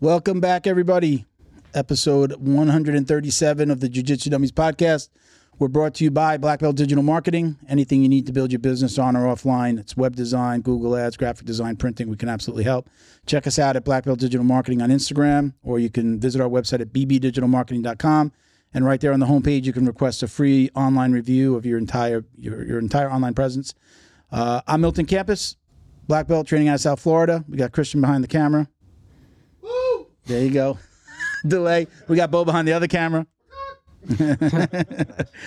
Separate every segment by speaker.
Speaker 1: Welcome back, everybody. Episode 137 of the Jiu Jitsu Dummies podcast. We're brought to you by Black Belt Digital Marketing. Anything you need to build your business on or offline, it's web design, Google Ads, graphic design, printing, we can absolutely help. Check us out at Black Belt Digital Marketing on Instagram, or you can visit our website at bbdigitalmarketing.com. And right there on the homepage, you can request a free online review of your entire your, your entire online presence. Uh, I'm Milton Campus, black belt training out of South Florida. We got Christian behind the camera. There you go. Delay. We got Bo behind the other camera.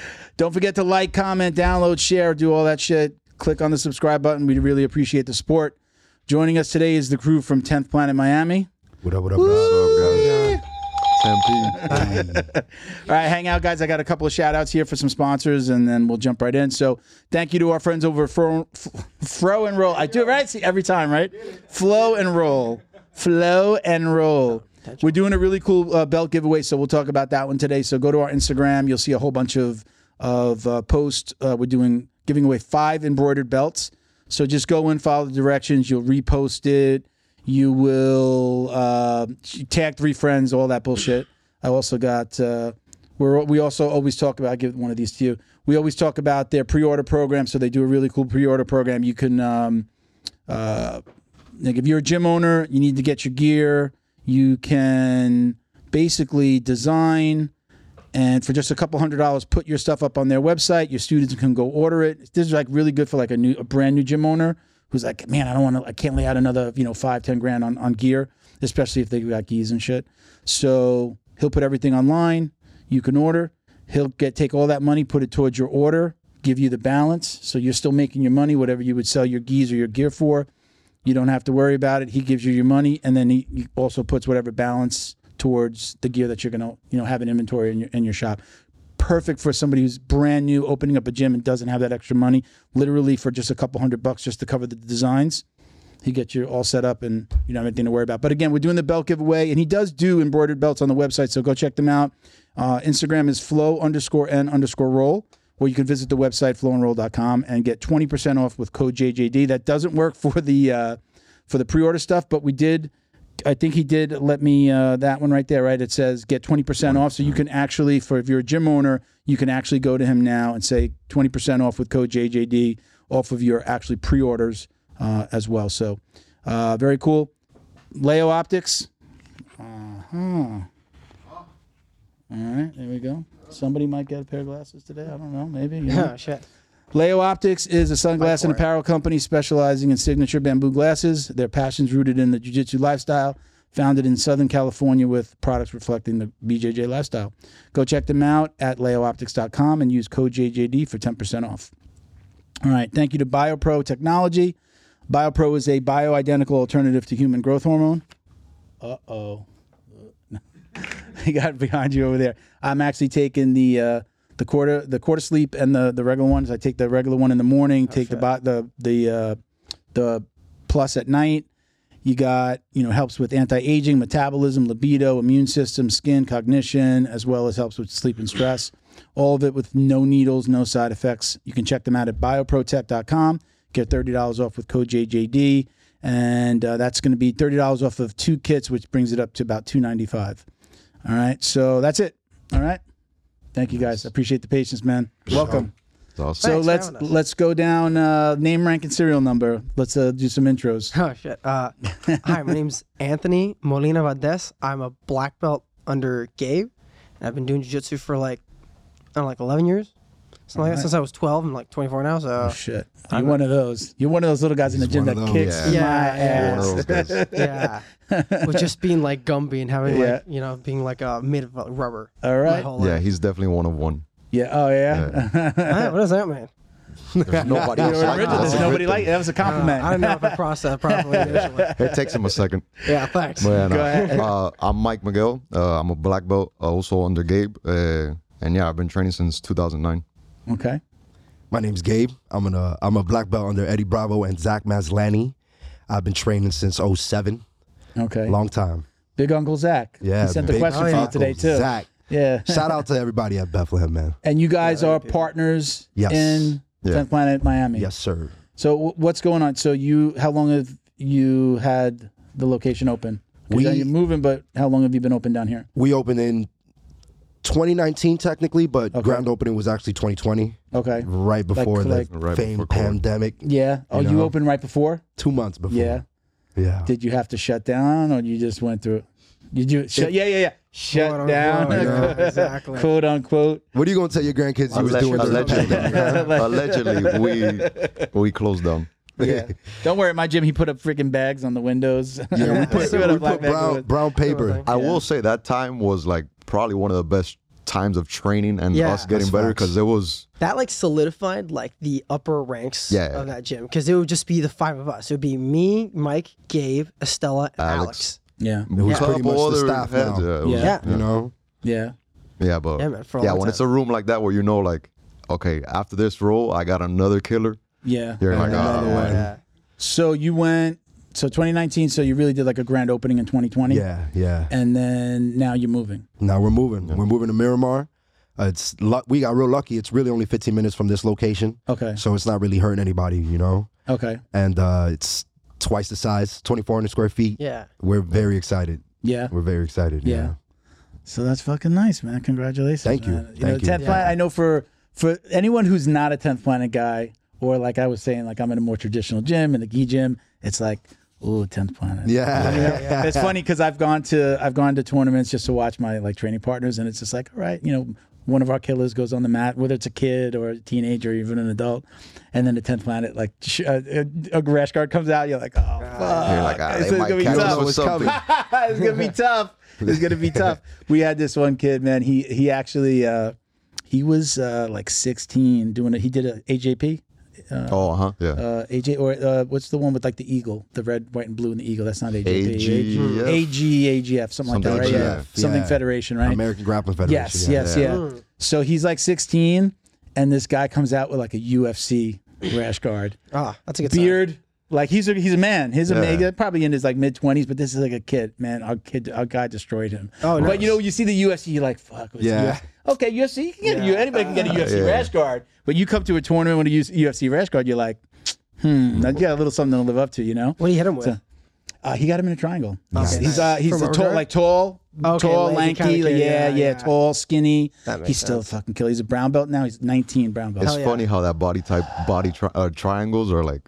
Speaker 1: Don't forget to like, comment, download, share, do all that shit. Click on the subscribe button. We really appreciate the support. Joining us today is the crew from 10th Planet Miami.
Speaker 2: What up, what up, guys?
Speaker 1: All right, hang out, guys. I got a couple of shout outs here for some sponsors, and then we'll jump right in. So, thank you to our friends over at Fro, F- Fro and Roll. I do it right See, every time, right? Flow and Roll. Flow and Roll. We're doing a really cool uh, belt giveaway, so we'll talk about that one today. So, go to our Instagram. You'll see a whole bunch of, of uh, posts. Uh, we're doing giving away five embroidered belts. So, just go in, follow the directions. You'll repost it. You will uh, tag three friends, all that bullshit. I also got. Uh, we're, we also always talk about. I give one of these to you. We always talk about their pre-order program. So they do a really cool pre-order program. You can, um, uh, like, if you're a gym owner, you need to get your gear. You can basically design, and for just a couple hundred dollars, put your stuff up on their website. Your students can go order it. This is like really good for like a new, a brand new gym owner who's like, man, I don't want to, I can't lay out another, you know, five, ten grand on on gear, especially if they got geese and shit. So he'll put everything online. You can order. He'll get take all that money, put it towards your order, give you the balance, so you're still making your money, whatever you would sell your geese or your gear for. You don't have to worry about it. He gives you your money, and then he, he also puts whatever balance towards the gear that you're gonna, you know, have an inventory in your in your shop. Perfect for somebody who's brand new, opening up a gym and doesn't have that extra money. Literally for just a couple hundred bucks, just to cover the designs, he gets you all set up, and you don't have anything to worry about. But again, we're doing the belt giveaway, and he does do embroidered belts on the website, so go check them out. Uh, Instagram is flow underscore n underscore roll, or you can visit the website flowandroll.com and get 20% off with code JJD. That doesn't work for the uh, for the pre-order stuff, but we did. I think he did let me uh, that one right there, right? It says get 20% off. So you can actually, for if you're a gym owner, you can actually go to him now and say 20% off with code JJD off of your actually pre orders uh, as well. So uh, very cool. Leo Optics, Uh-huh. All right, there we go. Somebody might get a pair of glasses today. I don't know. Maybe. you know.
Speaker 3: Oh shit.
Speaker 1: Leo Optics is a sunglass and apparel company specializing in signature bamboo glasses. Their passion's rooted in the jiu-jitsu lifestyle, founded in Southern California with products reflecting the BJJ lifestyle. Go check them out at leooptics.com and use code JJD for 10% off. All right, thank you to BioPro Technology. BioPro is a bioidentical alternative to human growth hormone. Uh-oh. he got behind you over there. I'm actually taking the uh, the quarter the quarter sleep and the the regular ones. I take the regular one in the morning. take the bo- the the uh, the plus at night. You got you know helps with anti aging, metabolism, libido, immune system, skin, cognition, as well as helps with sleep and stress. All of it with no needles, no side effects. You can check them out at bioprotech.com. Get thirty dollars off with code JJD, and uh, that's going to be thirty dollars off of two kits, which brings it up to about two ninety five. All right. So that's it. All right. Thank you guys. I appreciate the patience, man. Welcome.
Speaker 2: It's awesome.
Speaker 1: So
Speaker 3: Thanks for
Speaker 1: let's
Speaker 3: having us.
Speaker 1: let's go down uh, name, rank, and serial number. Let's uh, do some intros.
Speaker 3: Oh shit. Uh, hi, my name's Anthony Molina Valdez. I'm a black belt under Gabe, and I've been doing jiu-jitsu for like I don't know, like 11 years. Something like that, since I was 12. I'm like 24 now, so
Speaker 1: Shit, you're one of those. You're one of those little guys in the
Speaker 2: He's
Speaker 1: gym
Speaker 2: one
Speaker 1: that
Speaker 2: of those.
Speaker 1: kicks
Speaker 2: Yeah.
Speaker 1: my
Speaker 3: Yeah.
Speaker 2: One
Speaker 1: ass.
Speaker 2: of those guys.
Speaker 3: yeah. With just being like Gumby and having
Speaker 1: Yeah.
Speaker 3: like you know being like uh, made of uh, rubber.
Speaker 1: All
Speaker 3: My
Speaker 1: right.
Speaker 3: whole
Speaker 2: Yeah,
Speaker 3: life.
Speaker 2: he's definitely one of one.
Speaker 1: Yeah. Oh yeah.
Speaker 3: Ah, what does that mean?
Speaker 2: There's nobody
Speaker 1: You
Speaker 2: else
Speaker 1: were
Speaker 2: like
Speaker 1: original.
Speaker 2: him.
Speaker 1: There's nobody like that. Was a
Speaker 3: Uh, I don't
Speaker 1: compliment.
Speaker 3: know if I processed that properly. initially.
Speaker 2: It takes him a second.
Speaker 3: yeah, thanks.
Speaker 2: But yeah, no.
Speaker 1: Go ahead.
Speaker 2: Uh, I'm Mike Miguel. Uh, I'm a black belt, uh, also under Gabe. Uh, and yeah, I've been training since 2009.
Speaker 1: Okay.
Speaker 4: My name's Gabe. I'm an uh, I'm a black belt under Eddie Bravo and Zach Maslany. I've been training since 07.
Speaker 1: Okay.
Speaker 4: Long time.
Speaker 1: Big Uncle Zach.
Speaker 4: Yeah.
Speaker 1: He sent the
Speaker 4: big
Speaker 1: question
Speaker 3: Oh,
Speaker 1: for
Speaker 3: yeah.
Speaker 1: you today too.
Speaker 4: Zach.
Speaker 1: Yeah.
Speaker 4: Shout out to everybody at Bethlehem, man.
Speaker 1: And you guys are partners
Speaker 4: Yes.
Speaker 1: in
Speaker 2: Yeah.
Speaker 1: 10th Planet Miami.
Speaker 4: Yes, sir.
Speaker 1: So w- what's going on? So you, how long have you had the location open? We,
Speaker 4: We-
Speaker 1: you're moving, but how long have you been open down here?
Speaker 4: We opened in 2019 technically, but grand opening was actually 2020,
Speaker 1: Okay.
Speaker 4: right before
Speaker 1: like-
Speaker 4: the
Speaker 2: Right
Speaker 4: fame
Speaker 2: before COVID.
Speaker 4: pandemic.
Speaker 1: Yeah. Oh, you,
Speaker 4: know.
Speaker 1: opened right before?
Speaker 4: Two months before.
Speaker 1: Yeah.
Speaker 4: yeah.
Speaker 1: Did you have to shut down, or you just went through? it? Did you? Shut, yeah, yeah, yeah. Shut
Speaker 3: Quote,
Speaker 1: down,
Speaker 3: unquote, yeah, exactly.
Speaker 1: quote unquote.
Speaker 4: What are you gonna tell your grandkids you was
Speaker 2: Allegedly,
Speaker 4: doing?
Speaker 2: allegedly, allegedly, we we closed down.
Speaker 1: Yeah. Don't worry, my gym. He put up freaking bags on the windows.
Speaker 4: Yeah, we put,
Speaker 1: See what a
Speaker 4: we
Speaker 1: black
Speaker 4: put
Speaker 1: bag
Speaker 4: brown,
Speaker 1: was.
Speaker 4: brown paper.
Speaker 2: I will say that time was like probably one of the best times of training and
Speaker 3: Yeah.
Speaker 2: us getting
Speaker 4: That's
Speaker 2: better
Speaker 4: facts.
Speaker 2: because it was
Speaker 3: That like solidified like the upper ranks
Speaker 2: Yeah.
Speaker 3: of that gym because it would just be the five of us. It would be me, Mike, Gabe, Estella, and Alex.
Speaker 2: Alex.
Speaker 1: Yeah,
Speaker 4: It was
Speaker 2: a
Speaker 4: pretty
Speaker 2: couple
Speaker 4: much the
Speaker 2: other
Speaker 4: staff
Speaker 2: heads,
Speaker 4: now.
Speaker 2: Yeah, it was-
Speaker 3: Yeah.
Speaker 4: You know,
Speaker 1: yeah.
Speaker 2: yeah, but
Speaker 3: Yeah,
Speaker 2: yeah,
Speaker 3: man, for a long
Speaker 2: when
Speaker 3: time.
Speaker 2: it's a room like that where you know, like, okay, after this roll, I got another killer.
Speaker 1: Yeah.
Speaker 2: You're like,
Speaker 4: Yeah.
Speaker 2: "Ah,
Speaker 4: Another one.
Speaker 3: Yeah.
Speaker 1: So you went so 2019. So you really did like a grand opening in 2020.
Speaker 4: yeah, yeah.
Speaker 1: And then now you're moving.
Speaker 4: Now we're moving. We're moving to Miramar. Uh, it's lu- we got real lucky. It's really only 15 minutes from this location,
Speaker 1: Okay.
Speaker 4: so it's not really hurting anybody, you know.
Speaker 1: Okay.
Speaker 4: And uh, it's twice the size, 2,400 square feet.
Speaker 3: Yeah.
Speaker 4: We're very excited.
Speaker 1: Yeah.
Speaker 4: We're very excited.
Speaker 1: Yeah.
Speaker 4: Yeah.
Speaker 1: So that's fucking nice, man. Congratulations.
Speaker 4: Thank you.
Speaker 1: man.
Speaker 4: Thank
Speaker 1: know,
Speaker 4: you.
Speaker 1: Tenth
Speaker 4: Yeah.
Speaker 1: Planet. I know for for anyone who's not a Tenth Planet guy, or like I was saying, like I'm in a more traditional gym, in the gi gym, it's like, ooh, Tenth Planet.
Speaker 4: Yeah.
Speaker 1: it's funny because I've gone to I've gone to tournaments just to watch my like training partners, and it's just like, all right, you know, one of our killers goes on the mat, whether it's a kid or a teenager or even an adult, and then the tenth planet like sh- uh, a, a rash guard comes out, you're like, oh, fuck,
Speaker 3: Uh,
Speaker 2: You're like, ah,
Speaker 1: it's,
Speaker 2: they
Speaker 1: it's
Speaker 2: might
Speaker 1: gonna be
Speaker 2: catch
Speaker 4: don't
Speaker 2: us
Speaker 4: know
Speaker 1: tough.
Speaker 2: with
Speaker 4: what's coming.
Speaker 2: something.
Speaker 1: it's gonna be tough. It's gonna be tough. We had this one kid, man. He he actually uh, he was uh, like 16 doing it. He did a AJP.
Speaker 2: oh, huh, yeah.
Speaker 1: Uh, AJ or uh, what's the one with like the eagle, the red, white, and blue, and the eagle? That's not AJP.
Speaker 2: AGF.
Speaker 1: AGAGF, something, like that, right?
Speaker 2: Something
Speaker 1: Yeah.
Speaker 2: AGF,
Speaker 1: Something
Speaker 4: yeah.
Speaker 1: Federation, right?
Speaker 4: American Grappling Federation.
Speaker 1: Yes, yes, yeah. So he's like 16, and this guy comes out with like a UFC rash guard,
Speaker 3: Ah, that's a good sign.
Speaker 1: beard. Like he's a he's a man. He's a mega, probably in his like mid twenties, but this is like a kid. Man, our kid, our guy destroyed him.
Speaker 3: Oh,
Speaker 1: But
Speaker 3: nice.
Speaker 1: you know, you see the UFC, you're like, fuck. it's
Speaker 4: Yeah.
Speaker 1: UFC. Okay, UFC, you can get a,
Speaker 3: Yeah.
Speaker 1: anybody can get a UFC
Speaker 2: yeah.
Speaker 1: rash guard, but you come to a tournament with a UFC rash guard, you're like, hmm, I got a little something to live up to, you know.
Speaker 3: What do you hit him with?
Speaker 1: So- Uh, he got him in a triangle.
Speaker 3: Nice.
Speaker 1: He's uh, he's
Speaker 3: From
Speaker 1: a
Speaker 3: a
Speaker 1: tall,
Speaker 3: guard?
Speaker 1: like tall,
Speaker 3: Okay,
Speaker 1: tall,
Speaker 3: lanky
Speaker 1: lanky,
Speaker 3: kinda
Speaker 1: like,
Speaker 3: kid,
Speaker 1: yeah, yeah,
Speaker 3: yeah, yeah.
Speaker 1: tall, skinny.
Speaker 3: makes
Speaker 1: He's still a fucking killer. He's a brown belt now. He's 19 brown belt.
Speaker 2: it's
Speaker 3: yeah.
Speaker 2: funny how that body type, body tri- uh, triangles are like,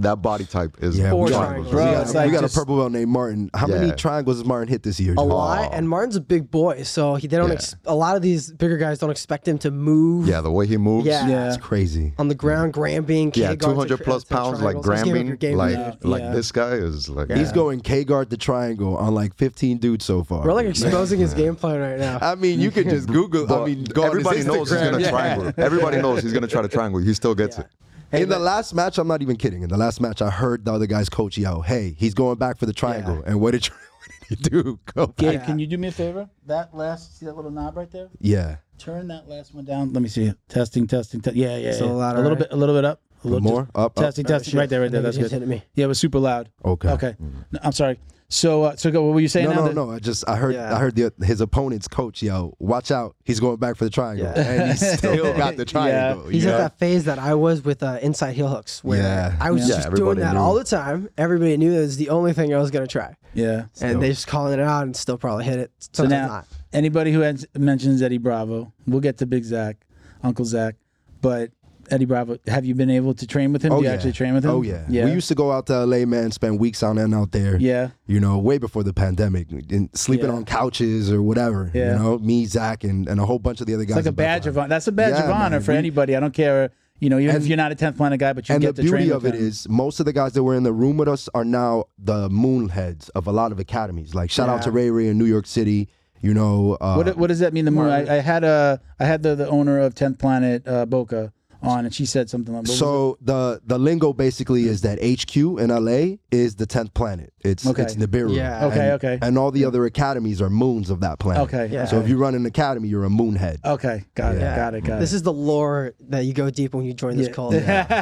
Speaker 2: that body type is
Speaker 4: Yeah, we
Speaker 1: Four
Speaker 4: got,
Speaker 1: triangles.
Speaker 4: we
Speaker 1: Bro,
Speaker 4: got-
Speaker 1: it's
Speaker 4: we
Speaker 1: like
Speaker 4: got
Speaker 1: just-
Speaker 4: a purple belt named Martin. How many
Speaker 2: Yeah.
Speaker 4: triangles does Martin hit this year?
Speaker 3: a lot, and Martin's a big boy, so he they don't.
Speaker 2: Yeah.
Speaker 3: Ex- a lot of these bigger guys don't expect him to move.
Speaker 2: Yeah, the way he moves.
Speaker 3: Yeah.
Speaker 1: yeah,
Speaker 4: It's crazy.
Speaker 3: On the ground, grabbing.
Speaker 2: Yeah,
Speaker 3: K-guards,
Speaker 2: 200
Speaker 3: like,
Speaker 2: plus
Speaker 3: uh,
Speaker 2: pounds, like
Speaker 3: triangles. Let's give up
Speaker 2: grabbing,
Speaker 3: your game,
Speaker 2: like
Speaker 3: dude.
Speaker 2: like
Speaker 1: Yeah.
Speaker 2: this guy is like
Speaker 4: He's going K guard the triangle on like 15 dudes so far.
Speaker 3: We're like exposing his game plan right now.
Speaker 4: I mean, you could just Google. I mean, go on his
Speaker 2: everybody knows he's
Speaker 4: Instagram.
Speaker 2: gonna
Speaker 4: Yeah.
Speaker 2: triangle. Everybody knows he's gonna try to triangle. He still gets it.
Speaker 4: in the last match, I'm not even kidding. In the last match, I heard the other guy's coach yell, "Hey, he's going back for the triangle." And what did you, what did you do? Go back.
Speaker 1: Gabe, can you do me a favor? That last, see that little knob right there?
Speaker 4: Yeah.
Speaker 1: Turn that last one down. Let me see. Testing, testing, te- yeah, yeah,
Speaker 3: Still
Speaker 1: yeah.
Speaker 3: loud,
Speaker 1: a little
Speaker 3: right?
Speaker 1: bit, a little bit up. A little
Speaker 4: more?
Speaker 1: just-
Speaker 4: Up, up.
Speaker 1: Testing, testing, right there, right there.
Speaker 3: I
Speaker 1: That's
Speaker 3: think it
Speaker 1: good.
Speaker 3: just hit me.
Speaker 1: Yeah, it was super loud.
Speaker 4: Okay.
Speaker 1: Okay. No, I'm sorry. So, uh, so go. What were you saying?
Speaker 4: No,
Speaker 1: now
Speaker 4: no,
Speaker 1: that-
Speaker 4: no. I just I heard
Speaker 3: Yeah.
Speaker 4: I heard the, his opponent's coach yell, "Watch out, he's going back for the triangle,"
Speaker 3: Yeah.
Speaker 4: and he still got the triangle.
Speaker 3: He's
Speaker 4: you
Speaker 3: at
Speaker 4: know?
Speaker 3: that phase that I was with uh, inside heel hooks, where
Speaker 4: Yeah.
Speaker 3: I was
Speaker 1: Yeah.
Speaker 3: just doing
Speaker 2: Yeah, everybody
Speaker 3: that
Speaker 2: knew.
Speaker 3: all the time. Everybody knew that was the only thing I was gonna try,
Speaker 1: Yeah.
Speaker 3: and they just calling it out and still probably hit it.
Speaker 1: So
Speaker 3: Sometimes
Speaker 1: now,
Speaker 3: not.
Speaker 1: anybody who has, mentions Eddie Bravo, we'll get to Big Zach, Uncle Zach, but Eddie Bravo, have you been able to train with him? Do you actually train with him?
Speaker 4: Oh yeah.
Speaker 1: Yeah.
Speaker 4: We used to go out to LA, man, spend weeks on end out there.
Speaker 1: Yeah.
Speaker 4: You know, way before the pandemic, and sleeping
Speaker 1: Yeah.
Speaker 4: on couches or whatever.
Speaker 1: Yeah.
Speaker 4: You know, me, Zach, and, and a whole bunch of the other guys.
Speaker 1: it's like a
Speaker 4: at Bethlehem.
Speaker 1: badge of honor. That's a badge
Speaker 4: Yeah,
Speaker 1: of honor
Speaker 4: man,
Speaker 1: for
Speaker 4: we-
Speaker 1: anybody. I don't care, you know, even if
Speaker 4: And-
Speaker 1: you're not a 10th planet guy, but you
Speaker 4: and the
Speaker 1: get to train
Speaker 4: beauty
Speaker 1: with
Speaker 4: of it
Speaker 1: him.
Speaker 4: is, most of the guys that were in the room with us are now the moon heads of a lot of academies. Like shout out to Ray Ray in New York City. You know, uh,
Speaker 3: Um,
Speaker 1: What, what does that mean? The moon. I, I had a I had the, the owner of 10th Planet uh, Boca on, and she said something like, what was it?
Speaker 4: So the the lingo basically is that HQ in LA is the tenth planet. It's
Speaker 1: Okay.
Speaker 4: it's Nibiru.
Speaker 3: Yeah.
Speaker 1: Okay,
Speaker 4: And-
Speaker 1: okay.
Speaker 4: And all the other academies are moons of that planet.
Speaker 1: Okay, Yeah.
Speaker 4: So if you run an academy, you're a moonhead.
Speaker 1: okay, got it,
Speaker 3: Yeah.
Speaker 1: got it, got
Speaker 3: This
Speaker 1: it.
Speaker 3: is the lore that you go deep when you join this cult. you know how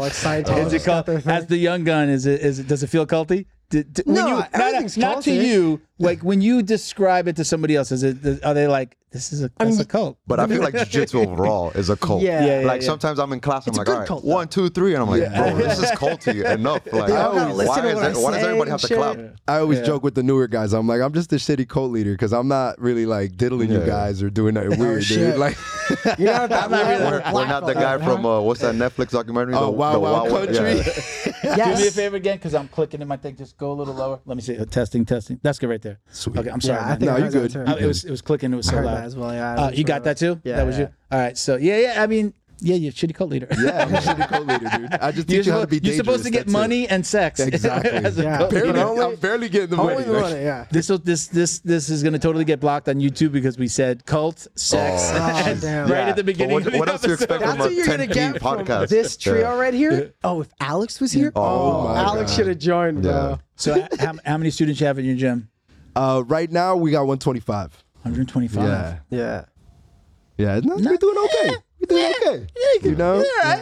Speaker 3: like Scientologists
Speaker 1: Is it
Speaker 3: got
Speaker 1: called
Speaker 3: their
Speaker 1: as
Speaker 3: thing?
Speaker 1: the young gun? Is it is it does it feel culty? d- d- when
Speaker 3: No,
Speaker 1: you,
Speaker 3: I-
Speaker 1: not,
Speaker 3: everything's
Speaker 1: not to
Speaker 3: cultish.
Speaker 1: you, like when you describe it to somebody else, is it th- are they like this is a that's a cult?
Speaker 2: But I feel like jiu-jitsu overall is a cult.
Speaker 3: Yeah. Yeah,
Speaker 1: yeah,
Speaker 2: like
Speaker 1: yeah.
Speaker 2: sometimes I'm in class, I'm
Speaker 3: It's a
Speaker 2: like,
Speaker 3: good
Speaker 2: all right,
Speaker 3: cult, though.
Speaker 2: one, two, three, and I'm like, bro, this is culty enough. Like,
Speaker 4: all gotta
Speaker 2: why,
Speaker 3: listen to
Speaker 2: is
Speaker 3: what I
Speaker 2: it, why does
Speaker 3: say
Speaker 2: everybody have to
Speaker 3: and
Speaker 2: clap?
Speaker 3: shit.
Speaker 4: I always
Speaker 1: Yeah.
Speaker 4: joke with the newer guys. I'm like, I'm just a shitty cult leader because I'm not really like diddling you
Speaker 2: Yeah.
Speaker 4: guys or doing
Speaker 1: Oh,
Speaker 4: that weird, dude.
Speaker 3: shit.
Speaker 4: Like,
Speaker 3: You're not that
Speaker 1: not
Speaker 3: level
Speaker 1: really-
Speaker 3: of
Speaker 2: We're, we're not the
Speaker 3: black
Speaker 2: guy
Speaker 3: belt.
Speaker 2: from uh, what's that Netflix documentary?
Speaker 4: oh,
Speaker 2: The- the
Speaker 4: wild, wild country.
Speaker 2: yeah.
Speaker 1: Do me a
Speaker 3: Yes.
Speaker 1: favor again, because I'm clicking in my thing. Just go a little lower. Let me see. Uh, testing, testing. That's good right there.
Speaker 4: Sweet.
Speaker 1: Okay, I'm sorry.
Speaker 3: Yeah, I
Speaker 1: man.
Speaker 3: think
Speaker 4: No,
Speaker 3: I
Speaker 4: you
Speaker 3: heard that
Speaker 4: good.
Speaker 3: too.
Speaker 1: I- it was it was clicking. It was so
Speaker 3: heard
Speaker 1: loud.
Speaker 3: that as well, yeah, I
Speaker 1: uh,
Speaker 3: was
Speaker 1: you got
Speaker 3: sure.
Speaker 1: that too.
Speaker 3: Yeah,
Speaker 1: that was you. All right. So yeah, yeah. I mean, yeah, you're a shitty cult leader.
Speaker 4: Yeah, I'm a shitty cult leader, dude. I just teach
Speaker 1: You're,
Speaker 4: you how to
Speaker 1: supposed-
Speaker 4: be
Speaker 1: you're supposed to
Speaker 4: dangerous, that's it.
Speaker 1: get money and sex.
Speaker 4: Exactly.
Speaker 1: As a
Speaker 3: Yeah.
Speaker 1: cult
Speaker 4: Barely,
Speaker 1: leader.
Speaker 4: I'm barely getting the
Speaker 3: Only
Speaker 4: money.
Speaker 3: one, yeah.
Speaker 1: This will this this this is gonna totally get blocked on YouTube because we said cult sex
Speaker 2: Oh,
Speaker 1: and
Speaker 3: damn.
Speaker 1: right
Speaker 2: Yeah.
Speaker 1: at the
Speaker 2: But
Speaker 1: beginning.
Speaker 2: what,
Speaker 1: of the
Speaker 2: what else do you
Speaker 1: episode.
Speaker 2: expect
Speaker 3: That's
Speaker 2: from a
Speaker 3: what you're
Speaker 2: 10
Speaker 3: gonna get from
Speaker 2: podcast?
Speaker 3: this trio
Speaker 2: Yeah.
Speaker 3: right here. Oh, if Alex was here,
Speaker 2: Oh
Speaker 3: oh,
Speaker 2: my
Speaker 3: Alex
Speaker 2: God.
Speaker 3: should have joined,
Speaker 2: Yeah.
Speaker 3: bro.
Speaker 1: So h- how, how many students you have in your gym?
Speaker 4: Uh, right now, we got 125.
Speaker 1: 125.
Speaker 4: Yeah.
Speaker 3: Yeah.
Speaker 4: Yeah. No, we're doing okay. We're doing okay. you know?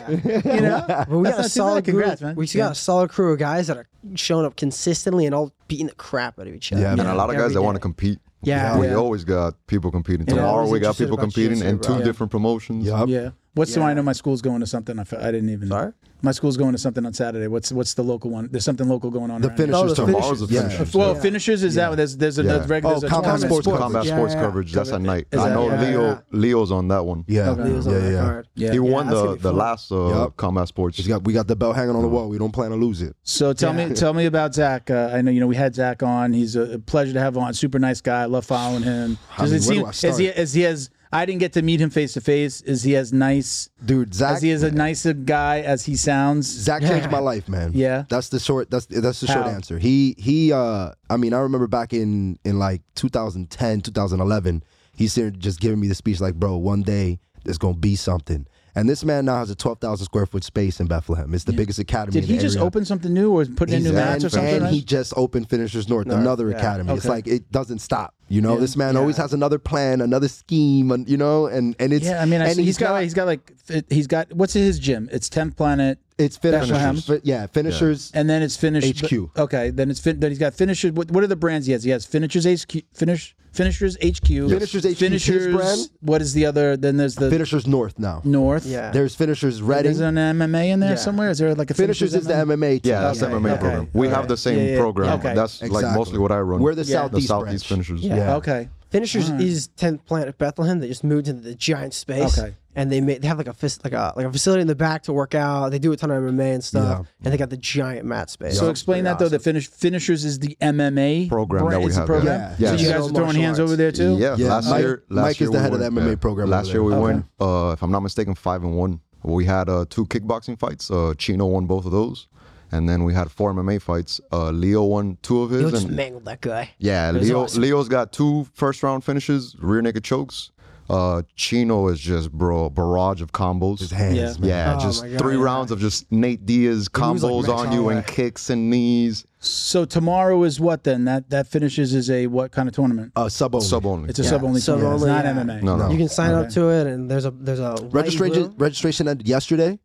Speaker 1: You know,
Speaker 3: But we got
Speaker 1: That's not
Speaker 3: a
Speaker 1: too bad.
Speaker 3: solid group.
Speaker 1: Congrats, man.
Speaker 3: We just
Speaker 1: Yeah.
Speaker 3: got a solid crew of guys that are showing up consistently and all beating the crap out of each other.
Speaker 4: Yeah,
Speaker 2: And a lot of guys
Speaker 3: Every
Speaker 2: that
Speaker 3: day.
Speaker 2: want to compete.
Speaker 3: Yeah.
Speaker 2: We
Speaker 1: Yeah.
Speaker 2: always got people competing.
Speaker 3: I'm
Speaker 2: Tomorrow
Speaker 3: always
Speaker 2: we got
Speaker 3: interested
Speaker 2: people
Speaker 3: about
Speaker 2: competing
Speaker 3: jiu-jitsu,
Speaker 2: in two
Speaker 3: bro. Yeah.
Speaker 2: different promotions.
Speaker 4: Yup.
Speaker 1: yeah. What's the? I know my school's going to something. I, fe- I didn't even.
Speaker 3: Sorry?
Speaker 1: My school's going to something on Saturday. What's what's the local one? There's something local going on.
Speaker 4: The
Speaker 1: around here.
Speaker 4: finishers
Speaker 3: the
Speaker 4: tomorrow.
Speaker 2: finishers.
Speaker 4: Yeah.
Speaker 2: Finishers.
Speaker 1: Well, finishers is that there's there's a
Speaker 2: Yeah.
Speaker 1: there's regular.
Speaker 4: Oh,
Speaker 1: there's a
Speaker 4: combat
Speaker 1: 20.
Speaker 4: sports coverage.
Speaker 2: Combat
Speaker 3: Yeah,
Speaker 2: sports
Speaker 3: yeah.
Speaker 2: coverage. That's at night.
Speaker 1: Is
Speaker 2: I
Speaker 1: that-
Speaker 2: know
Speaker 1: yeah,
Speaker 2: Leo.
Speaker 3: yeah.
Speaker 2: Leo's on that one.
Speaker 4: Yeah.
Speaker 3: Leo's on
Speaker 4: Yeah.
Speaker 3: that
Speaker 4: Yeah.
Speaker 3: card.
Speaker 1: Yeah.
Speaker 2: He won
Speaker 3: that's
Speaker 2: the,
Speaker 3: gonna be
Speaker 2: the
Speaker 3: fun.
Speaker 2: last uh,
Speaker 4: Yup.
Speaker 2: combat sports.
Speaker 4: We got, we got the belt hanging on the wall. We don't plan to lose it.
Speaker 1: So tell me, tell me about Zach. Uh, I know you know we had Zach on. He's a, a pleasure to have on. Super nice guy. I love following him.
Speaker 4: I
Speaker 1: Does
Speaker 4: mean,
Speaker 1: it
Speaker 4: where do
Speaker 1: seem
Speaker 4: I
Speaker 1: is he
Speaker 4: start?
Speaker 1: is he as I didn't get to meet him face to face. Is he as nice?
Speaker 4: Dude, Zach.
Speaker 1: Is he as a nice a guy as he sounds?
Speaker 4: Zach changed my life, man.
Speaker 1: Yeah.
Speaker 4: That's the short that's that's the short
Speaker 1: How?
Speaker 4: answer. He he uh I mean, I remember back in in like 2010, 2011, he's here just giving me the speech like, "Bro, one day there's going to be something." And this man now has a 12,000 square foot space in Bethlehem. It's the biggest academy
Speaker 1: Did
Speaker 4: in
Speaker 1: he
Speaker 4: the
Speaker 1: just
Speaker 4: area.
Speaker 1: open something new or put in a
Speaker 4: He's-
Speaker 1: new match or
Speaker 4: and-
Speaker 1: something?
Speaker 4: And he just opened Finishers North, another academy. It's
Speaker 1: Okay.
Speaker 4: like it doesn't stop. You know,
Speaker 1: Yeah.
Speaker 4: this man always has another plan, another scheme, and you know, and and it's
Speaker 1: yeah, I mean, I
Speaker 4: and
Speaker 1: see, he's got
Speaker 4: not-
Speaker 1: he's got like it- he's got what's his gym? It's 10th Planet,
Speaker 4: it's
Speaker 1: Bethlehem.
Speaker 4: finishers. Fi- Yeah, finishers.
Speaker 1: and then it's finished
Speaker 4: HQ.
Speaker 1: but- okay, then it's fin- then he's got finishers. What, what are the brands he has? He has finishers HQ, finish finishers HQ,
Speaker 4: Finishers HQ is his
Speaker 1: finishers.
Speaker 4: brand.
Speaker 1: What is the other? Then there's the
Speaker 4: Finishers North now.
Speaker 1: North.
Speaker 3: Yeah.
Speaker 4: There's finishers
Speaker 1: Is
Speaker 4: Reading.
Speaker 1: there an MMA in there somewhere? Is there like a
Speaker 4: Finishers is the MMA. Team.
Speaker 2: Yeah, that's
Speaker 1: Okay,
Speaker 2: the MMA
Speaker 1: okay,
Speaker 2: program. We
Speaker 1: alright.
Speaker 2: have the same
Speaker 1: Yeah, yeah,
Speaker 2: program.
Speaker 1: okay.
Speaker 2: That's like
Speaker 4: Exactly.
Speaker 2: mostly what I run.
Speaker 4: We're the
Speaker 2: Yeah.
Speaker 4: Southeast
Speaker 2: Southeast
Speaker 4: branch.
Speaker 2: finishers.
Speaker 3: Yeah.
Speaker 1: Okay.
Speaker 3: Finishers
Speaker 1: Mm.
Speaker 3: is 10th Planet Bethlehem. They just moved into the giant space.
Speaker 1: Okay.
Speaker 3: And they made, they have like a fis- like a like a facility in the back to work out. They do a ton of MMA and stuff. And they got the giant mat space.
Speaker 1: So explain that though. The finish finishers is the MMA
Speaker 2: Program that
Speaker 1: brand-
Speaker 2: we
Speaker 1: is the
Speaker 2: have, yeah.
Speaker 1: program.
Speaker 4: Yeah.
Speaker 1: So
Speaker 2: Yes.
Speaker 1: you guys are
Speaker 3: Martial
Speaker 1: throwing hands
Speaker 3: arts.
Speaker 1: over there too.
Speaker 2: Yeah,
Speaker 4: Yeah,
Speaker 2: last
Speaker 4: Mike-
Speaker 2: year, last
Speaker 4: Mike is
Speaker 2: year
Speaker 4: the
Speaker 2: we
Speaker 4: head of
Speaker 2: won-
Speaker 4: the MMA
Speaker 2: yeah,
Speaker 4: program
Speaker 2: Last
Speaker 4: over
Speaker 2: year we
Speaker 4: there.
Speaker 2: went, uh, if I'm not mistaken, five and one. We had uh, two kickboxing fights. Uh, Chino won both of those, and then we had four MMA fights. Uh, Leo won two of his.
Speaker 3: Leo just
Speaker 2: and-
Speaker 3: mangled that guy.
Speaker 2: yeah,
Speaker 3: It was
Speaker 2: Leo.
Speaker 3: awesome.
Speaker 2: Leo's got two first round finishes, rear naked chokes. Uh, Chino is just bro a barrage of combos. His
Speaker 4: hands,
Speaker 1: Yeah.
Speaker 4: man.
Speaker 2: Yeah,
Speaker 3: Oh
Speaker 2: just
Speaker 3: my God,
Speaker 2: three
Speaker 3: yeah.
Speaker 2: rounds of just Nate Diaz
Speaker 3: was like
Speaker 2: combos
Speaker 3: Max
Speaker 2: on you and
Speaker 3: Holloway.
Speaker 2: kicks and knees.
Speaker 1: So tomorrow is what then? That that finishes is a what kind of tournament?
Speaker 4: Uh, sub only.
Speaker 2: Sub only.
Speaker 1: It's a
Speaker 2: Yeah.
Speaker 1: sub only
Speaker 3: Sub
Speaker 1: tournament. It's
Speaker 3: only,
Speaker 1: not
Speaker 3: yeah.
Speaker 1: MMA.
Speaker 2: No, no.
Speaker 3: You can sign up to it, and there's a there's a light
Speaker 4: Registration
Speaker 3: blue.
Speaker 4: registration ended yesterday,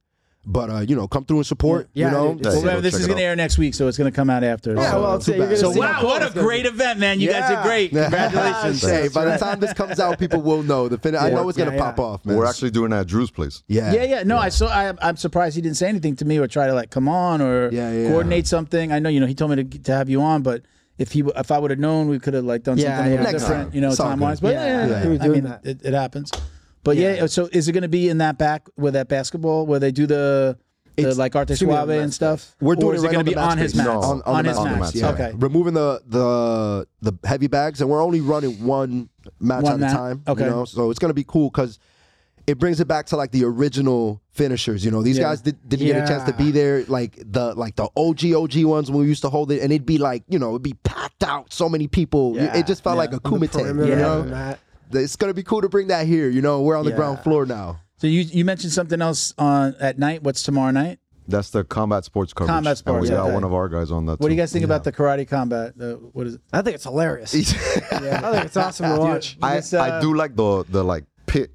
Speaker 4: but uh, you know, come through and support.
Speaker 3: Yeah,
Speaker 4: you know,
Speaker 3: dude,
Speaker 2: Yeah,
Speaker 1: Well,
Speaker 2: yeah,
Speaker 1: this
Speaker 2: check
Speaker 1: is
Speaker 2: it
Speaker 1: going to
Speaker 2: out.
Speaker 1: air next week, so it's going to come out after.
Speaker 3: Yeah,
Speaker 1: so
Speaker 3: well,
Speaker 1: too
Speaker 3: yeah, you're
Speaker 1: bad.
Speaker 3: gonna
Speaker 1: so
Speaker 3: see
Speaker 1: wow, what
Speaker 3: how cool
Speaker 1: a
Speaker 3: it's gonna
Speaker 1: great event, man! You guys
Speaker 3: Yeah.
Speaker 1: are great. Congratulations.
Speaker 4: Hey, by the time this comes out, people will know. The fin- I know it's gonna
Speaker 3: Yeah, yeah.
Speaker 4: pop off, man.
Speaker 2: We're actually doing that at Drew's place.
Speaker 4: yeah,
Speaker 1: Yeah, yeah. No, I saw. I, I'm surprised he didn't say anything to me or try to like come on or
Speaker 4: Yeah, yeah.
Speaker 1: coordinate something. I know you know he told me to, to have you on, but if he if I would have known, we could have like done
Speaker 3: Yeah,
Speaker 1: something a little
Speaker 3: yeah.
Speaker 4: Next
Speaker 1: different,
Speaker 4: time.
Speaker 1: you know,
Speaker 4: It's all
Speaker 1: time wise.
Speaker 4: good.
Speaker 1: But
Speaker 3: Yeah,
Speaker 1: yeah,
Speaker 3: yeah,
Speaker 1: yeah,
Speaker 3: he was
Speaker 1: I
Speaker 3: doing
Speaker 1: mean,
Speaker 3: that.
Speaker 1: It, it happens. But yeah. so is it going to be in that back with that basketball where they do the, the
Speaker 4: It's-
Speaker 1: like arte
Speaker 3: gonna be on
Speaker 1: suave
Speaker 3: the
Speaker 1: and
Speaker 3: mat
Speaker 1: stuff?
Speaker 4: We're
Speaker 1: or
Speaker 4: doing
Speaker 1: is
Speaker 4: it right
Speaker 1: going
Speaker 4: on
Speaker 1: to
Speaker 4: the
Speaker 1: be
Speaker 4: mat
Speaker 1: on his
Speaker 4: space.
Speaker 1: mats?
Speaker 2: No,
Speaker 1: on,
Speaker 2: on-
Speaker 4: the
Speaker 1: his
Speaker 4: mat
Speaker 1: mats.
Speaker 2: space, yeah.
Speaker 1: Okay.
Speaker 4: removing the the the heavy bags, and we're only running one match
Speaker 1: One
Speaker 4: at
Speaker 1: mat,
Speaker 4: a time.
Speaker 1: okay.
Speaker 4: You know, so it's gonna be cool because it brings it back to like the original finishers. You know, these
Speaker 1: Yeah.
Speaker 4: guys did, didn't get a chance to
Speaker 3: Yeah.
Speaker 4: be there. Like the like the OG OG ones when we used to hold it, and it'd be like you know it'd be packed out, so many people. You-
Speaker 3: Yeah.
Speaker 4: It just felt like a
Speaker 3: on the
Speaker 4: kumite.
Speaker 3: perimeter
Speaker 4: You
Speaker 3: and
Speaker 4: know,
Speaker 3: all that.
Speaker 4: it's gonna be cool to bring that here. You know, we're on the
Speaker 3: Yeah.
Speaker 4: ground floor now.
Speaker 1: So you you mentioned something else on at night. What's tomorrow night?
Speaker 2: That's the combat sports coverage.
Speaker 1: Combat
Speaker 2: And
Speaker 1: sports,
Speaker 2: we got
Speaker 1: okay.
Speaker 2: one of our guys on that.
Speaker 1: What do
Speaker 2: too.
Speaker 1: you guys think about the karate combat? Uh, what is it?
Speaker 3: I think it's hilarious. I think it's awesome to watch.
Speaker 2: I,
Speaker 1: Yes, uh,
Speaker 2: I do like the the like pit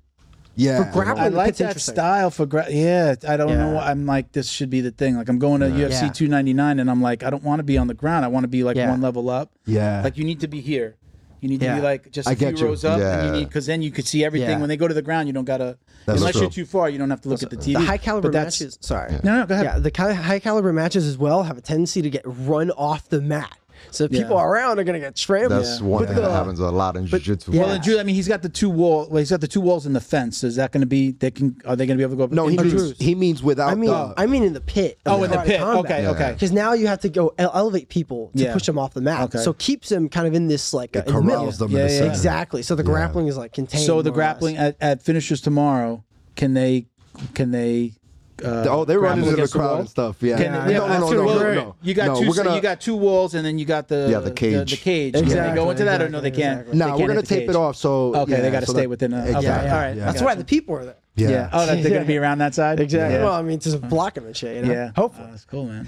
Speaker 4: Yeah.
Speaker 3: For grappling,
Speaker 4: I
Speaker 1: I
Speaker 4: know.
Speaker 3: the
Speaker 1: like
Speaker 3: pit's
Speaker 1: that
Speaker 3: interesting.
Speaker 1: style for gra- yeah. I don't know.
Speaker 3: Yeah.
Speaker 1: why- I'm like this should be the thing. Like I'm going to UFC
Speaker 3: Yeah.
Speaker 1: 299 and I'm like I don't want to be on the ground. I want to be like
Speaker 3: Yeah.
Speaker 1: one level up.
Speaker 4: Yeah.
Speaker 1: Like you need to be here. You need to
Speaker 3: Yeah.
Speaker 1: be like just a
Speaker 4: I
Speaker 1: few
Speaker 4: get you.
Speaker 1: rows up, and
Speaker 2: Yeah.
Speaker 1: you need because then you could see everything.
Speaker 3: Yeah.
Speaker 1: When they go to the ground, you don't gotta
Speaker 4: That's
Speaker 1: unless
Speaker 4: true.
Speaker 1: you're too far, you don't have to look at the TV.
Speaker 3: The high caliber
Speaker 1: But that's-
Speaker 3: matches. Sorry.
Speaker 1: No, no, go ahead.
Speaker 3: Yeah, the ki- high caliber matches as well have a tendency to get run off the mat. So if people
Speaker 1: Yeah.
Speaker 3: around are gonna get trampled.
Speaker 2: That's one
Speaker 3: But
Speaker 2: thing
Speaker 3: the-
Speaker 2: that happens a lot in jiu-jitsu.
Speaker 1: Well, and Drew, I mean, he's got the two wall. Well, he's got the two walls and the fence. Is that going to be? They can. Are they going to be able to go up?
Speaker 4: no, he
Speaker 1: into-
Speaker 4: means, he means without
Speaker 3: I mean,
Speaker 4: the.
Speaker 3: I mean in the pit. of
Speaker 1: Oh, in the
Speaker 3: karate
Speaker 1: pit.
Speaker 3: combat.
Speaker 1: Okay, okay.
Speaker 3: Because now you have to go ele- elevate people to
Speaker 1: Yeah.
Speaker 3: push them off the mat.
Speaker 1: Okay.
Speaker 3: So keeps them kind of in this like uh, in the middle.
Speaker 4: corrals them
Speaker 1: Yeah,
Speaker 4: in
Speaker 1: yeah,
Speaker 4: the center.
Speaker 3: Exactly. So the grappling is like contained.
Speaker 1: So the
Speaker 3: more or less.
Speaker 1: grappling at, at finishes tomorrow. Can they? Can they? Uh,
Speaker 4: Oh, they run
Speaker 1: grapple
Speaker 4: into the
Speaker 1: against
Speaker 4: crowd
Speaker 1: wall?
Speaker 4: and stuff. Yeah.
Speaker 1: Can,
Speaker 3: Yeah,
Speaker 1: yeah,
Speaker 4: no, no, no,
Speaker 1: that's
Speaker 4: no,
Speaker 1: what-
Speaker 4: no,
Speaker 1: well,
Speaker 4: no.
Speaker 1: You got
Speaker 4: No,
Speaker 1: 2
Speaker 4: we're gonna-
Speaker 1: you got two walls, and then you got the
Speaker 2: Yeah, the
Speaker 1: The,
Speaker 2: cage.
Speaker 1: cage. Can they
Speaker 3: Exactly,
Speaker 1: go into that or no? They
Speaker 3: exactly,
Speaker 1: can't.
Speaker 3: exactly.
Speaker 1: They
Speaker 4: Nah,
Speaker 1: can't
Speaker 4: we're
Speaker 1: hit
Speaker 4: gonna
Speaker 1: the
Speaker 4: tape
Speaker 1: cage.
Speaker 4: it off. So
Speaker 1: Okay, they
Speaker 4: yeah,
Speaker 1: got to
Speaker 4: so
Speaker 1: stay
Speaker 4: that-
Speaker 1: within. A,
Speaker 4: Exactly,
Speaker 1: okay, all right.
Speaker 4: yeah.
Speaker 3: That's why the people are there.
Speaker 1: Yeah.
Speaker 4: Yeah.
Speaker 1: Oh, that they're going to be around that side.
Speaker 3: Exactly.
Speaker 1: Yeah.
Speaker 3: Well, I mean, it's just blocking and shit. You know?
Speaker 1: yeah.
Speaker 3: Hopefully.
Speaker 1: Oh, that's cool, man.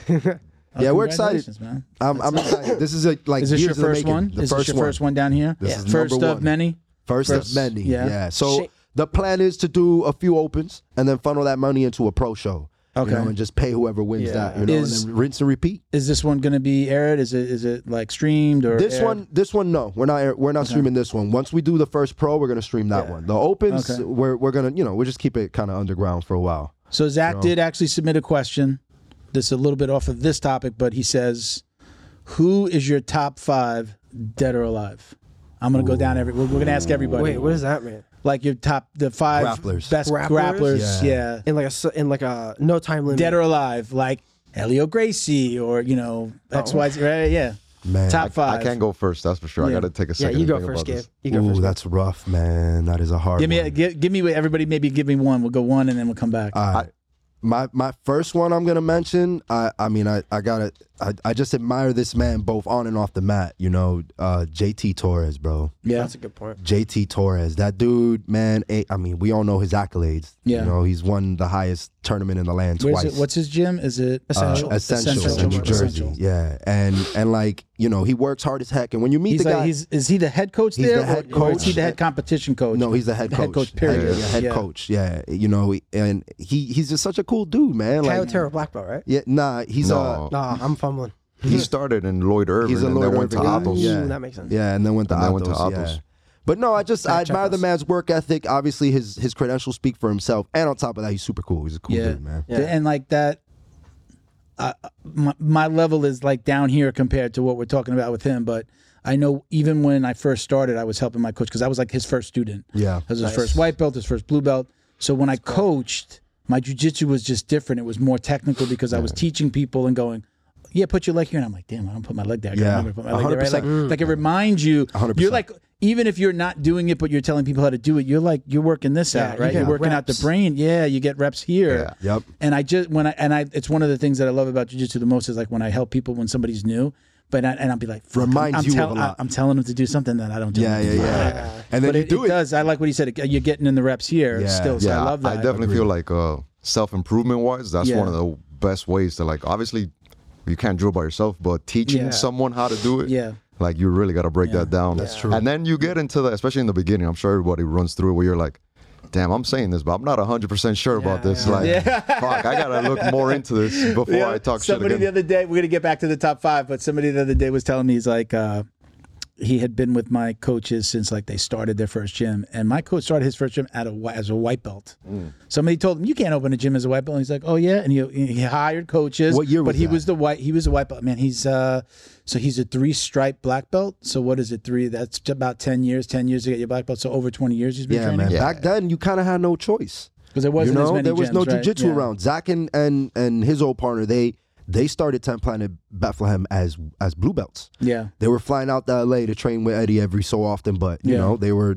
Speaker 4: Yeah,
Speaker 1: Oh,
Speaker 4: we're excited.
Speaker 1: congratulations, man.
Speaker 4: I'm, I'm excited. This is a, like
Speaker 1: Is this
Speaker 4: years
Speaker 1: your
Speaker 4: in the
Speaker 1: first
Speaker 4: making.
Speaker 1: one?
Speaker 4: The
Speaker 1: is
Speaker 4: first
Speaker 1: this your
Speaker 4: one.
Speaker 1: first one down here?
Speaker 4: This is
Speaker 1: first
Speaker 4: number
Speaker 1: of
Speaker 4: one.
Speaker 1: many.
Speaker 4: First, of
Speaker 1: First,
Speaker 4: many.
Speaker 1: yeah.
Speaker 4: Yeah. So
Speaker 3: Shit.
Speaker 4: the plan is to do a few opens and then funnel that money into a pro show.
Speaker 1: Okay.
Speaker 4: You know, and just pay whoever wins
Speaker 3: Yeah.
Speaker 4: that. You know,
Speaker 1: Is-
Speaker 4: and then rinse and repeat.
Speaker 1: Is this one going to be aired? Is it is it like streamed or
Speaker 4: This
Speaker 1: aired?
Speaker 4: one, this one, no, we're not. We're not streaming this one. Once we do the first pro, we're gonna stream that one. The opens,
Speaker 1: Okay.
Speaker 4: we're we're gonna, you know, we'll just keep it kind of underground for a while.
Speaker 1: So Zach did actually submit a question. This a little bit off of this topic, but he says, "Who is your top five, dead or alive?" I'm gonna go down every. We're, we're gonna ask everybody.
Speaker 3: Wait, what does that mean?
Speaker 1: Like your top, the five
Speaker 4: Grapplers.
Speaker 1: best grapplers.
Speaker 3: Grapplers?
Speaker 1: Yeah.
Speaker 4: Yeah.
Speaker 3: In like a s- in like a no time limit.
Speaker 1: dead or alive, like Elio Gracie or you know X Y Z. Right? Yeah.
Speaker 4: Man,
Speaker 1: top
Speaker 2: I
Speaker 1: five.
Speaker 2: can't go first, that's for sure. I
Speaker 1: Yeah.
Speaker 2: got to take a
Speaker 3: yeah,
Speaker 2: second
Speaker 3: you
Speaker 2: to
Speaker 3: go
Speaker 2: think
Speaker 3: first,
Speaker 2: about
Speaker 3: Gabe.
Speaker 2: this.
Speaker 3: You go
Speaker 4: Ooh,
Speaker 3: first.
Speaker 4: that's rough, man. That is a hard.
Speaker 1: Give me,
Speaker 4: one.
Speaker 1: a, give, give me what everybody. Maybe give me one. We'll go one, and then we'll come back.
Speaker 4: All right. my my first one I'm gonna mention. I I mean I I gotta I, I just admire this man both on and off the mat. You know, uh, JT Torres, bro.
Speaker 1: yeah.
Speaker 3: That's a good point.
Speaker 4: JT Torres, that dude, man. eh, I mean, we all know his accolades.
Speaker 1: Yeah.
Speaker 4: You know, he's won the highest tournament in the land
Speaker 1: Where's
Speaker 4: twice.
Speaker 1: it? What's his gym? Is it
Speaker 3: Essential.
Speaker 4: Uh, Essential,
Speaker 1: Essential.
Speaker 4: in New Jersey.
Speaker 1: Essential.
Speaker 4: Yeah, and and like you know, he works hard as heck. And when you meet
Speaker 1: He's
Speaker 4: the
Speaker 1: like,
Speaker 4: guy,
Speaker 1: he's is he the head coach
Speaker 4: He's
Speaker 1: there?
Speaker 4: the head
Speaker 1: or, or is he
Speaker 4: coach.
Speaker 1: the head competition coach?
Speaker 4: no, he's the head
Speaker 1: the
Speaker 4: coach.
Speaker 1: head coach, period.
Speaker 4: Yeah, head
Speaker 1: Yeah.
Speaker 4: coach. Yeah, you know, and he he's just such a cool dude, man. Like,
Speaker 3: Kyotera black belt, right?
Speaker 4: yeah, nah, he's
Speaker 2: No,
Speaker 4: uh,
Speaker 3: Nah, I'm fumbling.
Speaker 2: he started in Lloyd Irving
Speaker 4: He's a
Speaker 2: and then
Speaker 4: Lloyd
Speaker 2: went to
Speaker 4: Irving guy.
Speaker 2: Athos.
Speaker 4: Yeah.
Speaker 3: Ooh, that makes sense.
Speaker 4: Yeah, and then went to
Speaker 2: And then went to
Speaker 4: Athos,
Speaker 2: Athos.
Speaker 4: Yeah. But no, I just I
Speaker 3: Fact check
Speaker 4: admire the
Speaker 3: us.
Speaker 4: man's work ethic. Obviously, his his credentials speak for himself, and on top of that, he's super cool. He's a cool
Speaker 1: Yeah.
Speaker 4: dude, man.
Speaker 3: Yeah.
Speaker 1: And like that, uh, my, my level is like down here compared to what we're talking about with him. But I know even when I first started, I was helping my coach because I was like his first student.
Speaker 4: Yeah.
Speaker 1: I was his first white belt, his first blue belt. So when I coached, my jujitsu was just different. It was more technical because I was teaching people and going, yeah, put your leg here. And I'm like, damn, I don't put my leg there. I gotta
Speaker 4: Yeah.
Speaker 1: remember to put my leg there, right?
Speaker 4: 100%.
Speaker 1: Like, like it reminds you, you are
Speaker 4: 100%.
Speaker 1: like, even if you're not doing it, but you're telling people how to do it, you're like, you're working this
Speaker 3: Yeah,
Speaker 1: out,
Speaker 3: you
Speaker 1: right?
Speaker 3: get
Speaker 1: You're working out the
Speaker 3: reps.
Speaker 1: brain. Yeah, you get reps here.
Speaker 4: Yeah. Yep.
Speaker 1: And I just when I and I it's one of the things that I love about jujitsu the most is like when I help people when somebody's new, but I, and I'll be like, fuck, I'm-
Speaker 4: Reminds
Speaker 1: I'm,
Speaker 4: you of
Speaker 1: tell-
Speaker 4: a lot.
Speaker 1: I, am telling them to do something that I don't do.
Speaker 4: Yeah, yeah, yeah. And then
Speaker 1: But
Speaker 4: you
Speaker 1: it,
Speaker 4: do
Speaker 1: it
Speaker 4: it.
Speaker 1: does. I like what he said. You're getting in the reps here
Speaker 4: Yeah.
Speaker 1: still. So
Speaker 2: Yeah,
Speaker 1: I love that.
Speaker 2: definitely feel like uh, self improvement wise, that's
Speaker 1: Yeah.
Speaker 2: one of the best ways to like. Obviously, you can't drill by yourself, but teaching
Speaker 1: Yeah.
Speaker 2: someone how to do it,
Speaker 1: Yeah.
Speaker 2: like you really got to break that down. That's true. And then you get into the, especially in the beginning. I'm sure everybody runs through it where you're like. Damn, I'm saying this, but I'm not 100% sure about
Speaker 3: Yeah,
Speaker 2: this.
Speaker 3: yeah.
Speaker 2: Like, fuck, I gotta look more into this before I talk
Speaker 1: somebody
Speaker 2: shit
Speaker 1: the
Speaker 2: again.
Speaker 1: other day, we're gonna get back to the top five, but somebody the other day was telling me he's like, uh, he had been with my coaches since like they started their first gym, and my coach started his first gym at a, whi- as a white belt.
Speaker 4: Mm.
Speaker 1: Somebody told him you can't open a gym as a white belt. And he's like, oh yeah, and he, he hired coaches.
Speaker 4: What year
Speaker 1: But
Speaker 4: was
Speaker 1: he
Speaker 4: that?
Speaker 1: was the white. He was a white belt man. He's uh, so he's a three stripe black belt. So what is it? Three? That's about ten years. Ten years to get your black belt. So over twenty years he's been
Speaker 4: Yeah,
Speaker 1: training.
Speaker 4: man.
Speaker 2: Yeah.
Speaker 4: Back then, you kind of had no choice.
Speaker 1: Because there wasn't
Speaker 4: you
Speaker 1: as
Speaker 4: know,
Speaker 1: many
Speaker 4: there was
Speaker 1: gyms,
Speaker 4: no
Speaker 1: right?
Speaker 4: jujitsu
Speaker 1: Yeah.
Speaker 4: around. Zach and, and and his old partner, they they started Ten Planet Bethlehem as as blue belts.
Speaker 1: Yeah.
Speaker 4: They were flying out to LA to train with Eddie every so often, but you
Speaker 1: Yeah.
Speaker 4: know they were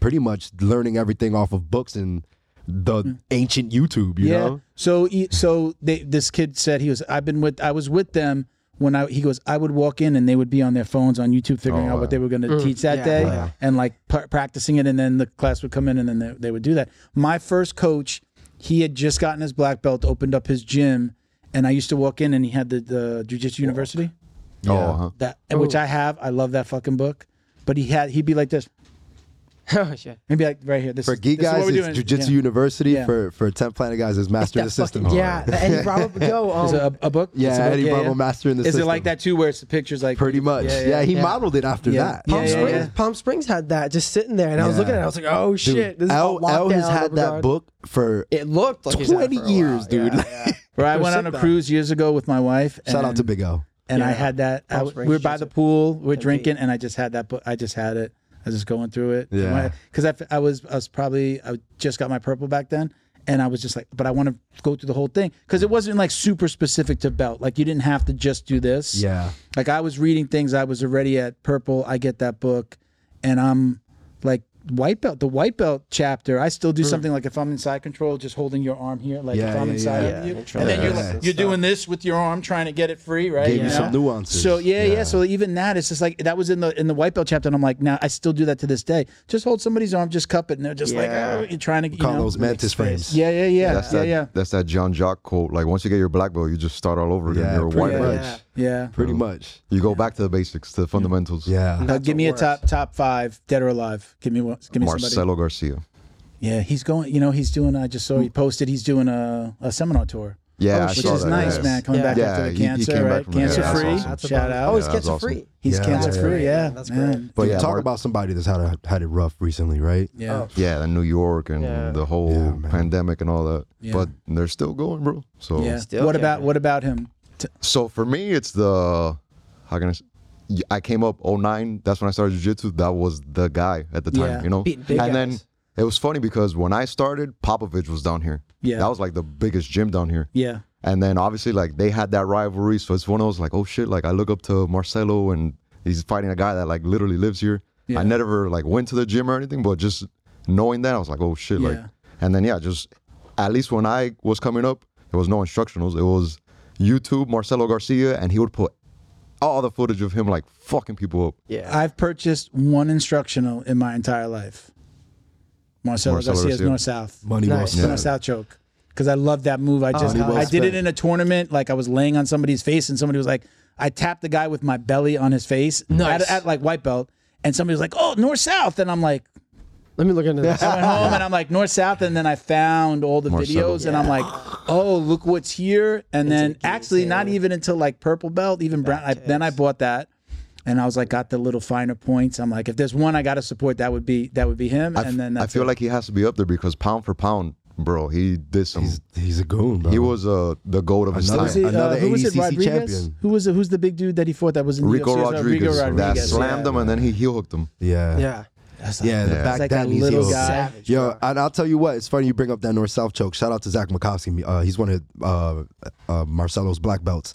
Speaker 4: pretty much learning everything off of books and the ancient YouTube. You know,
Speaker 1: So he- so they, this kid said he was. I've been with. I was with them when I. He goes. I would walk in and they would be on their phones on YouTube figuring
Speaker 2: Oh,
Speaker 1: out
Speaker 2: wow.
Speaker 1: what they were going to teach that
Speaker 3: yeah,
Speaker 1: day
Speaker 3: wow.
Speaker 1: and like pra- practicing it. And then the class would come in and then they, they would do that. My first coach, he had just gotten his black belt, opened up his gym, and I used to walk in and he had the the jujitsu university
Speaker 2: Oh, huh.
Speaker 4: uh-huh.
Speaker 1: that which I have. I love that fucking book. But he had he'd be like this.
Speaker 3: oh shit.
Speaker 1: Maybe like right here. This
Speaker 4: For
Speaker 1: is,
Speaker 4: geek
Speaker 1: this is
Speaker 4: guys,
Speaker 1: what we're
Speaker 4: it's
Speaker 1: doing.
Speaker 4: Jiu-Jitsu
Speaker 1: Yeah.
Speaker 4: University.
Speaker 1: Yeah.
Speaker 4: For for Ten Planet guys, it's Master the
Speaker 3: That
Speaker 4: System.
Speaker 3: fucking- yeah, the Eddie Bravo yo, um,
Speaker 1: Is it a, a book?
Speaker 4: Yeah,
Speaker 1: It's a book,
Speaker 4: Eddie Bravo Master in the
Speaker 1: Is it
Speaker 4: System.
Speaker 1: like that too, where it's the pictures like
Speaker 4: Pretty much. Yeah, he
Speaker 3: yeah.
Speaker 4: modeled it after
Speaker 1: Yeah.
Speaker 4: that.
Speaker 1: Yeah,
Speaker 3: Palm, Springs, Palm Springs had that just sitting there, and I was
Speaker 4: Yeah.
Speaker 3: looking at it. I was like, "Oh shit, this is all
Speaker 4: L,
Speaker 3: locked
Speaker 4: L has
Speaker 3: down,
Speaker 4: had
Speaker 3: rubber
Speaker 4: that
Speaker 3: guard.
Speaker 4: book for
Speaker 3: It looked like he's had
Speaker 4: 20
Speaker 3: it for a while,
Speaker 4: years, dude.
Speaker 3: yeah.
Speaker 1: Where I
Speaker 3: It was
Speaker 1: went
Speaker 3: sick,
Speaker 1: on a
Speaker 3: though.
Speaker 1: cruise years ago with my wife.
Speaker 4: Shout
Speaker 1: and-
Speaker 4: out to Big O.
Speaker 1: And I
Speaker 3: Yeah.
Speaker 1: had that. I
Speaker 3: Palm
Speaker 1: w-
Speaker 3: Springs
Speaker 1: we were by the
Speaker 3: Jiu-Jitsu.
Speaker 1: pool. We're
Speaker 3: beat.
Speaker 1: drinking, and I just had that. book. I just had it. I was just going through it.
Speaker 4: Yeah.
Speaker 1: Because I, f- I was I was probably I just got my purple back then, and I was just like, but I want to go through the whole thing because it wasn't like super specific to belt. Like you didn't have to just do this.
Speaker 4: Yeah.
Speaker 1: Like I was reading things. I was already at purple. I get that book, and I'm like white belt. The white belt chapter. I still do something like if I'm in side control, just holding your arm here. Like
Speaker 4: Yeah,
Speaker 1: if I'm
Speaker 4: yeah,
Speaker 1: inside
Speaker 4: yeah.
Speaker 1: of
Speaker 3: Yeah,
Speaker 1: you,
Speaker 3: control
Speaker 1: and then you're
Speaker 4: that.
Speaker 1: like,
Speaker 4: Yeah.
Speaker 1: you're doing this with your arm, trying to get it free, right?
Speaker 4: Gave
Speaker 1: You
Speaker 4: you
Speaker 1: know?
Speaker 4: some nuances.
Speaker 1: So yeah, yeah, So even that, it's just like that was in the in the white belt chapter, and I'm like, now I still do that to this day. Just hold somebody's arm, just cup it, and they're just like,
Speaker 3: Yeah.
Speaker 1: oh, you're trying to you know?
Speaker 4: Carlos Mantis frames.
Speaker 1: Yeah, yeah, yeah,
Speaker 2: That's
Speaker 1: yeah,
Speaker 2: that,
Speaker 1: yeah,
Speaker 2: That's that John Jock quote. Like once you get your black belt, you just start all over again.
Speaker 4: Yeah,
Speaker 2: You're a
Speaker 4: pretty
Speaker 2: white
Speaker 4: much.
Speaker 2: belt.
Speaker 3: Yeah.
Speaker 1: yeah.
Speaker 4: Pretty much.
Speaker 2: You go back to the basics, to the fundamentals.
Speaker 4: Yeah.
Speaker 1: Uh,
Speaker 3: That's
Speaker 1: give
Speaker 3: the
Speaker 1: me
Speaker 3: worst.
Speaker 1: a top top five, dead or alive. Give me one. Give me somebody.
Speaker 2: Marcelo Garcia.
Speaker 1: Yeah, he's going. You know, he's doing. I just saw he posted. He's doing a, a seminar tour.
Speaker 2: Yeah, I
Speaker 1: which
Speaker 2: saw
Speaker 1: is
Speaker 2: that,
Speaker 1: nice,
Speaker 2: yes.
Speaker 1: man. Coming
Speaker 3: Yeah.
Speaker 1: back
Speaker 2: Yeah,
Speaker 1: after the
Speaker 2: he- he
Speaker 1: cancer,
Speaker 2: came back
Speaker 1: right?
Speaker 2: from that. Yeah,
Speaker 1: Cancer free.
Speaker 2: that's
Speaker 3: awesome.
Speaker 1: Shout out.
Speaker 3: Oh, he's
Speaker 2: Yeah, that's
Speaker 3: cancer
Speaker 2: awesome.
Speaker 3: free.
Speaker 1: he's
Speaker 4: Yeah.
Speaker 1: cancer
Speaker 4: That's
Speaker 1: free.
Speaker 3: great.
Speaker 1: Yeah,
Speaker 3: That's great.
Speaker 1: man.
Speaker 2: But
Speaker 4: Dude,
Speaker 2: yeah,
Speaker 4: talk
Speaker 2: Mar-
Speaker 4: about somebody that's had a, had it rough recently, right?
Speaker 1: Yeah.
Speaker 3: Oh.
Speaker 2: yeah, and New York and
Speaker 3: Yeah.
Speaker 2: the whole
Speaker 4: Yeah, man.
Speaker 2: pandemic and all that.
Speaker 1: Yeah.
Speaker 2: But they're still going, bro. So
Speaker 1: yeah.
Speaker 3: Still
Speaker 1: what
Speaker 3: can't
Speaker 1: about
Speaker 3: be.
Speaker 1: what about him?
Speaker 2: So for me, it's the how can I? s- y- I came up 09. That's when I started jiu-jitsu. That was the guy at the time,
Speaker 1: Yeah.
Speaker 2: you know.
Speaker 3: Beating big
Speaker 2: and then
Speaker 3: guys.
Speaker 2: it was funny because when I started, Popovich was down here.
Speaker 1: Yeah.
Speaker 2: that was like the biggest gym down here.
Speaker 1: Yeah.
Speaker 2: And then obviously like they had that rivalry, so it's one of those like oh shit, like I look up to Marcelo and he's fighting a guy that like literally lives here.
Speaker 1: Yeah.
Speaker 2: I never like went to the gym or anything, but just knowing that I was like oh shit, like
Speaker 1: Yeah.
Speaker 2: and then yeah, just at least when I was coming up, there was no instructionals. It was YouTube, Marcelo Garcia, and he would put all the footage of him like fucking people up.
Speaker 3: Yeah,
Speaker 1: I've purchased one instructional in my entire life. Marcelo,
Speaker 2: Marcelo
Speaker 1: Garcia's
Speaker 2: Garcia.
Speaker 1: North South.
Speaker 4: Money
Speaker 3: Nice.
Speaker 4: well
Speaker 2: Yeah.
Speaker 4: spent.
Speaker 1: North South choke. Because I love that move. I just
Speaker 3: hell
Speaker 1: I
Speaker 4: yeah.
Speaker 1: did it in a tournament. Like I was laying on somebody's face and somebody was like, I tapped the guy with my belly on his face
Speaker 3: Nice.
Speaker 1: at, at like white belt. And somebody was like, Oh, North South. And I'm like,
Speaker 3: let me look into this.
Speaker 1: I went home and I'm like north south, and then I found all the
Speaker 2: Marcelo.
Speaker 1: videos, and I'm like, oh, look what's here. And then
Speaker 3: like you
Speaker 1: actually,
Speaker 3: said.
Speaker 1: not even until like purple belt, even brown. I, then I bought that, and I was like, got the little finer points. I'm like, if there's one I got to support, that would be that would be him.
Speaker 2: I f-
Speaker 1: and then
Speaker 2: I
Speaker 1: that's
Speaker 2: feel
Speaker 1: it.
Speaker 2: like he has to be up there because pound for pound, bro, he did some.
Speaker 4: He's, he's a goon, bro.
Speaker 2: he was uh the goat of his
Speaker 4: Another-
Speaker 1: Who
Speaker 2: time.
Speaker 1: was he, uh,
Speaker 4: another
Speaker 1: who was it?
Speaker 4: ADCC
Speaker 1: Rodriguez.
Speaker 4: champion.
Speaker 1: Who was it? Who's the big dude that he fought that was in the
Speaker 2: Rico
Speaker 1: UFC?
Speaker 2: Rodriguez,
Speaker 1: Rico
Speaker 2: that
Speaker 1: Rodriguez.
Speaker 2: slammed
Speaker 1: yeah.
Speaker 2: him and then he heel hooked him.
Speaker 4: Yeah.
Speaker 3: Yeah,
Speaker 1: That's like-
Speaker 4: Yeah, the
Speaker 2: Yeah.
Speaker 4: back
Speaker 1: It's like
Speaker 4: then
Speaker 1: that
Speaker 4: he's
Speaker 1: little
Speaker 4: heel.
Speaker 1: guy.
Speaker 3: savage.
Speaker 4: Yo,
Speaker 3: bro.
Speaker 4: and I'll tell you what, it's funny you bring up that North South choke. Shout out to Zach Makovsky. Uh, he's one of uh, uh, Marcelo's black belts.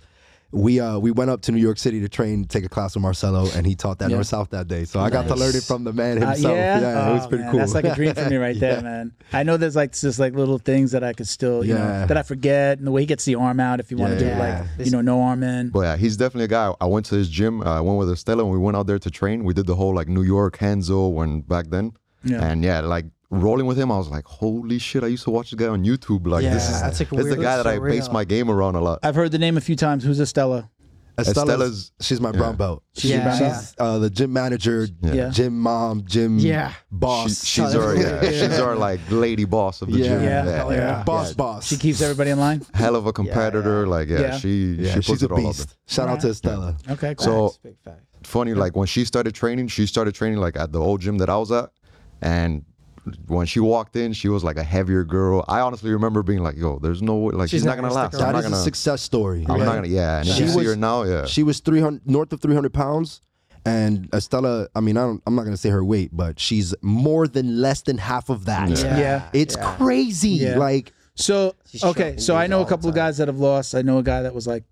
Speaker 4: We uh, we went up to New York City to train, take a class with Marcelo, and he taught that
Speaker 1: Yeah.
Speaker 4: North South that day. So I got to learn it from the man
Speaker 1: Uh,
Speaker 4: himself. yeah, it was
Speaker 1: Oh,
Speaker 4: pretty
Speaker 1: man,
Speaker 4: cool.
Speaker 1: That's like a dream for me right there, man. I know there's like just like little things that I could still, you know,
Speaker 4: Yeah.
Speaker 1: that I forget, and the way he gets the arm out if you want
Speaker 4: Yeah,
Speaker 1: to do
Speaker 4: yeah,
Speaker 1: like, you know, no arm in.
Speaker 2: But yeah, he's definitely a guy. I went to his gym. uh, I went with Estela and we went out there to train. We did the whole like New York Hanzo when back then.
Speaker 1: Yeah.
Speaker 2: And yeah, like rolling with him, I was like, holy shit, I used to watch this guy on YouTube. Like this
Speaker 3: Yeah,
Speaker 2: is
Speaker 3: that's, like,
Speaker 2: this the
Speaker 3: weird.
Speaker 2: guy
Speaker 3: That's
Speaker 2: that I
Speaker 3: so
Speaker 2: base
Speaker 3: real.
Speaker 2: my game around a lot.
Speaker 1: I've heard the name a few times. Who's Estella?
Speaker 2: Estella's-
Speaker 4: she's my brown belt.
Speaker 1: She's
Speaker 3: Yeah.
Speaker 1: about-
Speaker 4: She's uh, the gym manager,
Speaker 1: Yeah.
Speaker 4: gym mom, gym
Speaker 3: Yeah.
Speaker 2: She-
Speaker 4: boss.
Speaker 2: she's our yeah, she's our like lady boss of the
Speaker 4: yeah.
Speaker 2: gym.
Speaker 1: Yeah.
Speaker 4: hell yeah. boss, boss.
Speaker 1: She keeps everybody in line.
Speaker 2: Hell of a competitor. Like yeah,
Speaker 1: Yeah.
Speaker 2: she
Speaker 4: yeah,
Speaker 2: she puts
Speaker 4: she's a
Speaker 2: it all out there.
Speaker 4: beast. Shout out to Estella.
Speaker 1: Okay, cool.
Speaker 2: So
Speaker 3: Big fact.
Speaker 2: funny like when she started training she started training like at the old gym that i was at and when she walked in she was like a heavier girl i honestly remember being like yo there's no way like she's,
Speaker 3: She's
Speaker 2: not
Speaker 3: not
Speaker 2: gonna
Speaker 3: gonna
Speaker 2: last
Speaker 3: stick
Speaker 2: i'm
Speaker 4: That
Speaker 2: not
Speaker 4: is
Speaker 2: gonna
Speaker 4: a success story.
Speaker 2: i'm
Speaker 4: right?
Speaker 2: not gonna yeah and if
Speaker 4: She
Speaker 2: you see
Speaker 4: was-
Speaker 2: her now yeah
Speaker 4: She was 300 north of 300 pounds and Estella, I mean, I don't, I'm not going to say her weight, but she's more than less than half of that.
Speaker 1: Yeah. Yeah.
Speaker 4: It's crazy.
Speaker 1: Yeah.
Speaker 4: Like,
Speaker 1: So
Speaker 3: She's
Speaker 1: okay,
Speaker 3: shot
Speaker 1: so I
Speaker 3: movies
Speaker 1: know
Speaker 3: all
Speaker 1: a
Speaker 3: the
Speaker 1: couple of
Speaker 3: time.
Speaker 1: guys that have lost. I know a guy that was like,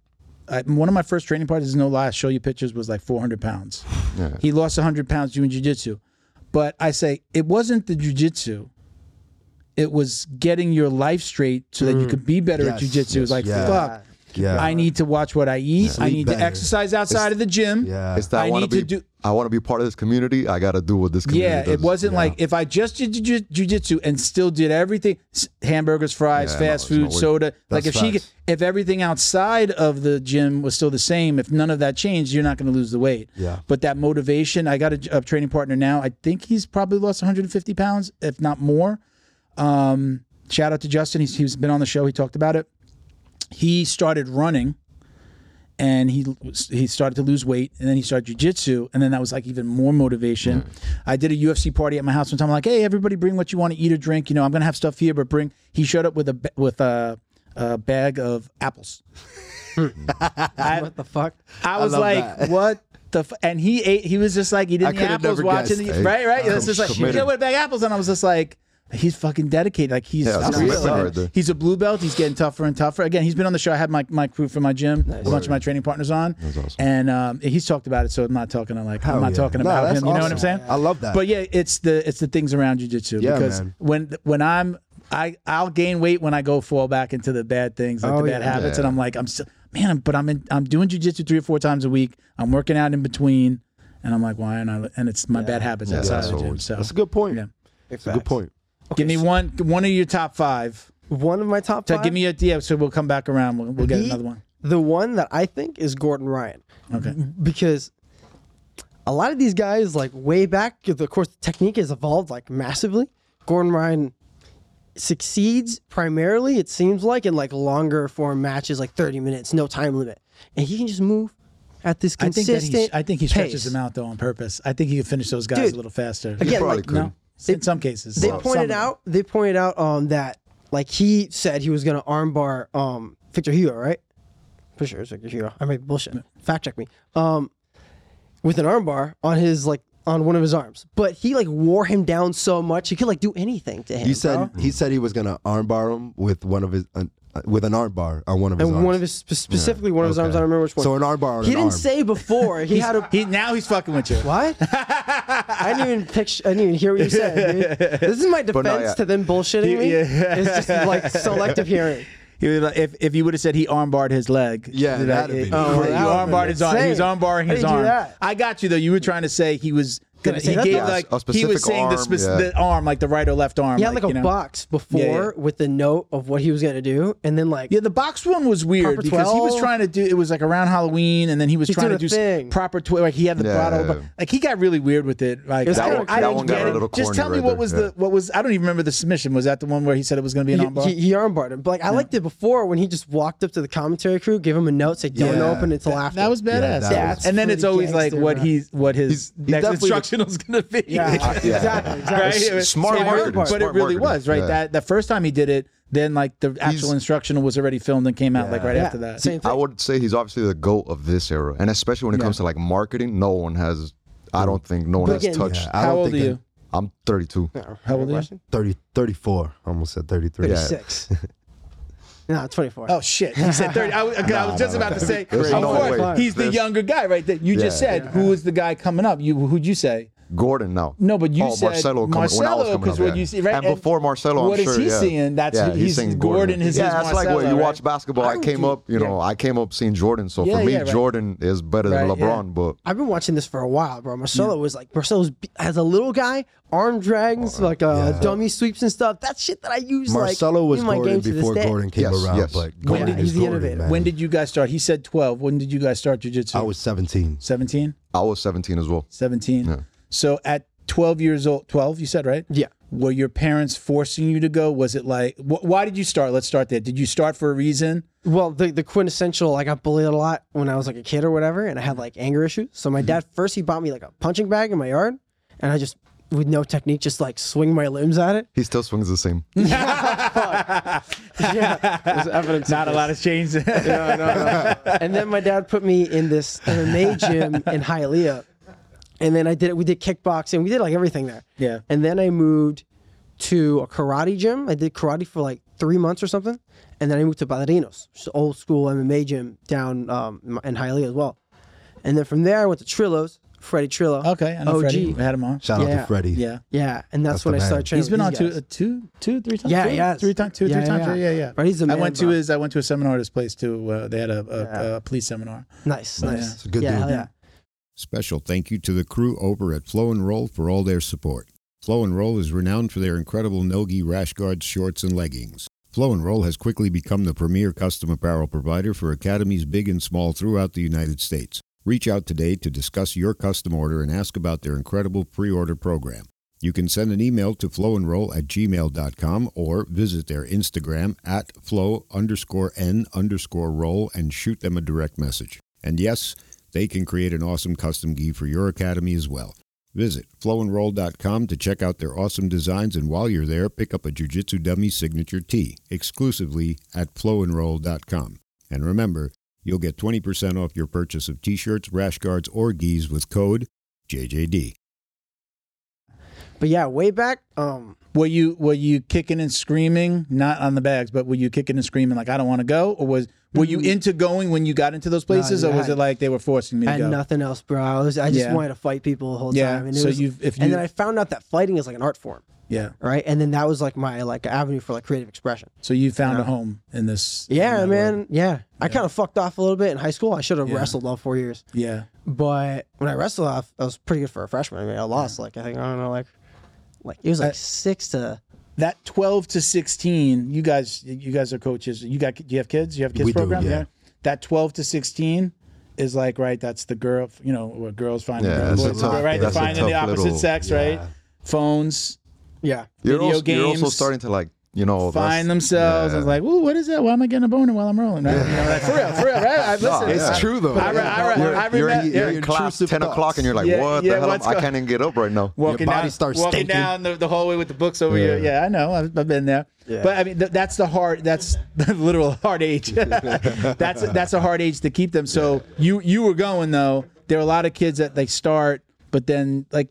Speaker 1: I, one of my first training partners, no lie, I'll show you pictures, was like 400 pounds.
Speaker 2: Yeah.
Speaker 1: He lost 100 pounds doing jujitsu, but I say it wasn't the jujitsu. It was getting your life straight so that you could be better at
Speaker 4: Mm. Yes,
Speaker 1: jujitsu. It's like
Speaker 4: yes, yeah.
Speaker 1: fuck.
Speaker 4: Yeah.
Speaker 1: I need to watch what I eat. I
Speaker 4: Sleep
Speaker 1: need to
Speaker 4: better.
Speaker 1: exercise outside of the gym.
Speaker 4: Yeah.
Speaker 2: It's that
Speaker 1: I
Speaker 2: I want
Speaker 1: need
Speaker 2: to
Speaker 1: to
Speaker 2: be.
Speaker 1: do-
Speaker 2: I want to be part of this community. I got to do what this community
Speaker 1: Yeah,
Speaker 2: does.
Speaker 1: it wasn't like if I just did ju- jujitsu and still did everything s- hamburgers, fries,
Speaker 2: Yeah, no,
Speaker 1: fast
Speaker 2: there's no
Speaker 1: food,
Speaker 2: way.
Speaker 1: soda. like if
Speaker 4: That's
Speaker 1: she
Speaker 4: facts.
Speaker 1: if everything outside of the gym was still the same, if none of that changed, you're not going to lose the weight.
Speaker 4: Yeah.
Speaker 1: But that motivation, I got a, a training partner now. I think he's probably lost 150 pounds, if not more. Um, shout out to Justin. He's, he's been on the show. He talked about it. He started running and he he started to lose weight, and then he started jujitsu, and then that was like even more motivation. I did a UFC party at my house one time. I'm like, hey, everybody, bring what you want to eat or drink. You know, I'm gonna have stuff here, but bring. He showed up with a ba- with a, a bag of apples. I,
Speaker 3: What the fuck?
Speaker 1: I was
Speaker 4: love
Speaker 1: like,
Speaker 4: that.
Speaker 1: what the? F-? And he ate. He was just like eating
Speaker 4: I
Speaker 1: the
Speaker 4: coulda
Speaker 1: apples,
Speaker 4: never
Speaker 1: watching
Speaker 4: guessed.
Speaker 1: the
Speaker 2: Hey,
Speaker 1: right, right. It was
Speaker 2: I'm
Speaker 1: just like
Speaker 2: committed.
Speaker 1: yeah, with a bag of apples, and I was just like. He's fucking dedicated. Like he's,
Speaker 2: Yeah, that's
Speaker 1: serious
Speaker 2: commitment
Speaker 1: about it.
Speaker 2: right there.
Speaker 1: he's a blue belt. He's getting tougher and tougher. Again, he's been on the show. I had my, my crew from my gym, a bunch of my training partners on,
Speaker 2: awesome.
Speaker 1: and um, he's talked about it. So I'm not talking to like I'm
Speaker 4: Hell
Speaker 1: not
Speaker 4: yeah.
Speaker 1: talking
Speaker 4: No,
Speaker 1: about him.
Speaker 4: that's
Speaker 1: You know what I'm
Speaker 4: awesome.
Speaker 1: saying?
Speaker 4: I love that.
Speaker 1: But yeah, it's the it's the things around jujitsu
Speaker 4: Yeah,
Speaker 1: because
Speaker 4: man.
Speaker 1: when when I'm I I'll gain weight when I go fall back into the bad things like
Speaker 3: Oh,
Speaker 1: the bad
Speaker 3: yeah.
Speaker 1: habits, and I'm like I'm still man, but I'm in, I'm doing jujitsu three or four times a week. I'm working out in between, and I'm like why and I and it's my bad habits
Speaker 2: Yeah,
Speaker 1: outside
Speaker 2: that's
Speaker 1: of the gym.
Speaker 2: always-
Speaker 1: So
Speaker 4: That's a good point.
Speaker 1: Yeah.
Speaker 4: That's a good point.
Speaker 1: give me one one of your top five.
Speaker 3: One of my top
Speaker 1: So
Speaker 3: five.
Speaker 1: give me a yeah. So we'll come back around. We'll, we'll get
Speaker 3: the-
Speaker 1: another one.
Speaker 3: The one that I think is Gordon Ryan.
Speaker 1: Okay.
Speaker 3: because a lot of these guys, like way back, of course, the technique has evolved like massively. Gordon Ryan succeeds primarily, it seems like, in like longer form matches, like 30 minutes, no time limit. And he can just move at this
Speaker 1: I think that
Speaker 3: consistent
Speaker 1: he I think he stretches
Speaker 3: pace.
Speaker 1: them out though on purpose. I think he could finish those guys
Speaker 3: Dude,
Speaker 1: a little faster.
Speaker 2: You
Speaker 3: again,
Speaker 2: probably
Speaker 3: like,
Speaker 2: could.
Speaker 1: no, in some cases
Speaker 3: They
Speaker 1: Some-
Speaker 3: pointed
Speaker 1: some-
Speaker 3: out. They pointed out um that like he said he was gonna armbar um Victor Hugo, right? Pretty sure it's Victor Hugo. I might be bullshit. Fact check me. Um, with an armbar on his like on one of his arms, but he like wore him down so much he could like do anything to him.
Speaker 4: He
Speaker 3: bro.
Speaker 4: said he said he was gonna armbar him with one of his uh, with an armbar on one of his
Speaker 3: and
Speaker 4: arms.
Speaker 3: one of his spe- specifically one of his arms. I don't remember which one.
Speaker 4: so an armbar on
Speaker 3: he
Speaker 4: an
Speaker 3: didn't
Speaker 4: arm.
Speaker 3: say before he had a.
Speaker 1: He now he's fucking with you.
Speaker 3: What? I didn't even picture. I didn't even hear what you said. Dude. This is my defense
Speaker 2: yeah.
Speaker 3: to them bullshitting me.
Speaker 1: yeah.
Speaker 3: It's just like selective hearing.
Speaker 1: He was like- if if you would have said he armbarred his leg,
Speaker 4: Yeah,
Speaker 1: that-
Speaker 4: that'd
Speaker 1: it-
Speaker 4: be Oh,
Speaker 1: you
Speaker 4: great.
Speaker 1: armbarred his arm. He was
Speaker 3: Insane.
Speaker 1: armbarring
Speaker 3: How
Speaker 1: his
Speaker 3: did you do
Speaker 1: arm.
Speaker 3: that?
Speaker 1: I got you though. You were trying to say he was.
Speaker 3: Did I
Speaker 1: He
Speaker 3: say that
Speaker 1: gave
Speaker 3: though?
Speaker 1: like
Speaker 2: A
Speaker 1: he was
Speaker 2: specific
Speaker 1: saying the,
Speaker 2: arm,
Speaker 1: spec-
Speaker 2: yeah.
Speaker 1: the arm, like the right or left arm.
Speaker 3: He had like,
Speaker 1: you
Speaker 3: a
Speaker 1: know?
Speaker 3: box before with the note of what he was gonna do, and then like
Speaker 1: Yeah, the box one was weird
Speaker 3: Proper
Speaker 1: because he was
Speaker 3: 12.
Speaker 1: trying to do. It was like around Halloween, and then he was
Speaker 3: He's
Speaker 1: trying to
Speaker 3: doing
Speaker 1: do
Speaker 3: a
Speaker 1: s-
Speaker 3: thing.
Speaker 1: proper twelve. Like he had the
Speaker 2: Yeah.
Speaker 1: bottle, but like he got really weird with it. Like
Speaker 3: was
Speaker 1: I
Speaker 3: kinda-
Speaker 1: don't-
Speaker 3: that
Speaker 1: I
Speaker 3: one
Speaker 1: don't
Speaker 3: got
Speaker 1: get
Speaker 3: a
Speaker 1: it.
Speaker 2: little
Speaker 1: Just
Speaker 2: corny
Speaker 1: tell me
Speaker 2: right
Speaker 1: what
Speaker 2: there,
Speaker 1: was
Speaker 2: yeah.
Speaker 1: the what was. I don't even remember the submission. Was that the one where he said it was going to be an armbar?
Speaker 3: he, he, he armbarred him. But like I liked it before when he just walked up to the commentary crew, gave him a note, say don't
Speaker 4: Yeah.
Speaker 3: open until after.
Speaker 1: That was badass.
Speaker 4: that
Speaker 1: Yeah,
Speaker 4: was-
Speaker 1: and then it's
Speaker 3: pretty
Speaker 1: always like
Speaker 3: gangster,
Speaker 1: what
Speaker 3: bro.
Speaker 1: he's what his
Speaker 4: he's
Speaker 1: next
Speaker 4: definitely the-
Speaker 1: instructional's gonna be.
Speaker 3: yeah,
Speaker 2: Yeah.
Speaker 3: exactly, exactly.
Speaker 1: Right?
Speaker 2: S- smart
Speaker 1: but it-
Speaker 2: marketing,
Speaker 1: but
Speaker 2: smart
Speaker 1: it really
Speaker 2: marketing.
Speaker 1: was right.
Speaker 2: Yeah.
Speaker 1: That the first time he did it, then like the actual instructional was already filmed and came out like right
Speaker 3: Yeah,
Speaker 1: after that.
Speaker 3: same
Speaker 2: I
Speaker 3: thing.
Speaker 2: would say he's obviously the goat of this era, and especially when it comes to like marketing, no one has. I don't think no one
Speaker 3: But
Speaker 2: has
Speaker 3: again-
Speaker 2: touched.
Speaker 4: Yeah, I
Speaker 1: How
Speaker 4: don't
Speaker 1: old are
Speaker 4: think
Speaker 1: you?
Speaker 2: I'm 32.
Speaker 1: How old are you?
Speaker 4: 30, 34. I almost said 33.
Speaker 2: Yeah.
Speaker 3: Six. no, twenty four.
Speaker 1: Oh shit! He said thirty. I, was- I was just about to say.
Speaker 2: There's
Speaker 1: of
Speaker 2: no
Speaker 1: course,
Speaker 2: way.
Speaker 1: he's the
Speaker 2: There's-
Speaker 1: younger guy, right? That you just
Speaker 2: Yeah.
Speaker 1: said. Who was the guy coming up? You who'd you say?
Speaker 2: Gordon now.
Speaker 1: No, but you
Speaker 2: oh,
Speaker 1: said
Speaker 2: Marcelo, coming, when I was
Speaker 1: Marcelo,
Speaker 2: coming
Speaker 1: 'cause
Speaker 2: up,
Speaker 1: what
Speaker 2: yeah.
Speaker 1: you see- right,
Speaker 2: And
Speaker 1: and
Speaker 2: before Marcelo, I'm
Speaker 1: what is
Speaker 2: sure,
Speaker 1: he
Speaker 2: yeah.
Speaker 1: seeing? That's-
Speaker 2: yeah,
Speaker 1: he's-
Speaker 2: saying
Speaker 1: Gordon is
Speaker 2: yeah,
Speaker 1: his
Speaker 2: that's like what
Speaker 1: Marcelo,
Speaker 2: you
Speaker 1: right?
Speaker 2: watch basketball. I,
Speaker 3: would
Speaker 2: came
Speaker 3: do-
Speaker 2: up, you know, I came up seeing Jordan. So
Speaker 1: Yeah,
Speaker 2: for me,
Speaker 1: yeah, right.
Speaker 2: Jordan is better
Speaker 1: Right,
Speaker 2: than
Speaker 1: yeah.
Speaker 2: LeBron. But
Speaker 3: I've been watching this for a while, bro. Marcelo was like Marcelo's b- as a little guy, arm
Speaker 4: Oh,
Speaker 3: drags, like uh, dummy sweeps and stuff. That's shit that I use.
Speaker 4: Marcelo
Speaker 3: like,
Speaker 4: was
Speaker 3: in my
Speaker 4: Gordon
Speaker 3: game to this
Speaker 4: before
Speaker 3: day.
Speaker 4: Gordon came
Speaker 2: Yes,
Speaker 4: around,
Speaker 2: yes.
Speaker 4: but
Speaker 3: When
Speaker 4: Gordon
Speaker 3: did- he's
Speaker 4: is
Speaker 3: the
Speaker 4: Gordon,
Speaker 3: innovator.
Speaker 4: man.
Speaker 1: When did you guys start? He said twelve. When did you guys start jujitsu?
Speaker 4: I was 17.
Speaker 1: 17,
Speaker 2: I was 17 as well.
Speaker 1: 17. So at twelve years old, twelve you said right?
Speaker 3: Yeah.
Speaker 1: Were your parents forcing you to go? Was it like wh- why did you start? Let's start there. Did you start for a reason?
Speaker 3: Well, the, the quintessential, I got bullied a lot when I was like a kid or whatever, and I had like anger issues. So my dad first he bought me like a punching bag in my yard, and I just with no technique just like swing my limbs at it.
Speaker 2: He still swings the same.
Speaker 1: Mm,
Speaker 3: Yeah, there's evidence.
Speaker 1: Not a lot has changed. yeah.
Speaker 3: No, no, no. and then my dad put me in this MMA gym in Hialeah, and then I did it. We did kickboxing. We did like everything there.
Speaker 1: Yeah.
Speaker 3: And then I moved to a karate gym. I did karate for like three months or something, and then I moved to Ballerinos, which is an old school MMA gym down um, in Hialeah as well. And then from there, I went to Trillo's, Freddie Trillo.
Speaker 1: Okay, I know
Speaker 3: OG.
Speaker 1: Freddie. We had him on.
Speaker 4: Shout out
Speaker 3: Yeah.
Speaker 4: to Freddie.
Speaker 1: Yeah.
Speaker 3: Yeah, and that's,
Speaker 4: That's
Speaker 3: when
Speaker 4: the
Speaker 3: I started
Speaker 4: man.
Speaker 3: training.
Speaker 1: He's been
Speaker 3: with
Speaker 1: on
Speaker 3: these
Speaker 1: two,
Speaker 3: guys.
Speaker 1: uh, two, two, three times.
Speaker 3: Yeah,
Speaker 1: Two?
Speaker 3: he has.
Speaker 1: three times, two,
Speaker 3: Yeah,
Speaker 1: three
Speaker 3: yeah,
Speaker 1: times. Yeah,
Speaker 3: yeah.
Speaker 1: yeah, yeah.
Speaker 3: But he's the
Speaker 1: I
Speaker 3: man,
Speaker 1: went to
Speaker 3: bro.
Speaker 1: his. I went to a seminar at his place too. Uh, they had a, a,
Speaker 3: Yeah.
Speaker 1: a police seminar.
Speaker 3: Nice,
Speaker 1: Yeah.
Speaker 3: nice.
Speaker 4: It's a good
Speaker 3: yeah,
Speaker 4: dude.
Speaker 3: hell yeah.
Speaker 5: Special thank you to the crew over at Flow and Roll for all their support. Flow and Roll is renowned for their incredible Nogi rash guards, shorts, and leggings. Flow and Roll has quickly become the premier custom apparel provider for academies big and small throughout the United States. Reach out today to discuss your custom order and ask about their incredible pre order program. You can send an email to flowandroll at gmail.com or visit their Instagram at flow underscore n underscore roll and shoot them a direct message. And yes, they can create an awesome custom gi for your academy as well. Visit flowandroll.com to check out their awesome designs, and while you're there, pick up a Jiu Jitsu Dummy Signature Tee exclusively at flowandroll.com. And remember, you'll get 20% off your purchase of t shirts, rash guards, or gis with code JJD.
Speaker 3: But yeah, way back, um,
Speaker 1: Were you were you kicking and screaming? Not on the bags, but were you kicking and screaming like I don't want to go, or was were you into going when you got into those places,
Speaker 3: Mm. No,
Speaker 1: or was
Speaker 3: I-
Speaker 1: it like they were forcing me
Speaker 3: I
Speaker 1: to
Speaker 3: had
Speaker 1: go?
Speaker 3: nothing else, bro. I was I just
Speaker 1: Yeah.
Speaker 3: wanted to fight people the whole
Speaker 1: Yeah,
Speaker 3: time. And it
Speaker 1: so
Speaker 3: was,
Speaker 1: you've- if
Speaker 3: and
Speaker 1: you-
Speaker 3: then I found out that fighting is like an art form,
Speaker 1: Yeah.
Speaker 3: right? And then that was like my like avenue for like creative expression.
Speaker 1: So you found a home in this. in
Speaker 3: Yeah,
Speaker 1: that
Speaker 3: man.
Speaker 1: world.
Speaker 3: Yeah. I kind of fucked off a little bit in high school. I should have wrestled all four years,
Speaker 1: Yeah.
Speaker 3: but when I wrestled off, I was pretty good for a freshman. I mean, I lost like I think I don't know like like it
Speaker 1: Uh,
Speaker 3: was like six to
Speaker 1: That twelve to sixteen. You guys, you guys are coaches. You got? Do you have kids? You have kids
Speaker 4: We do,
Speaker 1: program?
Speaker 4: yeah.
Speaker 1: That twelve to sixteen is like right. That's the girl. You know, where girls finding
Speaker 2: Yeah,
Speaker 1: girls,
Speaker 2: that's a
Speaker 1: boys,
Speaker 2: tough-
Speaker 1: right? They're
Speaker 2: that's a
Speaker 1: finding the
Speaker 2: tough
Speaker 1: opposite
Speaker 2: little-
Speaker 1: sex,
Speaker 4: yeah.
Speaker 1: right? Phones.
Speaker 3: yeah.
Speaker 2: You're
Speaker 1: Video
Speaker 2: also, you're also
Speaker 1: games.
Speaker 2: starting to like, you know, that's-
Speaker 1: find themselves. I was
Speaker 2: yeah.
Speaker 1: like, "Ooh, what is that? Why am I getting a boner while I'm rolling?" Right? You know, like, for real, for real. Right? I, listen,
Speaker 2: it's
Speaker 1: I-
Speaker 4: true, though.
Speaker 1: I, re- I, re-
Speaker 4: You're-
Speaker 1: I
Speaker 2: You're,
Speaker 1: remember.
Speaker 2: in- you're
Speaker 1: yeah,
Speaker 2: in class,
Speaker 4: intrusive
Speaker 2: 10 o'clock,
Speaker 4: thoughts.
Speaker 2: and you're like,
Speaker 1: Yeah,
Speaker 2: what
Speaker 1: yeah,
Speaker 2: the hell? am-
Speaker 1: what's
Speaker 2: I
Speaker 1: go-
Speaker 2: can't even get up right now.
Speaker 1: walking
Speaker 4: body
Speaker 1: down,
Speaker 4: starts
Speaker 1: walking
Speaker 4: stinking.
Speaker 1: down the, the hallway with the books over you.
Speaker 4: Yeah.
Speaker 1: Yeah, I know. I've, I've been there. But I mean, th- that's the hard. That's the literal hard age. that's a, that's a hard age to keep them. So you you were going though. There are a lot of kids that they start, but then like.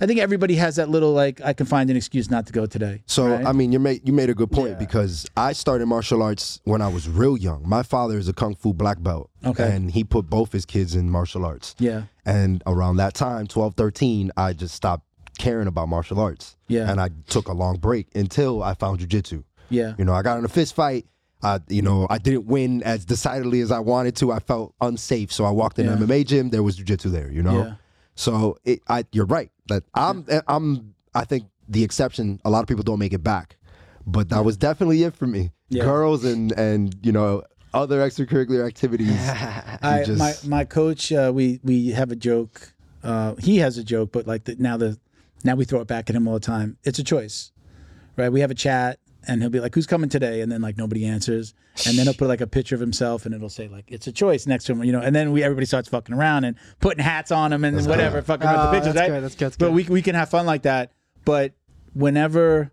Speaker 1: I think everybody has that little like I can find an excuse not to go today.
Speaker 4: So
Speaker 1: right?
Speaker 4: I mean, you made you made a good point because I started martial arts when I was real young. My father is a kung fu black belt,
Speaker 1: Okay.
Speaker 4: and he put both his kids in martial arts.
Speaker 1: Yeah.
Speaker 4: and around that time, 12, 13, I just stopped caring about martial arts.
Speaker 1: Yeah.
Speaker 4: and I took a long break until I found jujitsu.
Speaker 1: yeah,
Speaker 4: You know, I got in a fist fight. I, you know, I didn't win as decidedly as I wanted to. I felt unsafe, so I walked in
Speaker 1: Yeah.
Speaker 4: an MMA gym. There was jujitsu there. You know,
Speaker 1: Yeah.
Speaker 4: so it, I, you're right. That I'm, I'm, I think the exception. A lot of people don't make it back, but that was definitely it for me.
Speaker 1: Yeah.
Speaker 4: Girls and and you know other extracurricular activities.
Speaker 1: I,
Speaker 4: just-
Speaker 1: my my coach, uh, we we have a joke. Uh, he has a joke, but like the, now the now we throw it back at him all the time. It's a choice, right? We have a chat, and he'll be like, "Who's coming today?" And then like nobody answers, and then he'll put like a picture of himself, and it'll say like, "It's a choice" next to him, you know. And then we everybody starts fucking around and putting hats on him and whatever, fucking with the
Speaker 3: Oh,
Speaker 1: pictures,
Speaker 3: that's
Speaker 1: right?
Speaker 3: good, that's good, that's
Speaker 1: But
Speaker 3: good.
Speaker 1: we we can have fun like that. But whenever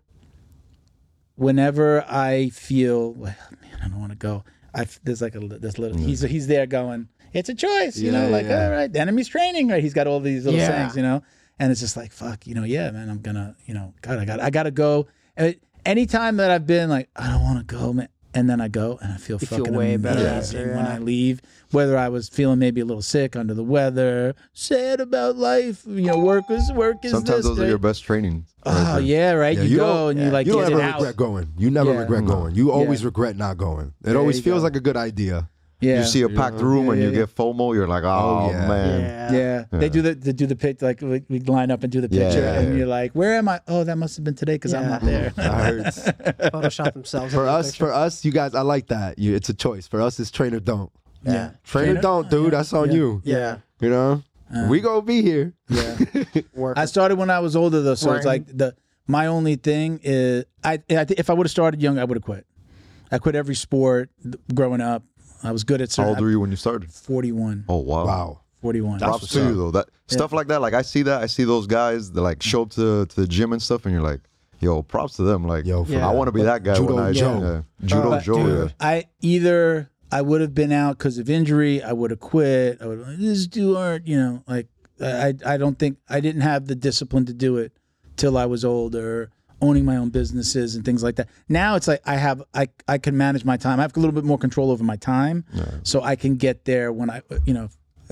Speaker 1: whenever I feel well, man, I don't want to go. I f- there's like a li- this little he's he's there going. It's a choice, you know.
Speaker 4: Yeah,
Speaker 1: Like
Speaker 4: yeah.
Speaker 1: all right, the enemy's training, right? He's got all these little
Speaker 3: Yeah.
Speaker 1: sayings, you know. And it's just like fuck, you know. Yeah, man, I'm gonna, you know, God, I got, I gotta go. And it- anytime that I've been like, I don't want to go, man, and then I go and I feel
Speaker 3: feel
Speaker 1: fucking
Speaker 3: way better
Speaker 1: amazing
Speaker 3: after,
Speaker 1: when
Speaker 3: yeah.
Speaker 1: I leave. Whether I was feeling maybe a little sick, under the weather, sad about life, you know, work is work is
Speaker 2: Sometimes
Speaker 1: this.
Speaker 2: those are
Speaker 1: right?
Speaker 2: your best trainings.
Speaker 1: oh yeah, right.
Speaker 4: Yeah,
Speaker 1: you, go
Speaker 4: don't-
Speaker 1: and you like
Speaker 4: you don't
Speaker 1: get
Speaker 4: ever
Speaker 1: it out.
Speaker 4: regret going. You never
Speaker 1: Yeah. Mm-hmm.
Speaker 4: regret
Speaker 2: No.
Speaker 4: going. You always
Speaker 1: Yeah.
Speaker 4: regret not going. It always
Speaker 1: you
Speaker 4: feels
Speaker 1: go.
Speaker 4: like a good idea.
Speaker 1: yeah.
Speaker 2: You see a packed room
Speaker 1: Yeah,
Speaker 2: and
Speaker 1: yeah,
Speaker 2: you
Speaker 1: yeah.
Speaker 2: get FOMO, you're like, oh,
Speaker 4: yeah.
Speaker 2: man.
Speaker 3: Yeah.
Speaker 1: Yeah. they do the they do the pic like we we line up and do the
Speaker 2: Yeah,
Speaker 1: picture,
Speaker 2: yeah,
Speaker 1: and
Speaker 2: yeah.
Speaker 1: you're like, "Where am I? Oh, that must have been today because I'm
Speaker 3: Yeah.
Speaker 1: not there."
Speaker 4: That hurts.
Speaker 3: Photoshop themselves.
Speaker 4: for
Speaker 3: in the
Speaker 4: us,
Speaker 3: picture.
Speaker 4: for us, you guys, I like that. You, it's a choice. For us, it's train or don't.
Speaker 1: yeah,
Speaker 4: Train, or don't, dude. That's on you.
Speaker 3: yeah.
Speaker 4: You know, we gonna be here.
Speaker 3: Work.
Speaker 1: I started when I was older though, so it's
Speaker 3: Right.
Speaker 1: like the my only thing is I, I thi- if I would have started young, I would have quit. I quit every sport th- growing up. I was good at
Speaker 2: How
Speaker 1: certain.
Speaker 2: old were you when you started?
Speaker 1: 41,
Speaker 2: Oh, wow.
Speaker 4: Wow.
Speaker 1: 41.
Speaker 2: Props to you, though. That Stuff like that, like I see that. I see those guys that like show up to, to the gym and stuff, and you're like, yo, props to them. Like,
Speaker 4: Yo, for
Speaker 3: Yeah.
Speaker 2: I want to be that guy
Speaker 4: Judo
Speaker 2: when I
Speaker 4: Joe.
Speaker 2: yeah. Judo
Speaker 1: But,
Speaker 2: Joe.
Speaker 1: dude,
Speaker 2: yeah.
Speaker 1: I either I would have been out because of injury. I would have quit. I would have this do art. You know, like I I don't think I didn't have the discipline to do it till I was older, owning my own businesses and things like that. Now it's like I have I I can manage my time. I have a little bit more control over my time, so I can get there when I you know.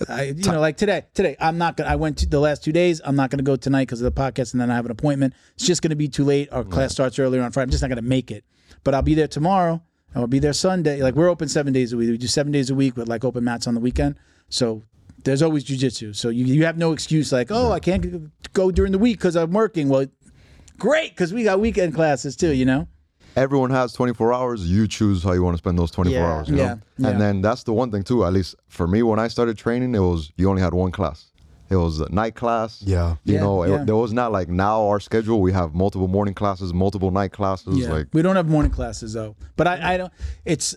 Speaker 1: I, you know, like today, today I'm not gonna. I went to the last two days. I'm not gonna go tonight because of the podcast, and then I have an appointment. It's just gonna be too late. Our class starts earlier on Friday. I'm just not gonna make it. But I'll be there tomorrow. and I'll be there Sunday. Like we're open seven days a week. We do seven days a week with like open mats on the weekend. So there's always jujitsu. So you you have no excuse. Like oh, I can't g- go during the week because I'm working. Well, great because we got weekend classes too. You know.
Speaker 2: everyone has 24 hours. You choose how you want to spend those 24
Speaker 3: Yeah.
Speaker 2: hours. You
Speaker 1: Yeah.
Speaker 2: Know?
Speaker 1: Yeah.
Speaker 2: And then that's the one thing too. At least for me, when I started training, it was you only had one class. It was a night class.
Speaker 4: Yeah.
Speaker 2: You
Speaker 1: Yeah,
Speaker 2: know, it-
Speaker 1: yeah.
Speaker 2: there was not like now our schedule. We have multiple morning classes, multiple night classes. Like
Speaker 1: we don't have morning classes though. But I, I don't. It's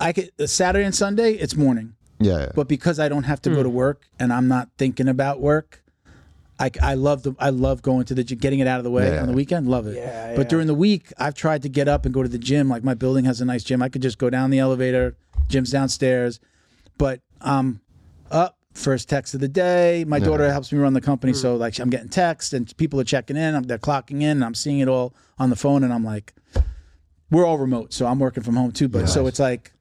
Speaker 1: I could Saturday and Sunday. It's morning,
Speaker 2: yeah.
Speaker 1: but because I don't have to go to work and I'm not thinking about work, I, I love the I love going to the gym, getting it out of the way
Speaker 2: Yeah.
Speaker 1: on the weekend. Love it.
Speaker 3: Yeah,
Speaker 1: but
Speaker 3: yeah.
Speaker 1: during the week, I've tried to get up and go to the gym. Like my building has a nice gym. I could just go down the elevator. Gym's downstairs, but um, up first text of the day. My daughter helps me run the company, so
Speaker 2: Mm.
Speaker 1: like I'm getting texts and people are checking in. I'm, they're clocking in. And I'm seeing it all on the phone, and I'm like, we're all remote, so I'm working from home too. But so it's like,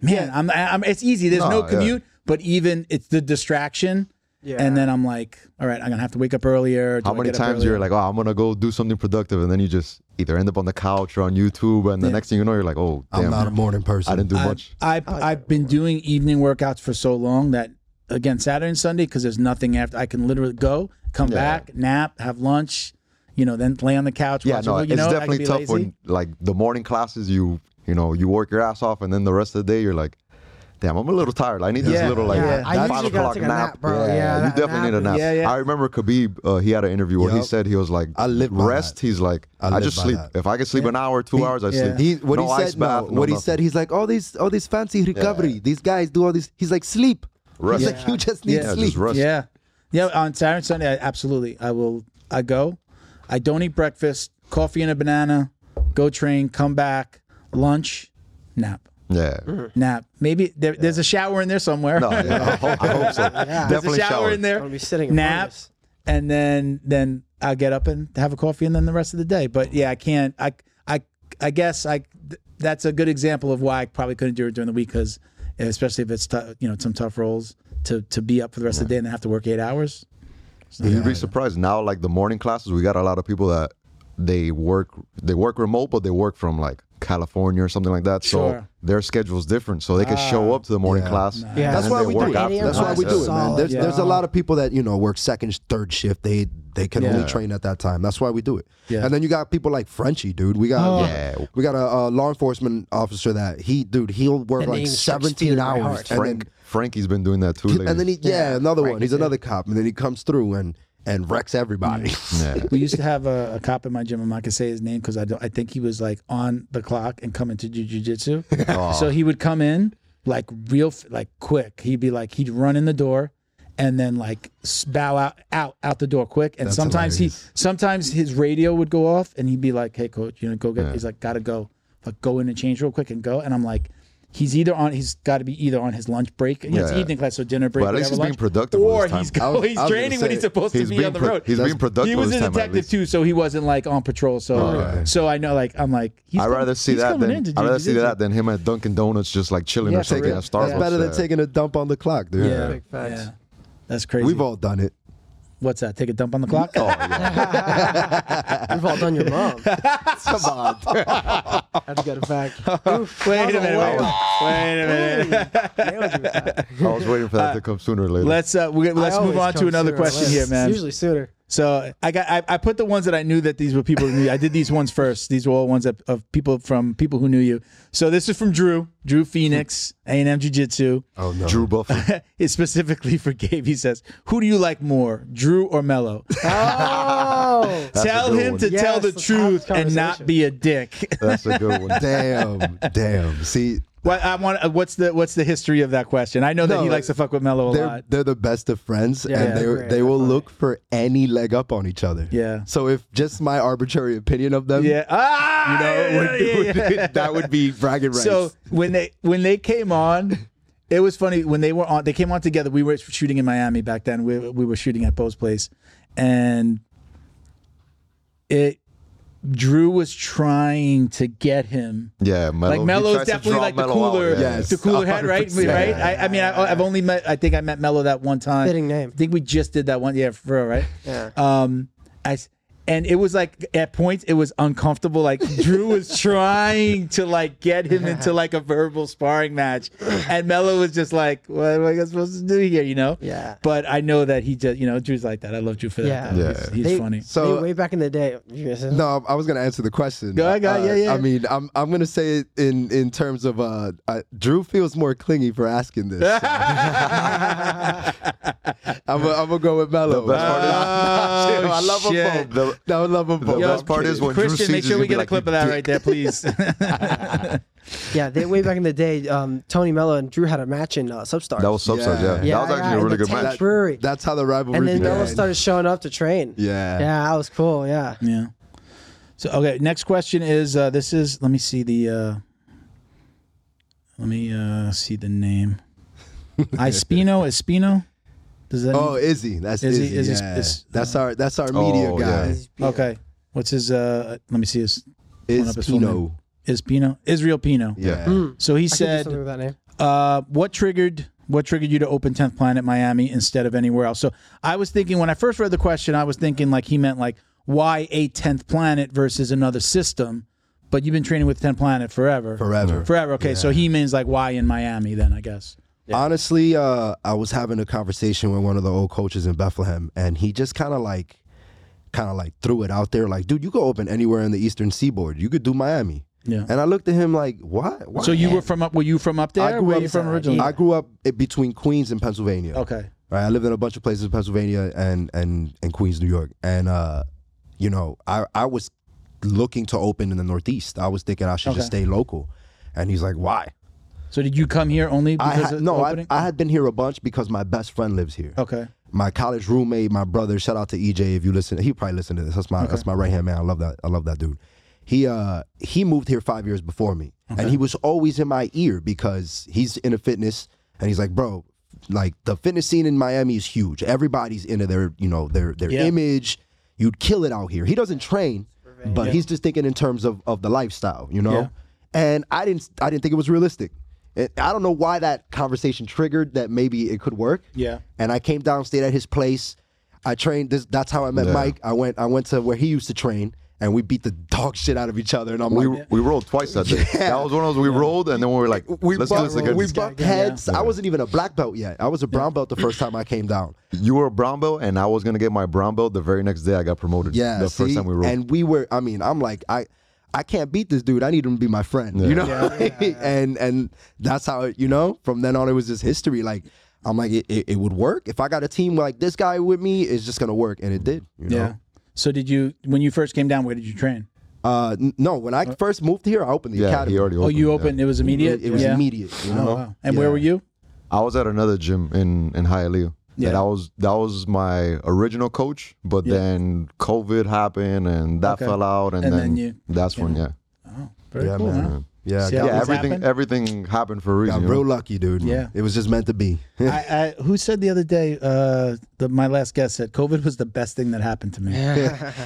Speaker 1: man, I'm, I'm it's easy. There's no,
Speaker 2: No, yeah.
Speaker 1: commute, but even it's the distraction.
Speaker 3: Yeah.
Speaker 1: And then I'm like, all right, I'm gonna have to wake up earlier. Do
Speaker 2: how
Speaker 1: I
Speaker 2: many
Speaker 1: get up
Speaker 2: times
Speaker 1: earlier?
Speaker 2: you're like, oh, I'm gonna go do something productive, and then you just either end up on the couch or on YouTube, and the next thing you know, you're like, oh,
Speaker 4: I'm
Speaker 2: damn,
Speaker 4: not a morning person.
Speaker 2: I didn't do
Speaker 1: I-
Speaker 2: much.
Speaker 1: I, I have been doing evening workouts for so long that again Saturday and Sunday because there's nothing after. I can literally go, come back, nap, have lunch, you know, then lay on the couch.
Speaker 2: Yeah,
Speaker 1: watch a
Speaker 2: no,
Speaker 1: movie,
Speaker 2: it's
Speaker 1: you know, I can
Speaker 2: definitely
Speaker 1: be
Speaker 2: tough
Speaker 1: lazy.
Speaker 2: when like the morning classes you you know you work your ass off and then the rest of the day you're like, damn, I'm a little tired. I need
Speaker 1: Yeah,
Speaker 2: this little like
Speaker 1: yeah.
Speaker 3: I
Speaker 2: five
Speaker 3: usually gotta
Speaker 2: o'clock
Speaker 3: take a nap, bro.
Speaker 2: Yeah,
Speaker 3: Yeah,
Speaker 2: you
Speaker 3: that
Speaker 2: definitely need a
Speaker 3: nap
Speaker 2: nap.
Speaker 1: is- Yeah, yeah.
Speaker 2: I remember Khabib. Uh, he had an interview where he
Speaker 4: Yup.
Speaker 2: said he was like,
Speaker 4: I live by
Speaker 2: rest.
Speaker 4: that.
Speaker 2: He's like,
Speaker 4: I
Speaker 2: I,
Speaker 4: live
Speaker 2: just
Speaker 4: by
Speaker 2: sleep.
Speaker 4: that.
Speaker 2: If I can sleep an hour, two hours, I
Speaker 1: yeah.
Speaker 2: sleep.
Speaker 4: He, what
Speaker 2: no
Speaker 4: he
Speaker 2: ice
Speaker 4: said,
Speaker 2: bath,
Speaker 4: no,
Speaker 2: no
Speaker 4: what he
Speaker 2: nothing.
Speaker 4: said, he's like, all these, all these fancy recovery. These guys do all these. He's like, sleep.
Speaker 2: Rest.
Speaker 4: He's like, you just need
Speaker 1: Yeah. Yeah,
Speaker 2: just
Speaker 4: sleep.
Speaker 2: rest.
Speaker 1: Yeah, yeah. On Saturday and Sunday, I, absolutely, I will. I go. I don't eat breakfast. Coffee and a banana. Go train. Come back. Lunch. Nap.
Speaker 2: Yeah.
Speaker 4: Mm-hmm.
Speaker 1: Nap. Maybe there, there's a shower in there somewhere.
Speaker 2: No, yeah, I hope, I hope so.
Speaker 1: there's
Speaker 2: Definitely
Speaker 1: a shower,
Speaker 2: shower.
Speaker 1: in there.
Speaker 3: I'm gonna be sitting in
Speaker 1: nap,
Speaker 3: front
Speaker 1: and then then I'll get up and have a coffee, and then the rest of the day. But yeah, I can't. I I I guess I th- that's a good example of why I probably couldn't do it during the week because especially if it's tou- you know some tough roles to to be up for the rest of the day and then have to work eight hours.
Speaker 2: You'd be surprised now. Like the morning classes, we got a lot of people that they work they work remote, but they work from like California or something like that.
Speaker 1: Sure. Ah.
Speaker 2: So their schedule's different, so they can show up to the morning
Speaker 4: yeah.
Speaker 2: class.
Speaker 3: Yeah.
Speaker 2: and
Speaker 4: That's
Speaker 2: then
Speaker 4: why
Speaker 2: they
Speaker 4: we
Speaker 2: work
Speaker 4: do it.
Speaker 2: after
Speaker 3: Any
Speaker 2: that.
Speaker 4: That's why we do it, man. There's,
Speaker 1: Yeah.
Speaker 4: there's a lot of people that you know work second, third shift. They they can
Speaker 1: Yeah.
Speaker 4: only train at that time. That's why we do it.
Speaker 1: Yeah.
Speaker 4: And then you got people like Frenchie, dude. We got
Speaker 2: Yeah.
Speaker 4: we got a, uh law enforcement officer that he, dude, he'll work
Speaker 3: And
Speaker 4: like
Speaker 3: he starts
Speaker 4: 17
Speaker 3: feeling very
Speaker 4: hours.
Speaker 3: hard.
Speaker 4: And
Speaker 2: Frank Frankie's been doing that too.
Speaker 4: then,
Speaker 2: Lately.
Speaker 4: and then he, yeah, another
Speaker 3: Frank
Speaker 4: one. He's
Speaker 3: is it.
Speaker 4: another cop, and then he comes through and and wrecks everybody.
Speaker 2: yeah.
Speaker 1: We used to have a, a cop in my gym. I'm not gonna say his name because I don't, I think he was like on the clock and coming to do jujitsu.
Speaker 2: Oh.
Speaker 1: So he would come in like real f- like quick. He'd be like he'd run in the door and then like s- bow out out out the door quick. And sometimes he
Speaker 4: hilarious.
Speaker 1: sometimes his radio would go off and he'd be like, "Hey coach, you know, go get." He's like, "Gotta go, like go in and change real quick and go." And I'm like. He's either on. He's got to be either on his lunch break. You know, it's
Speaker 2: Yeah.
Speaker 1: evening class, so dinner break.
Speaker 2: But at least
Speaker 1: whatever,
Speaker 2: he's being
Speaker 1: lunch,
Speaker 2: productive with
Speaker 1: Or
Speaker 2: his time.
Speaker 1: he's
Speaker 4: I was- I
Speaker 1: he's
Speaker 4: was gonna
Speaker 1: training when
Speaker 4: say,
Speaker 1: he's supposed to
Speaker 2: he's
Speaker 1: be
Speaker 2: being
Speaker 1: on the
Speaker 2: pro-
Speaker 1: road.
Speaker 2: he's being productive
Speaker 1: He was
Speaker 2: this
Speaker 1: a
Speaker 2: time, at
Speaker 1: detective
Speaker 2: least. Oh,
Speaker 1: too, so he wasn't like on patrol. So, so I know, like, I'm like, he's
Speaker 2: I'd
Speaker 1: com-
Speaker 2: rather see
Speaker 1: he's
Speaker 2: that
Speaker 1: coming
Speaker 2: than
Speaker 1: in to
Speaker 2: I'd rather see
Speaker 1: jujitsu.
Speaker 2: that than him at Dunkin' Donuts just like chilling
Speaker 1: Yeah,
Speaker 2: or
Speaker 1: for
Speaker 2: taking a
Speaker 1: real.
Speaker 2: Starbucks.
Speaker 4: That's better than
Speaker 2: uh,
Speaker 4: taking a dump on the clock, dude.
Speaker 1: Yeah.
Speaker 3: Big facts.
Speaker 1: Yeah. That's crazy.
Speaker 4: We've all done it.
Speaker 1: What's that? Take a dump on the clock?
Speaker 2: Oh,
Speaker 3: of us. We've all done your mom.
Speaker 4: Come on,
Speaker 3: That's good fact. Oof,
Speaker 1: Wait a
Speaker 3: that was
Speaker 1: minute, wait a
Speaker 3: one.
Speaker 1: Wait a minute.
Speaker 3: Nailed you with that.
Speaker 2: I was waiting for that to come sooner or later.
Speaker 1: Let's uh, we, let's
Speaker 3: I
Speaker 1: move
Speaker 3: always
Speaker 1: on to
Speaker 3: come
Speaker 1: another
Speaker 3: sooner or
Speaker 1: question
Speaker 3: later.
Speaker 1: here, man.
Speaker 3: Usually sooner.
Speaker 1: So I got I, I put the ones that I knew that these were people who knew. you. I did these ones first. These were all ones that, of people from people who knew you. So this is from Drew, Drew Phoenix, A and M Jiu Jitsu.
Speaker 4: Oh no.
Speaker 2: Drew Buffett.
Speaker 1: It's specifically for Gabe. He says, "Who do you like more, Drew or Mello?"
Speaker 3: Oh,
Speaker 2: That's a
Speaker 1: tell
Speaker 2: good
Speaker 1: him
Speaker 2: one.
Speaker 1: to
Speaker 3: Yes,
Speaker 1: tell the
Speaker 3: let's have this
Speaker 1: truth and not
Speaker 3: conversation.
Speaker 1: be a dick.
Speaker 2: That's a good one.
Speaker 4: Damn, damn. See,
Speaker 1: what I want, uh, what's the what's the history of that question? I know that
Speaker 4: No,
Speaker 1: he likes to fuck with Mello a
Speaker 4: they're
Speaker 1: lot.
Speaker 4: they're the best of friends,
Speaker 3: Yeah,
Speaker 4: and
Speaker 1: I
Speaker 4: they
Speaker 3: agree.
Speaker 4: they will
Speaker 3: They're funny.
Speaker 4: look for any leg up on each other.
Speaker 1: Yeah.
Speaker 4: So if just my arbitrary opinion of them,
Speaker 1: Yeah, ah,
Speaker 4: you know,
Speaker 1: yeah,
Speaker 4: would-
Speaker 1: yeah,
Speaker 4: would-
Speaker 1: yeah.
Speaker 4: that would be bragging rights.
Speaker 1: So when they when they came on, it was funny when they were on. They came on together. We were shooting in Miami back then. We we were shooting at Bo's place, and it Drew was trying to get him.
Speaker 2: Yeah, Melo.
Speaker 1: Like
Speaker 2: he
Speaker 1: Melo's
Speaker 2: tries to
Speaker 1: definitely
Speaker 2: draw
Speaker 1: like the
Speaker 2: Melo out,
Speaker 1: cooler,
Speaker 2: yeah.
Speaker 4: Yes.
Speaker 1: the cooler head, right?
Speaker 4: 100%.
Speaker 1: Right? I, I mean, I, I've only met. I think I met Mello that one time.
Speaker 3: Fitting name.
Speaker 1: I think we just did that one. Yeah, for real, right?
Speaker 3: Yeah.
Speaker 1: Um, I s and it was like at points it was uncomfortable. Like Drew was trying to like get him into like a verbal sparring match, and Mello was just like, "What am I supposed to do here?" You know?
Speaker 3: Yeah.
Speaker 1: But I know that he just, you know, Drew's like that. I love Drew for that.
Speaker 3: Yeah.
Speaker 1: though.
Speaker 2: Yeah.
Speaker 1: He's, he's
Speaker 3: They-
Speaker 1: funny.
Speaker 4: So-
Speaker 3: way, way back in the day. you guys-
Speaker 4: No, I was gonna answer the question.
Speaker 1: Go ahead, go ahead.
Speaker 4: Uh,
Speaker 1: Yeah, yeah,
Speaker 4: I
Speaker 1: yeah.
Speaker 4: mean, I'm I'm gonna say it in in terms of uh, uh Drew feels more clingy for asking this. so. I'm gonna I'm gonna go with Mello.
Speaker 2: The best part is-
Speaker 4: Ah, shit, I love them
Speaker 1: Uh, Oh, shit.
Speaker 4: both. The- I love them both.
Speaker 2: Yo, best part is when Drew
Speaker 1: Christian,
Speaker 2: sees
Speaker 1: make
Speaker 2: you,
Speaker 1: sure we
Speaker 2: he'll be
Speaker 1: get a
Speaker 2: like,
Speaker 1: clip
Speaker 2: "You
Speaker 1: of that
Speaker 2: dick."
Speaker 1: right there, please.
Speaker 3: Yeah, they way back in the day. Um, Tony Mello and Drew had a match in uh, Substar.
Speaker 2: That was subside,
Speaker 4: Yeah.
Speaker 2: yeah.
Speaker 3: Yeah,
Speaker 2: That was
Speaker 3: yeah,
Speaker 2: actually a
Speaker 3: in
Speaker 2: really
Speaker 3: the
Speaker 2: good
Speaker 3: tank
Speaker 2: match.
Speaker 3: Brewery.
Speaker 4: That's how the rivalry
Speaker 3: and then Mello
Speaker 4: began.
Speaker 3: started showing up to train.
Speaker 4: Yeah.
Speaker 3: Yeah, that was cool. Yeah.
Speaker 1: yeah. So okay, next question is uh, this is let me see the uh, let me uh, see the name. Ispino, Espino. Does that
Speaker 4: Oh,
Speaker 1: mean-
Speaker 4: Izzy. That's
Speaker 1: Izzy-
Speaker 4: Izzy.
Speaker 1: Izzy's-
Speaker 4: yeah.
Speaker 1: is-
Speaker 4: that's our that's our media
Speaker 2: Oh,
Speaker 4: guy.
Speaker 2: yeah.
Speaker 1: okay? What's his? Uh, let me see his. pulling
Speaker 4: Is
Speaker 1: up his Mm. full
Speaker 4: Pino.
Speaker 1: Is Pino Israel Pino?
Speaker 2: Yeah.
Speaker 1: So he
Speaker 3: I could do
Speaker 1: said,
Speaker 3: something with that name.
Speaker 1: uh, what triggered what triggered you to open 10th planet miami instead of anywhere else so i was thinking when i first read the question i was thinking like he meant like why a 10th planet versus another system but you've been training with 10th planet forever
Speaker 4: Forever.
Speaker 1: forever okay so he means like why in miami then i guess
Speaker 4: Honestly, uh, I was having a conversation with one of the old coaches in Bethlehem, and he just kind of like, kind of like threw it out there, like, dude, you go open anywhere in the Eastern Seaboard, you could do Miami.
Speaker 1: Yeah.
Speaker 4: And I looked at him like, what? Why?
Speaker 1: so you were from up were you from up there
Speaker 4: I grew
Speaker 1: where
Speaker 4: up
Speaker 1: you from
Speaker 4: inside,
Speaker 1: originally
Speaker 4: I grew up i- between Queens and Pennsylvania.
Speaker 1: okay
Speaker 4: Right. I lived in a bunch of places in Pennsylvania and and and Queens, New York, and uh, you know, I I was looking to open in the Northeast. I was thinking I should just
Speaker 1: Okay.
Speaker 4: stay local, and he's like, why?
Speaker 1: so did you come here only
Speaker 4: I
Speaker 1: because
Speaker 4: had,
Speaker 1: of
Speaker 4: no, I,
Speaker 1: opening?
Speaker 4: I had been here a bunch because my best friend lives here.
Speaker 1: okay
Speaker 4: My college roommate, my brother. Shout out to EJ if you listen. He probably listen to this. That's my that's my right hand man. I love that. I love that dude. He uh he moved here five years before me, and he was always in my ear because he's into fitness, and he's like, bro, like the fitness scene in Miami is huge. Everybody's into their you know their their
Speaker 1: Yeah.
Speaker 4: image. You'd kill it out here. He doesn't train, but he's just thinking in terms of of the lifestyle, you know
Speaker 1: Yeah.
Speaker 4: and I didn't I didn't think it was realistic. And I don't know why that conversation triggered that maybe it could work.
Speaker 1: Yeah.
Speaker 4: And I came down, stayed at his place. I trained. This that's how I met
Speaker 2: Yeah.
Speaker 4: Mike. I went I went to where he used to train, and we beat the dog shit out of each other. And I'm
Speaker 2: We,
Speaker 4: like.
Speaker 2: we rolled twice that day.
Speaker 4: Yeah.
Speaker 2: That was one of those we rolled, and then we were like,
Speaker 4: We
Speaker 2: let's do
Speaker 4: bumped,
Speaker 2: this again.
Speaker 4: we bumped heads. I wasn't even a black belt yet. I was a brown belt the first time I came down.
Speaker 2: You were a brown belt, and I was gonna get my brown belt the very next day. I got promoted.
Speaker 4: Yeah,
Speaker 2: the
Speaker 4: see?
Speaker 2: first time we rolled.
Speaker 4: and we were. I mean, I'm like, I, I can't beat this dude. I need him to be my friend. You know, and and that's how it, you know. From then on, it was just history. Like, I'm like, it, it, it would work if I got a team like this guy with me. It's just gonna work, and it did. You know?
Speaker 1: yeah so did you when you first came down where did you train
Speaker 4: Uh, n- no, when I first moved here, I opened the
Speaker 2: yeah,
Speaker 4: academy.
Speaker 2: he already.
Speaker 1: oh
Speaker 2: Opened,
Speaker 1: you
Speaker 2: yeah.
Speaker 1: opened it was immediate
Speaker 4: It, it was
Speaker 1: Yeah.
Speaker 4: immediate. You know.
Speaker 1: oh, wow. and where
Speaker 4: Yeah.
Speaker 1: were you
Speaker 2: I was at another gym in in Hialeah.
Speaker 1: Yeah.
Speaker 2: Yeah. That was that was my original coach, but
Speaker 1: Yeah.
Speaker 2: then COVID happened and that
Speaker 1: Okay.
Speaker 2: fell out, and,
Speaker 1: And
Speaker 2: then,
Speaker 1: then you
Speaker 2: that's when yeah,
Speaker 1: very
Speaker 4: Yeah,
Speaker 1: cool
Speaker 4: man.
Speaker 1: huh?
Speaker 4: Yeah.
Speaker 1: See,
Speaker 4: got,
Speaker 1: That
Speaker 2: yeah
Speaker 1: was
Speaker 2: everything
Speaker 1: happened?
Speaker 2: everything happened for a reason.
Speaker 4: got
Speaker 2: you know?
Speaker 4: real lucky, dude.
Speaker 1: Yeah.
Speaker 4: It was just meant to be.
Speaker 1: I, I, who said the other day? Uh, the, my last guest said COVID was the best thing that happened to me.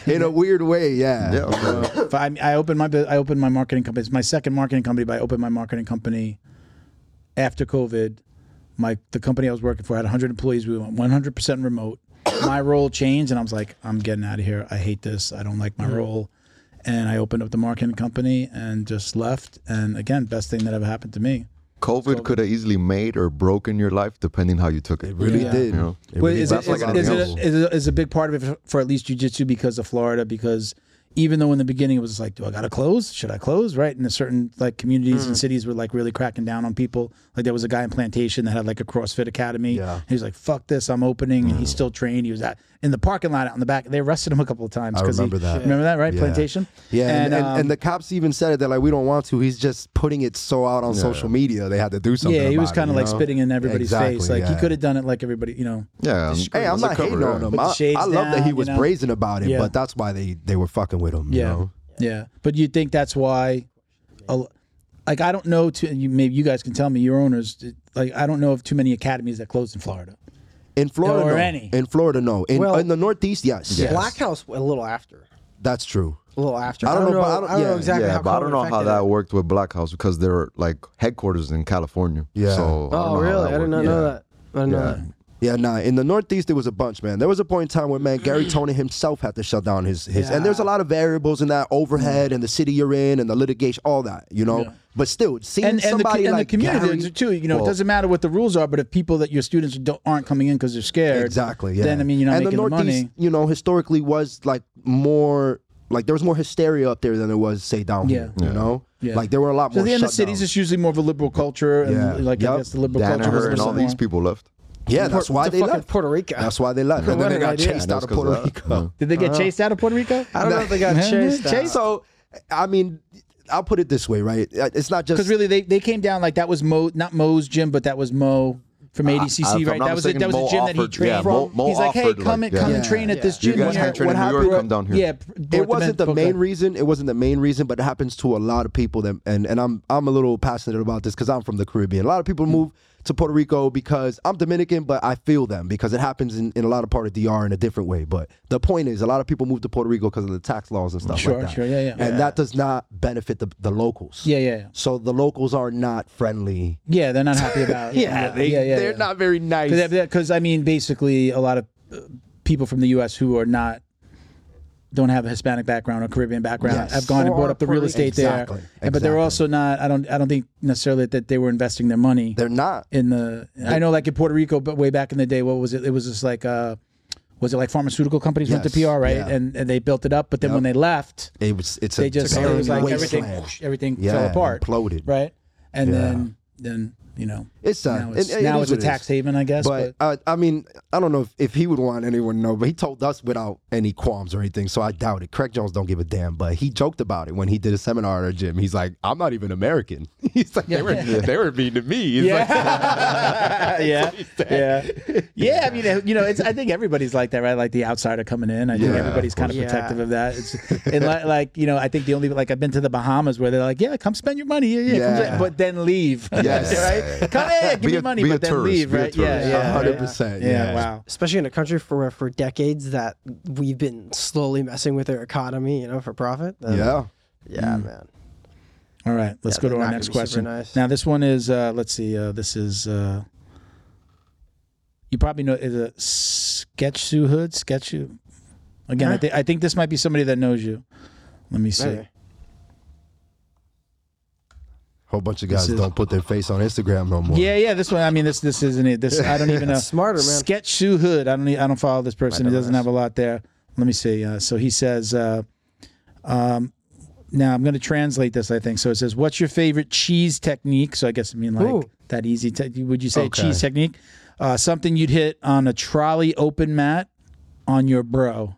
Speaker 4: In a weird way, yeah.
Speaker 2: Yeah, okay.
Speaker 1: If I, I opened my bu- I opened my marketing company. It's my second marketing company, but I opened my marketing company after COVID. My the company I was working for had 100 employees. We went 100% remote. My role changed, and I was like, I'm getting out of here. I hate this. I don't like my role. And I opened up the marketing company and just left. And again, best thing that ever happened to me.
Speaker 2: COVID could have easily made or broken your life depending how you took it.
Speaker 4: It really
Speaker 1: Yeah.
Speaker 4: did.
Speaker 2: You know?
Speaker 4: It
Speaker 1: Well,
Speaker 4: really
Speaker 1: is, it,
Speaker 2: that's
Speaker 4: did.
Speaker 1: is,
Speaker 2: like
Speaker 1: is,
Speaker 2: anything
Speaker 1: it,
Speaker 2: else.
Speaker 1: is, it, is a big part of it for at least jujitsu because of Florida? Because even though in the beginning it was like, do I gotta close? Should I close? Right? And the certain like communities and cities were like really cracking down on people. Like there was a guy in Plantation that had like a CrossFit academy.
Speaker 4: Yeah. Mm.
Speaker 1: He was like, fuck this, I'm opening. And he still trained. He was at in the parking lot out in the back. They arrested him a couple of times.
Speaker 4: I
Speaker 1: 'cause he-
Speaker 4: remember that.
Speaker 1: Remember that, right?
Speaker 4: Yeah.
Speaker 1: Plantation.
Speaker 4: Yeah, and, and,
Speaker 1: um,
Speaker 4: and the cops even said it. They're like, we don't want to. He's just putting it so out on social media. They had to do something.
Speaker 1: yeah, he was
Speaker 4: about it,
Speaker 1: kind of
Speaker 4: you
Speaker 1: like
Speaker 4: know?
Speaker 1: spitting in everybody's
Speaker 4: Exactly,
Speaker 1: face. Like he
Speaker 4: yeah.
Speaker 1: could have done it like everybody, you know.
Speaker 2: Yeah, um,
Speaker 4: Hey, I'm
Speaker 2: it's a
Speaker 4: not
Speaker 2: cover,
Speaker 4: hating on
Speaker 2: yeah.
Speaker 4: him.
Speaker 1: Put the
Speaker 4: I,
Speaker 1: shades
Speaker 4: I love that he
Speaker 1: down,
Speaker 4: was
Speaker 1: you know?
Speaker 4: brazen about it,
Speaker 1: Yeah.
Speaker 4: but that's why they they were fucking with him.
Speaker 1: Yeah.
Speaker 4: You know?
Speaker 1: Yeah. But you think that's why, a l- like, I don't know, too, you, maybe you guys can tell me, your owners, d- like, I don't know of too many academies that closed in Florida.
Speaker 4: In Florida,
Speaker 1: Or
Speaker 4: no.
Speaker 1: any.
Speaker 4: In Florida, no. In,
Speaker 3: Well-
Speaker 4: in the Northeast, yes.
Speaker 3: Black House a little after.
Speaker 4: That's true.
Speaker 3: a little after.
Speaker 4: I
Speaker 3: I
Speaker 4: don't
Speaker 3: don't,
Speaker 4: know,
Speaker 3: know.
Speaker 4: but I
Speaker 3: I
Speaker 4: don't-
Speaker 3: don't,
Speaker 4: yeah,
Speaker 3: know exactly
Speaker 2: yeah,
Speaker 3: how.
Speaker 2: but I
Speaker 3: COVID
Speaker 2: don't know how
Speaker 3: affected
Speaker 2: that
Speaker 3: it.
Speaker 2: worked with Black House because their like headquarters in California.
Speaker 4: Yeah.
Speaker 2: So I don't know
Speaker 3: Oh
Speaker 2: how
Speaker 3: really?
Speaker 2: that
Speaker 3: I did
Speaker 2: worked.
Speaker 3: not know that. I didn't know
Speaker 2: Yeah.
Speaker 3: that.
Speaker 4: Yeah, nah. In the Northeast, there was a bunch, man. There was a point in time where, man, Gary Tony himself had to shut down his his, and there's a lot of variables in that
Speaker 1: Mm.
Speaker 4: overhead and the city you're in and the litigation, all that, you know. But still, seeing
Speaker 1: and and the,
Speaker 4: somebody
Speaker 1: and
Speaker 4: like
Speaker 1: the community
Speaker 4: Gary,
Speaker 1: too. You know,
Speaker 2: Well-
Speaker 1: it doesn't matter what the rules are, but if people that your students don't, aren't coming in because they're scared,
Speaker 4: Exactly. Yeah.
Speaker 1: Then I mean, you're not
Speaker 4: and
Speaker 1: making
Speaker 4: the
Speaker 1: the,
Speaker 4: Northeast,
Speaker 1: money.
Speaker 4: you know, historically was like more like there was more hysteria up there than there was say down here. You know,
Speaker 1: Yeah.
Speaker 4: like there were a lot
Speaker 1: So
Speaker 4: more.
Speaker 1: in the
Speaker 4: shutdowns.
Speaker 1: cities, it's usually more of a liberal culture, and
Speaker 4: Yeah.
Speaker 1: like
Speaker 4: Yep.
Speaker 1: I guess the liberal culture was
Speaker 2: Danaher
Speaker 1: a
Speaker 2: and all
Speaker 1: little
Speaker 2: these
Speaker 1: more-
Speaker 2: people left.
Speaker 4: yeah, that's
Speaker 3: Puerto-
Speaker 4: why
Speaker 3: to
Speaker 4: they
Speaker 3: fucking
Speaker 4: left.
Speaker 3: Puerto Rico.
Speaker 4: That's why they left. And
Speaker 3: What
Speaker 4: then they
Speaker 3: an
Speaker 4: got
Speaker 3: idea.
Speaker 4: chased
Speaker 2: Yeah,
Speaker 4: out
Speaker 2: that's
Speaker 4: of
Speaker 2: 'cause
Speaker 1: uh,
Speaker 4: Puerto
Speaker 2: of that.
Speaker 4: Rico.
Speaker 1: Did they get chased out of Puerto Rico?
Speaker 3: I don't know if they got
Speaker 1: Yeah,
Speaker 3: chased. out.
Speaker 1: chased.
Speaker 4: So, I mean, I'll put it this way, right? It's not just
Speaker 1: Because really, they, they came down like that was Mo, not Mo's gym, but that was Mo from ADCC,
Speaker 2: I- Uh, if I'm
Speaker 1: right?
Speaker 2: not
Speaker 1: That was a,
Speaker 2: mistaken,
Speaker 1: that was
Speaker 2: Mo
Speaker 1: a gym that he
Speaker 2: offered- yeah,
Speaker 1: trained.
Speaker 2: Mo- Mo
Speaker 1: He's like, hey,
Speaker 2: offered,
Speaker 1: come
Speaker 2: like,
Speaker 1: and come
Speaker 2: yeah.
Speaker 1: and train at this
Speaker 3: Yeah.
Speaker 1: gym.
Speaker 2: You
Speaker 1: when
Speaker 2: guys
Speaker 1: you're
Speaker 2: can't
Speaker 1: at-
Speaker 2: train
Speaker 1: what
Speaker 2: in New York.
Speaker 1: happened-
Speaker 2: Come down here.
Speaker 1: Yeah,
Speaker 4: it wasn't the main
Speaker 1: reason.
Speaker 4: reason. It wasn't the main reason, but it happens to a lot of people. That and and I'm I'm a little passionate about this because I'm from the Caribbean. A lot of people move to Puerto Rico because I'm Dominican, but I feel them because it happens in, in a lot of part of DR in a different way. But the point is, a lot of people move to Puerto Rico because of the tax laws and stuff
Speaker 1: Sure,
Speaker 4: like that.
Speaker 1: sure, yeah, yeah.
Speaker 4: And that does not benefit the, the locals.
Speaker 1: Yeah, yeah, yeah.
Speaker 4: So the locals are not friendly.
Speaker 1: Yeah, they're not happy about.
Speaker 4: they're not very nice.
Speaker 1: Because I mean, basically, a lot of uh, people from the U.S. who are not don't have a Hispanic background or Caribbean background
Speaker 4: Yes.
Speaker 1: have gone and
Speaker 3: Or
Speaker 1: brought up the real
Speaker 3: Puerto
Speaker 1: estate
Speaker 4: Exactly,
Speaker 1: there, And- but they're
Speaker 4: exactly.
Speaker 1: also not. I don't. I don't think necessarily that they were investing their money.
Speaker 4: They're not.
Speaker 1: in the I know like in Puerto Rico, but way back in the day, what was it? It was just like uh was it like pharmaceutical companies went to
Speaker 4: Yes,
Speaker 1: PR, right?
Speaker 4: yeah.
Speaker 1: And and they built it up, but then when they left,
Speaker 4: It was. It's
Speaker 1: they
Speaker 4: a
Speaker 1: just it
Speaker 4: barren
Speaker 1: was like
Speaker 4: wasteland.
Speaker 1: everything whoosh, everything
Speaker 4: Yeah,
Speaker 1: fell apart.
Speaker 4: imploded.
Speaker 1: Right? And
Speaker 4: Yeah.
Speaker 1: then then you know
Speaker 4: It's sad.
Speaker 1: now it's,
Speaker 4: It- it
Speaker 1: now
Speaker 4: is
Speaker 1: it's a
Speaker 4: what it
Speaker 1: tax
Speaker 4: is.
Speaker 1: haven, I guess. But,
Speaker 4: But uh, I mean, I don't know if, if he would want anyone to know, but he told us without any qualms or anything, so I doubt it. Craig Jones don't give a damn, but he joked about it when he did a seminar at our gym. He's like, "I'm not even American." He's like, "They were they were mean to me." He's like,
Speaker 1: yeah. yeah. yeah, yeah. I mean, you know, it's. I think everybody's like that, right? Like the outsider coming in. I think
Speaker 4: Yeah,
Speaker 1: everybody's
Speaker 4: of
Speaker 1: kind of
Speaker 3: course.
Speaker 1: protective of that. It's, and like, like, you know, I think the only like I've been to the Bahamas where they're like, yeah, come spend your money, yeah, yeah, come
Speaker 4: Yeah.
Speaker 1: spend- but then leave.
Speaker 4: Yes.
Speaker 1: right. Come in, give
Speaker 2: Be
Speaker 1: me
Speaker 2: a-
Speaker 1: money,
Speaker 2: be a
Speaker 1: but then
Speaker 2: tourist,
Speaker 1: leave,
Speaker 2: be a
Speaker 1: right? Yeah,
Speaker 2: tourist.
Speaker 1: yeah,
Speaker 4: "A hundred
Speaker 1: yeah.
Speaker 4: percent."
Speaker 1: Yeah, wow.
Speaker 3: especially in a country for for decades that we've been slowly messing with their economy, you know, for profit. Uh,
Speaker 4: yeah.
Speaker 3: yeah, man.
Speaker 1: All right, let's
Speaker 3: Yeah,
Speaker 1: go to
Speaker 3: they're
Speaker 1: our
Speaker 3: not
Speaker 1: next
Speaker 3: gonna be super
Speaker 1: question.
Speaker 3: nice.
Speaker 1: Now, this one is. Uh, let's see. Uh, this is. Uh, you probably know is a Sketchu Hood Sketchu. Again, I, thi- I think this might be somebody that knows you. Let me see.
Speaker 3: Maybe.
Speaker 4: Whole bunch of guys
Speaker 1: This is-
Speaker 4: don't put their face on Instagram no more.
Speaker 1: Yeah, yeah. This one. I mean, this this isn't it. This I don't even know.
Speaker 3: Smarter, man.
Speaker 1: Sketch Sue Hood. I don't. e- I don't follow this person. It doesn't have a lot there. Let me see. Uh, so he says. Uh, um, now I'm going to translate this. I think so. It says, "What's your favorite cheese technique?" So I guess I mean like
Speaker 3: Ooh.
Speaker 1: that easy. Te- would you say
Speaker 4: Okay.
Speaker 1: cheese technique? Uh, something you'd hit on a trolley open mat on your bro.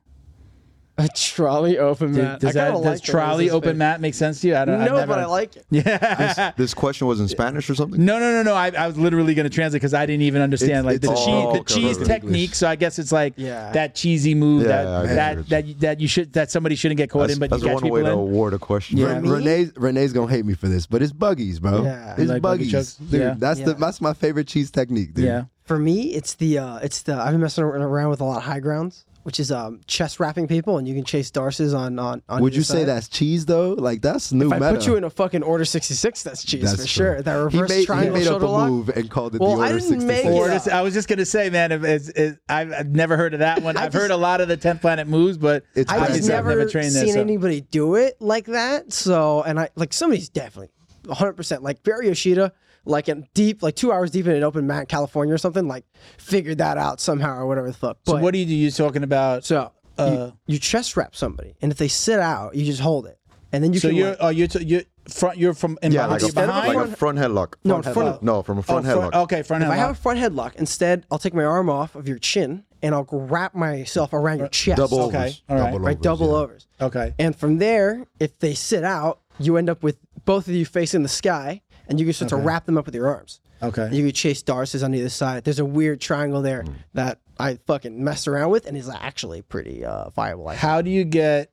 Speaker 3: A trolley open
Speaker 1: Do-
Speaker 3: mat.
Speaker 1: does
Speaker 3: I
Speaker 1: that
Speaker 3: kinda like
Speaker 1: does
Speaker 3: the way
Speaker 1: trolley
Speaker 3: this is
Speaker 1: open
Speaker 3: made.
Speaker 1: mat make sense to you? I don't. I've
Speaker 3: No,
Speaker 1: never-
Speaker 3: but I like it.
Speaker 1: Yeah.
Speaker 2: This question was in Spanish or something.
Speaker 1: No, no, no, no. I, I was literally going to translate because I didn't even
Speaker 4: It's-
Speaker 1: understand like the
Speaker 4: it's
Speaker 1: cheese,
Speaker 2: all
Speaker 1: the
Speaker 2: okay,
Speaker 1: cheese
Speaker 2: okay.
Speaker 1: technique. So I guess it's like
Speaker 3: Yeah.
Speaker 1: that cheesy move
Speaker 2: Yeah,
Speaker 1: that
Speaker 2: yeah, I get
Speaker 1: that
Speaker 2: it.
Speaker 1: that you, that you should that somebody shouldn't get caught
Speaker 2: That's,
Speaker 1: in, but
Speaker 2: that's
Speaker 1: you catch
Speaker 2: one way to
Speaker 1: people in.
Speaker 2: award a question.
Speaker 1: Yeah.
Speaker 4: Re-
Speaker 1: Me?
Speaker 4: Renee's Renee's gonna hate me for this, but it's buggies, bro.
Speaker 3: Yeah.
Speaker 4: It's
Speaker 1: Like buggy
Speaker 4: buggies.
Speaker 1: chugs?
Speaker 4: dude,
Speaker 1: Yeah.
Speaker 4: that's the
Speaker 3: Yeah.
Speaker 4: that's my favorite cheese technique, dude.
Speaker 1: Yeah,
Speaker 3: For me, it's the uh, it's the I've been messing ar- around with a lot of high grounds, which is um, chest wrapping people, and you can chase darces on on. on
Speaker 4: Would
Speaker 3: either
Speaker 4: you say
Speaker 3: side.
Speaker 4: that's cheese though? Like that's new
Speaker 3: If I
Speaker 4: meta.
Speaker 3: put you in a fucking order sixty six, that's cheese
Speaker 4: That's
Speaker 3: for
Speaker 4: true.
Speaker 3: sure. That reverse
Speaker 4: he made,
Speaker 3: triangle
Speaker 4: he made up
Speaker 3: shoulder
Speaker 4: a
Speaker 3: lock.
Speaker 4: move and called it
Speaker 3: Well,
Speaker 4: the
Speaker 3: I
Speaker 4: order
Speaker 3: didn't make
Speaker 4: 66.
Speaker 3: it
Speaker 1: or
Speaker 3: Yeah.
Speaker 1: just, I was just going to say, man, if, it's it, I've, I've never heard of that one. I've heard a
Speaker 3: just-
Speaker 1: lot of the Ten Planet moves, but
Speaker 4: It's
Speaker 1: I
Speaker 3: I
Speaker 4: Obviously,
Speaker 3: just
Speaker 1: I've
Speaker 3: never,
Speaker 1: never trained
Speaker 3: seen
Speaker 1: there. So.
Speaker 3: anybody do it like that. So, and I like somebody's definitely 100% like Barry Yoshida, like in deep, like two hours deep in an open mat, in California or something, like figured that out somehow or whatever the fuck. But
Speaker 1: So what do you do? You talking about? So,
Speaker 3: so you, you chest wrap somebody, and if they sit out, you just hold it, and then you
Speaker 1: so
Speaker 3: can
Speaker 1: you're
Speaker 3: like,
Speaker 1: are you t- you front? You're from in
Speaker 2: Yeah,
Speaker 1: behind,
Speaker 2: like a,
Speaker 1: you're behind.
Speaker 2: like a front headlock.
Speaker 3: No, front-
Speaker 2: No, from a
Speaker 1: oh,
Speaker 2: front headlock.
Speaker 1: Okay, front
Speaker 3: if I have a
Speaker 1: headlock.
Speaker 3: front headlock, instead I'll take my arm off of your chin and I'll wrap myself around your chest, right?
Speaker 2: Double
Speaker 1: Okay, all right,
Speaker 4: Double
Speaker 3: double
Speaker 4: yeah.
Speaker 3: overs.
Speaker 1: Uh, okay.
Speaker 3: And from there, if they sit out, you end up with both of you facing the sky, and you can start to wrap them up with your arms.
Speaker 1: Okay.
Speaker 3: And you can chase darces on either side. There's a weird triangle there
Speaker 4: Hmm.
Speaker 3: that I fucking messed around with, and is actually pretty uh, viable. I think.
Speaker 1: how do you get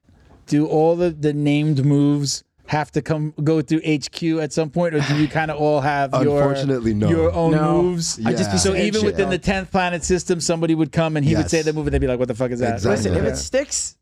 Speaker 1: do all the, the named moves have to come go through HQ at some point, or do you kind of all have your
Speaker 4: Unfortunately, no.
Speaker 1: your own
Speaker 3: No.
Speaker 1: moves?
Speaker 4: I'd just be
Speaker 1: so
Speaker 3: saying
Speaker 1: even
Speaker 3: shit.
Speaker 1: within the tenth planet system, somebody would come and he would
Speaker 4: Yes.
Speaker 1: say the move, and they'd be like, "What the fuck is that?"
Speaker 4: Exactly.
Speaker 3: Listen, if
Speaker 4: Yeah.
Speaker 3: it sticks,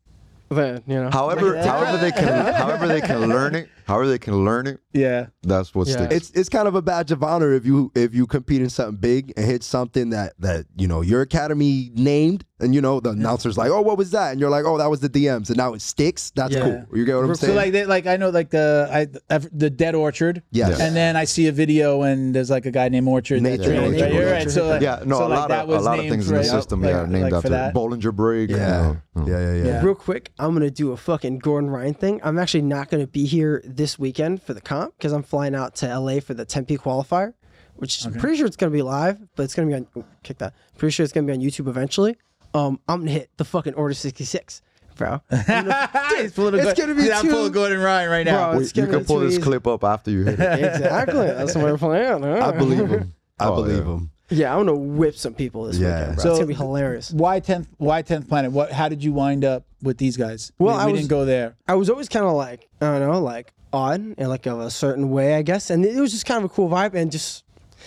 Speaker 3: Then you know.
Speaker 2: However,
Speaker 3: Like,
Speaker 2: however they can, however they can learn it, however they can learn it.
Speaker 1: Yeah.
Speaker 2: That's what
Speaker 3: Yeah.
Speaker 2: sticks.
Speaker 4: It's it's kind of a badge of honor if you if you compete in something big and hit something that that you know your academy named and you know the announcer's like oh what was that and you're like oh that was the DMs and now it sticks that's
Speaker 3: Yeah.
Speaker 4: cool you get what I'm saying
Speaker 1: So like they, like I know like the I I've- the Dead Orchard.
Speaker 4: Yes.
Speaker 1: And then I see a video and there's like a guy named Orchard. that's
Speaker 4: Nathan
Speaker 1: right.
Speaker 4: Orchard.
Speaker 1: Right, You're right.
Speaker 3: Orchard.
Speaker 1: So like,
Speaker 2: yeah, no,
Speaker 1: so
Speaker 2: a
Speaker 1: like
Speaker 2: lot
Speaker 1: that
Speaker 2: of a
Speaker 1: was
Speaker 2: lot of
Speaker 1: named
Speaker 2: things
Speaker 1: for
Speaker 2: in the
Speaker 1: it.
Speaker 2: system,
Speaker 1: Like-
Speaker 2: yeah, are named
Speaker 1: like
Speaker 2: after
Speaker 1: for that.
Speaker 2: Bollinger Break.
Speaker 4: yeah.
Speaker 2: you know,
Speaker 4: Yeah,
Speaker 2: you know.
Speaker 4: yeah yeah yeah
Speaker 3: Real quick, I'm gonna do a fucking Gordon Ryan thing. I'm actually not gonna be here this weekend for the comp because I'm flying out to LA for the Tempe qualifier, which I'm pretty sure it's gonna be live, but it's gonna be on ooh, kick that. Pretty sure it's gonna be on YouTube eventually. Um, I'm gonna hit the fucking Order 66, bro. I'm gonna-
Speaker 1: He's full of
Speaker 3: It's
Speaker 1: Gord-
Speaker 3: gonna be
Speaker 1: Dude, I'm full
Speaker 3: too-
Speaker 1: of Gordon Ryan right now.
Speaker 3: Bro,
Speaker 2: We-
Speaker 3: it's
Speaker 2: you
Speaker 3: gonna
Speaker 2: can
Speaker 3: be
Speaker 2: pull
Speaker 3: too
Speaker 2: this
Speaker 3: easy.
Speaker 2: clip up after you hit it.
Speaker 3: exactly. That's what we're playing. huh?
Speaker 4: I believe him I
Speaker 2: Oh,
Speaker 4: believe
Speaker 2: yeah.
Speaker 4: him
Speaker 3: Yeah, I'm gonna whip some people this
Speaker 4: Yeah.
Speaker 3: weekend, bro.
Speaker 1: So-
Speaker 3: it's gonna be hilarious.
Speaker 1: Why tenth? Why tenth planet? What? How did you wind up with these guys?
Speaker 3: Well,
Speaker 1: we,
Speaker 3: I
Speaker 1: we
Speaker 3: was-
Speaker 1: didn't go there.
Speaker 3: I was always kind of like I don't know, like odd in like of a certain way, I guess. And it was just kind of a cool vibe, and just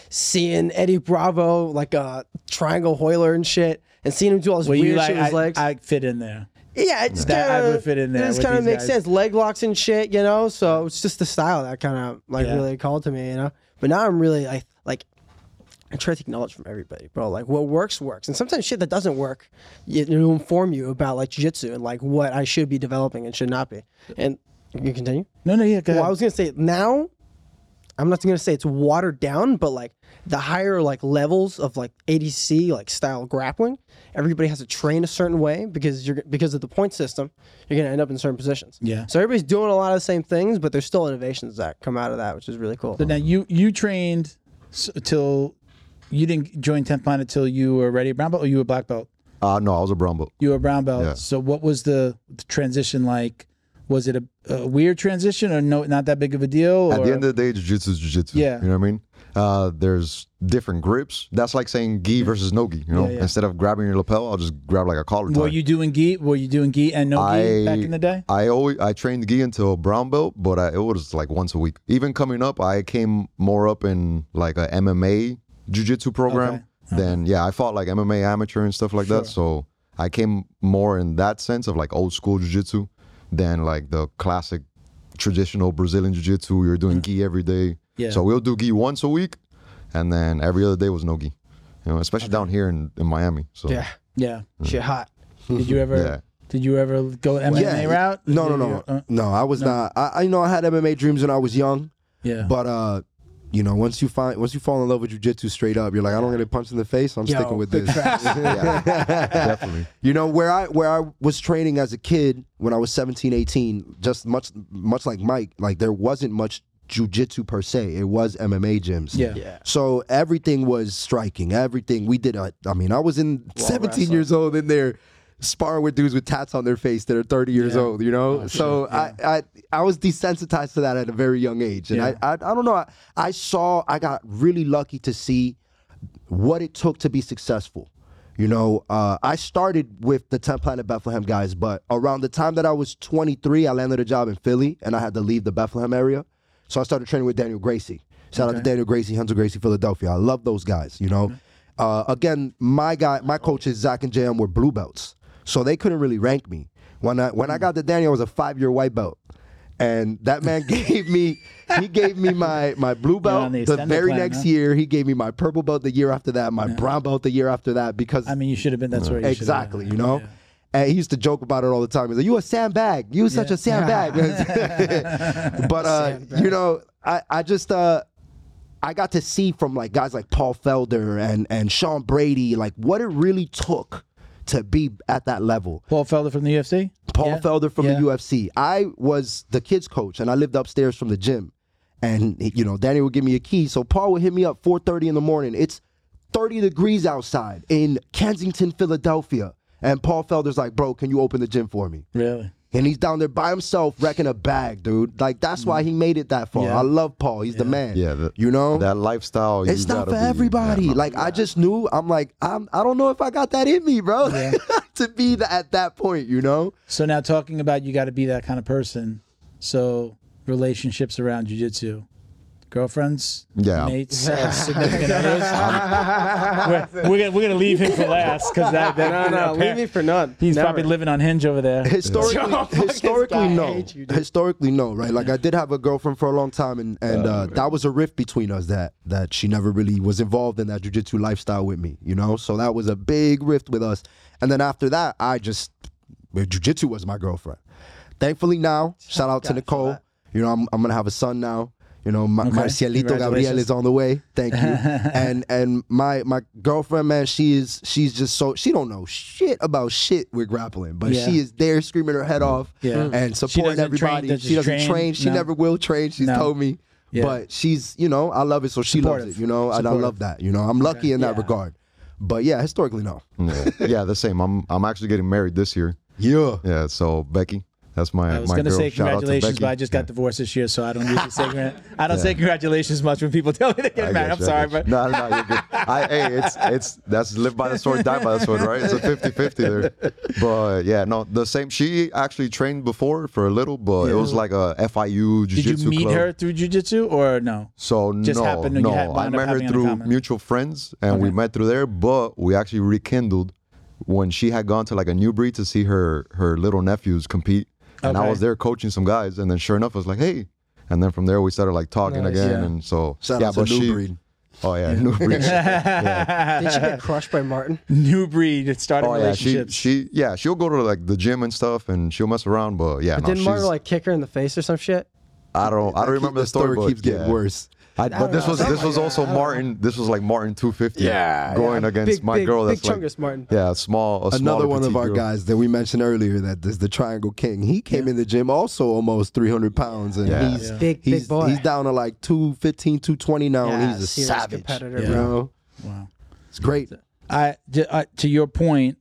Speaker 3: seeing Eddie Bravo like a triangle hoiler and shit, and seeing him do all this
Speaker 1: Were
Speaker 3: weird
Speaker 1: you like
Speaker 3: shit with his
Speaker 1: I,
Speaker 3: legs.
Speaker 1: I fit in there?
Speaker 3: yeah, it just
Speaker 1: That I
Speaker 3: kinda,
Speaker 1: would fit in there
Speaker 3: It just
Speaker 1: with
Speaker 3: kind of
Speaker 1: these
Speaker 3: makes
Speaker 1: guys.
Speaker 3: sense. Leg locks and shit, you know. So it's just the style that kind of like
Speaker 1: Yeah.
Speaker 3: really called to me, you know. But now I'm really I like. I try to take knowledge from everybody, bro. Like what works works, and sometimes shit that doesn't work, it will inform you about like jiu-jitsu and like what I should be developing and should not be. And you continue.
Speaker 1: No, no, yeah. Go
Speaker 3: Well,
Speaker 1: ahead.
Speaker 3: I was gonna say now. I'm not gonna say it's watered down, but like the higher like levels of like ADC like style grappling, everybody has to train a certain way because you're because of the point system, you're gonna end up in certain positions.
Speaker 1: Yeah.
Speaker 3: So everybody's doing a lot of the same things, but there's still innovations that come out of that, which is really cool.
Speaker 1: now you you trained s- till you didn't join tenth planet till you were ready brown belt or you were black belt.
Speaker 2: Uh, no, I was a brown belt.
Speaker 1: You were brown belt.
Speaker 2: Yeah.
Speaker 1: So what was the, the transition like? Was it a, a weird transition or no? Not that big of a deal.
Speaker 2: At
Speaker 1: or-
Speaker 2: the end of the day, jiu-jitsu is jiu-jitsu.
Speaker 1: Yeah.
Speaker 2: You know what I mean? Uh, there's different grips. That's like saying gi versus no gi. You know,
Speaker 1: yeah.
Speaker 2: instead of grabbing your lapel, I'll just grab like a collar tie.
Speaker 1: were you doing gi? Were you doing gi and no gi back in the day?
Speaker 2: I always I trained gi until brown belt, but I, it was like once a week. Even coming up, I came more up in like a MMA jiu-jitsu program.
Speaker 1: Okay.
Speaker 4: Uh-huh.
Speaker 2: Then yeah, I fought like MMA amateur and stuff like that. So I came more in that sense of like old school jiu-jitsu than like the classic traditional Brazilian jiu-jitsu. You're
Speaker 4: Mm.
Speaker 2: doing gi every day.
Speaker 1: Yeah.
Speaker 2: So we'll do gi once a week, and then every other day was no gi. You know, especially down here in, in Miami. So
Speaker 3: yeah,
Speaker 1: Yeah.
Speaker 3: shit hot.
Speaker 1: Did you ever?
Speaker 2: Yeah.
Speaker 1: Did you ever go MMA route?
Speaker 4: no no
Speaker 1: Did
Speaker 4: no
Speaker 1: you- uh,
Speaker 4: no I was not I, I you know I had MMA dreams when I was young
Speaker 1: yeah.
Speaker 4: But uh, you know, once you find once you fall in love with jujitsu straight up, you're like, I don't get a punch in the face. I'm
Speaker 3: Yo,
Speaker 4: sticking with
Speaker 3: big
Speaker 4: this.
Speaker 2: definitely.
Speaker 4: You know where I where I was training as a kid when I was 17, 18, just much much like Mike, like there wasn't much jujitsu per se. It was MMA gyms.
Speaker 1: yeah.
Speaker 3: Yeah.
Speaker 4: So everything was striking. Everything we did. A, I mean, I was in 17 years old in there sparring with dudes with tats on their face that are 30 years old. You know, so I, I I was desensitized to that at a very young age, and
Speaker 1: Yeah.
Speaker 4: I, I I don't know. I, I saw I got really lucky to see what it took to be successful. You know, uh, I started with the 10 Planet Bethlehem guys, but around the time that I was 23, I landed a job in Philly and I had to leave the Bethlehem area. So I started training with Daniel Gracie. Shout out to Daniel Gracie, Hunter Gracie, Philadelphia. I love those guys, you
Speaker 1: Mm-hmm.
Speaker 4: know. Uh, again, my guy, my coaches, Zach and JM, were blue belts. So they couldn't really rank me. When I,
Speaker 1: Mm.
Speaker 4: when I got to Daniel, I was a five year white belt. And that man gave me, he gave me my, my blue belt
Speaker 1: on the
Speaker 4: the
Speaker 1: extended
Speaker 4: very
Speaker 1: plan,
Speaker 4: next
Speaker 1: huh?
Speaker 4: year year. He gave me my purple belt the year after that, my brown belt the year after that, because
Speaker 1: I mean, you should have been. That's where you should've
Speaker 4: exactly,
Speaker 1: been.
Speaker 4: you know. And he used to joke about it all the time. He's like, "You a sandbag? You such a sandbag." but uh, you know, I I just uh, I got to see from like guys like Paul Felder and and Sean Brady, like what it really took to be at that level.
Speaker 1: Paul Felder from the UFC.
Speaker 4: Paul
Speaker 1: Yeah.
Speaker 4: Felder from
Speaker 1: Yeah.
Speaker 4: the UFC. I was the kids coach, and I lived upstairs from the gym. And you know, Danny would give me a key, so Paul would hit me up 4:30 in the morning. It's 30 degrees outside in Kensington, Philadelphia, and Paul Felder's like, "Bro, can you open the gym for me?"
Speaker 1: Really?
Speaker 4: And he's down there by himself wrecking a bag, dude. Like that's why he made it that far.
Speaker 1: Yeah.
Speaker 4: I love Paul. He's the man.
Speaker 2: Yeah, that-
Speaker 4: you know
Speaker 2: that lifestyle.
Speaker 4: it's
Speaker 2: you
Speaker 4: not for
Speaker 2: gotta be- yeah,
Speaker 4: everybody.
Speaker 2: no.
Speaker 4: like I just knew. I'm like I'm. I don't know if I got that in me, bro. to be the, at that point, you know.
Speaker 1: So now talking about you got to be that kind of person. So relationships around jujitsu, girlfriends,
Speaker 2: Yeah.
Speaker 1: mates, uh, significant others. we're, we're gonna, we're gonna leave him for last because that,
Speaker 3: No,
Speaker 1: that
Speaker 3: no,
Speaker 1: apparent-
Speaker 3: leave me for none.
Speaker 1: he's
Speaker 3: Never.
Speaker 1: probably living on hinge over there.
Speaker 4: Historically,
Speaker 3: Yo, fuck this guy.
Speaker 4: historically
Speaker 3: I
Speaker 4: no.
Speaker 3: hate you, dude.
Speaker 4: historically no, right? Like I did have a girlfriend for a long time, and and uh, that was a rift between us. That that she never really was involved in that jujitsu lifestyle with me, you know. So that was a big rift with us. And then after that, I just well, jujitsu was my girlfriend. Thankfully now, shout out to Nicole. You know, I'm I'm gonna have a son now. You know, my, my cielito Gabriel
Speaker 1: Congratulations.
Speaker 4: is on the way. Thank you. and and my my girlfriend, man, she is she's just so she don't know shit about shit with grappling, but
Speaker 1: Yeah.
Speaker 4: she is there screaming her head off
Speaker 1: Yeah.
Speaker 2: Mm.
Speaker 4: and supporting
Speaker 1: doesn't train-
Speaker 4: everybody.
Speaker 1: doesn't
Speaker 4: she doesn't
Speaker 1: train,
Speaker 4: train. She
Speaker 1: no.
Speaker 4: never will train. She's
Speaker 1: No.
Speaker 4: told me.
Speaker 1: Yeah.
Speaker 4: But she's, you know, I love it, so she
Speaker 1: Supportive.
Speaker 4: loves it, you know, and I
Speaker 1: Supportive.
Speaker 4: love that, you know. I'm lucky in that
Speaker 1: Yeah.
Speaker 4: regard. But yeah, historically, no.
Speaker 2: yeah. Yeah, the same. I'm I'm actually getting married this year.
Speaker 4: Yeah.
Speaker 2: Yeah, so Becky, that's my
Speaker 1: I was
Speaker 2: my
Speaker 1: going to
Speaker 2: girl.
Speaker 1: say
Speaker 2: Shout out to
Speaker 1: congratulations,
Speaker 2: Becky.
Speaker 1: but I just got divorced this year, so I don't usually say congrat- I don't say congratulations much when people tell me they're
Speaker 2: I
Speaker 1: getting married. I'm
Speaker 2: got you, I
Speaker 1: sorry,
Speaker 2: got you.
Speaker 1: but
Speaker 2: no, no, no, you're good. I, hey, it's it's that's live by the sword, die by the sword, right? It's a 50-50 there. But yeah, no, the same. She actually trained before for a little, but it was like a FIU
Speaker 1: did
Speaker 2: jiu-jitsu
Speaker 1: you meet
Speaker 2: club.
Speaker 1: her through jujitsu or no?
Speaker 2: So
Speaker 1: Just
Speaker 2: no,
Speaker 1: happened and you
Speaker 2: no,
Speaker 1: had-
Speaker 2: I
Speaker 1: wound up
Speaker 2: met her
Speaker 1: having it in
Speaker 2: through
Speaker 1: common.
Speaker 2: mutual friends, and we met through there. But we actually rekindled when she had gone to like a new breed to see her her little nephews compete, and I
Speaker 1: Okay.
Speaker 2: was there coaching some guys, and then sure enough, I was like, hey, and then from there we started like talking again,
Speaker 1: Yeah.
Speaker 2: and so
Speaker 4: Shout
Speaker 2: yeah,
Speaker 4: out to
Speaker 2: but
Speaker 4: New
Speaker 2: she,
Speaker 4: Breed.
Speaker 2: oh yeah, new breed.
Speaker 3: Did she get crushed by Martin?
Speaker 1: New breed. It started
Speaker 2: Oh yeah, she
Speaker 1: relationships.
Speaker 2: she yeah she'll go to like the gym and stuff and she'll mess around, but yeah, no,
Speaker 3: Didn't Martin
Speaker 2: she's-
Speaker 3: like kick her in the face or some shit?
Speaker 2: I don't I don't remember the story, but
Speaker 4: keeps getting
Speaker 2: yeah.
Speaker 4: worse.
Speaker 2: I, but this was this was also Martin. This was like Martin 250.
Speaker 4: Yeah,
Speaker 2: going against
Speaker 3: big,
Speaker 2: my
Speaker 3: big,
Speaker 2: girl.
Speaker 3: big
Speaker 2: that's like
Speaker 3: chungus Martin.
Speaker 2: yeah, a small. A
Speaker 4: Another
Speaker 2: smaller
Speaker 4: one of
Speaker 2: petite
Speaker 4: our
Speaker 2: girl.
Speaker 4: guys that we mentioned earlier that is the Triangle King. He came in the gym also almost 300 pounds, and
Speaker 2: Yeah.
Speaker 4: he's
Speaker 3: Big, big
Speaker 4: he's,
Speaker 3: boy.
Speaker 4: He's down to like 215, 220 now, and
Speaker 3: Yeah,
Speaker 4: he's a
Speaker 3: serious
Speaker 4: savage.
Speaker 3: competitor,
Speaker 4: you
Speaker 1: bro.
Speaker 4: know?
Speaker 1: wow.
Speaker 4: It's great.
Speaker 1: I, j- I- to your point,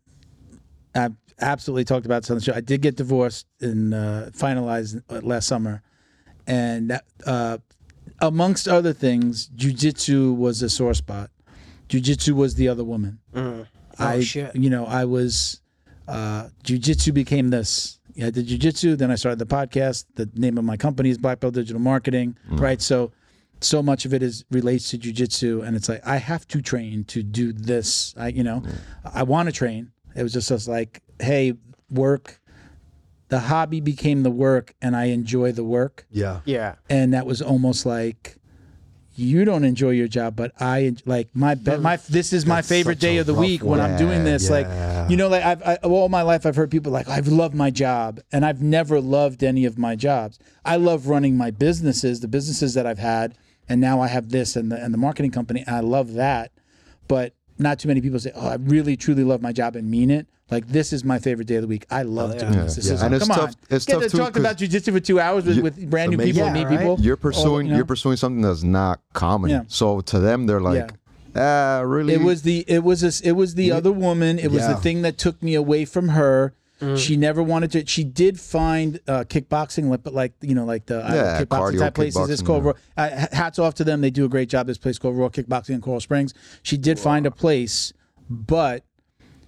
Speaker 1: I've absolutely talked about this on the show. I did get divorced and uh, finalized uh, last summer, and that, uh, amongst other things, jujitsu was a sore spot. Jujitsu was the other woman. I,
Speaker 3: shit.
Speaker 1: you know, I was uh, jujitsu became this. I did jujitsu, then I started the podcast. The name of my company is Black Belt Digital Marketing, right? So, so much of it is relates to jujitsu, and it's like I have to train to do this. I, you know, I want to train. It was just us like, hey, work. The hobby became the work, and I enjoy the work
Speaker 4: Yeah.
Speaker 3: Yeah.
Speaker 1: and that was almost like you don't enjoy your job but i like my be- my this is my favorite day of the week when i'm doing this like you know like i've I, all my life i've heard people like i've loved my job and i've never loved any of my jobs i love running my businesses the businesses that i've had and now i have this and the and the marketing company and i love that but not too many people say oh i really truly love my job and mean it like this is my favorite day of the week. I love doing this. this
Speaker 2: Yeah.
Speaker 1: is,
Speaker 2: And it's
Speaker 1: come
Speaker 2: tough-
Speaker 1: on.
Speaker 2: it's
Speaker 1: Get
Speaker 2: tough
Speaker 1: to
Speaker 2: too,
Speaker 1: talk
Speaker 2: 'cause
Speaker 1: about jujitsu for two hours with,
Speaker 2: you-
Speaker 1: with brand new
Speaker 4: amazing.
Speaker 1: people,
Speaker 4: Yeah,
Speaker 1: new
Speaker 3: right?
Speaker 1: people.
Speaker 2: You're pursuing
Speaker 1: you know?
Speaker 2: you are pursuing something that's not common.
Speaker 1: Oh, Yeah.
Speaker 2: So to them, they're like, ah, really?
Speaker 1: It was the it was this it was the other woman. It was the
Speaker 4: Yeah.
Speaker 1: thing that took me away from her. She never wanted to. She did find uh, kickboxing, like- but like you know, like the I don't know,
Speaker 2: Yeah,
Speaker 1: kickboxing
Speaker 2: cardio
Speaker 1: type places. It's
Speaker 2: kickboxing,
Speaker 1: called
Speaker 2: yeah.
Speaker 1: Ro- uh, hats off to them. They do a great job. This place called Royal Kickboxing in Coral Springs. She did find a place, but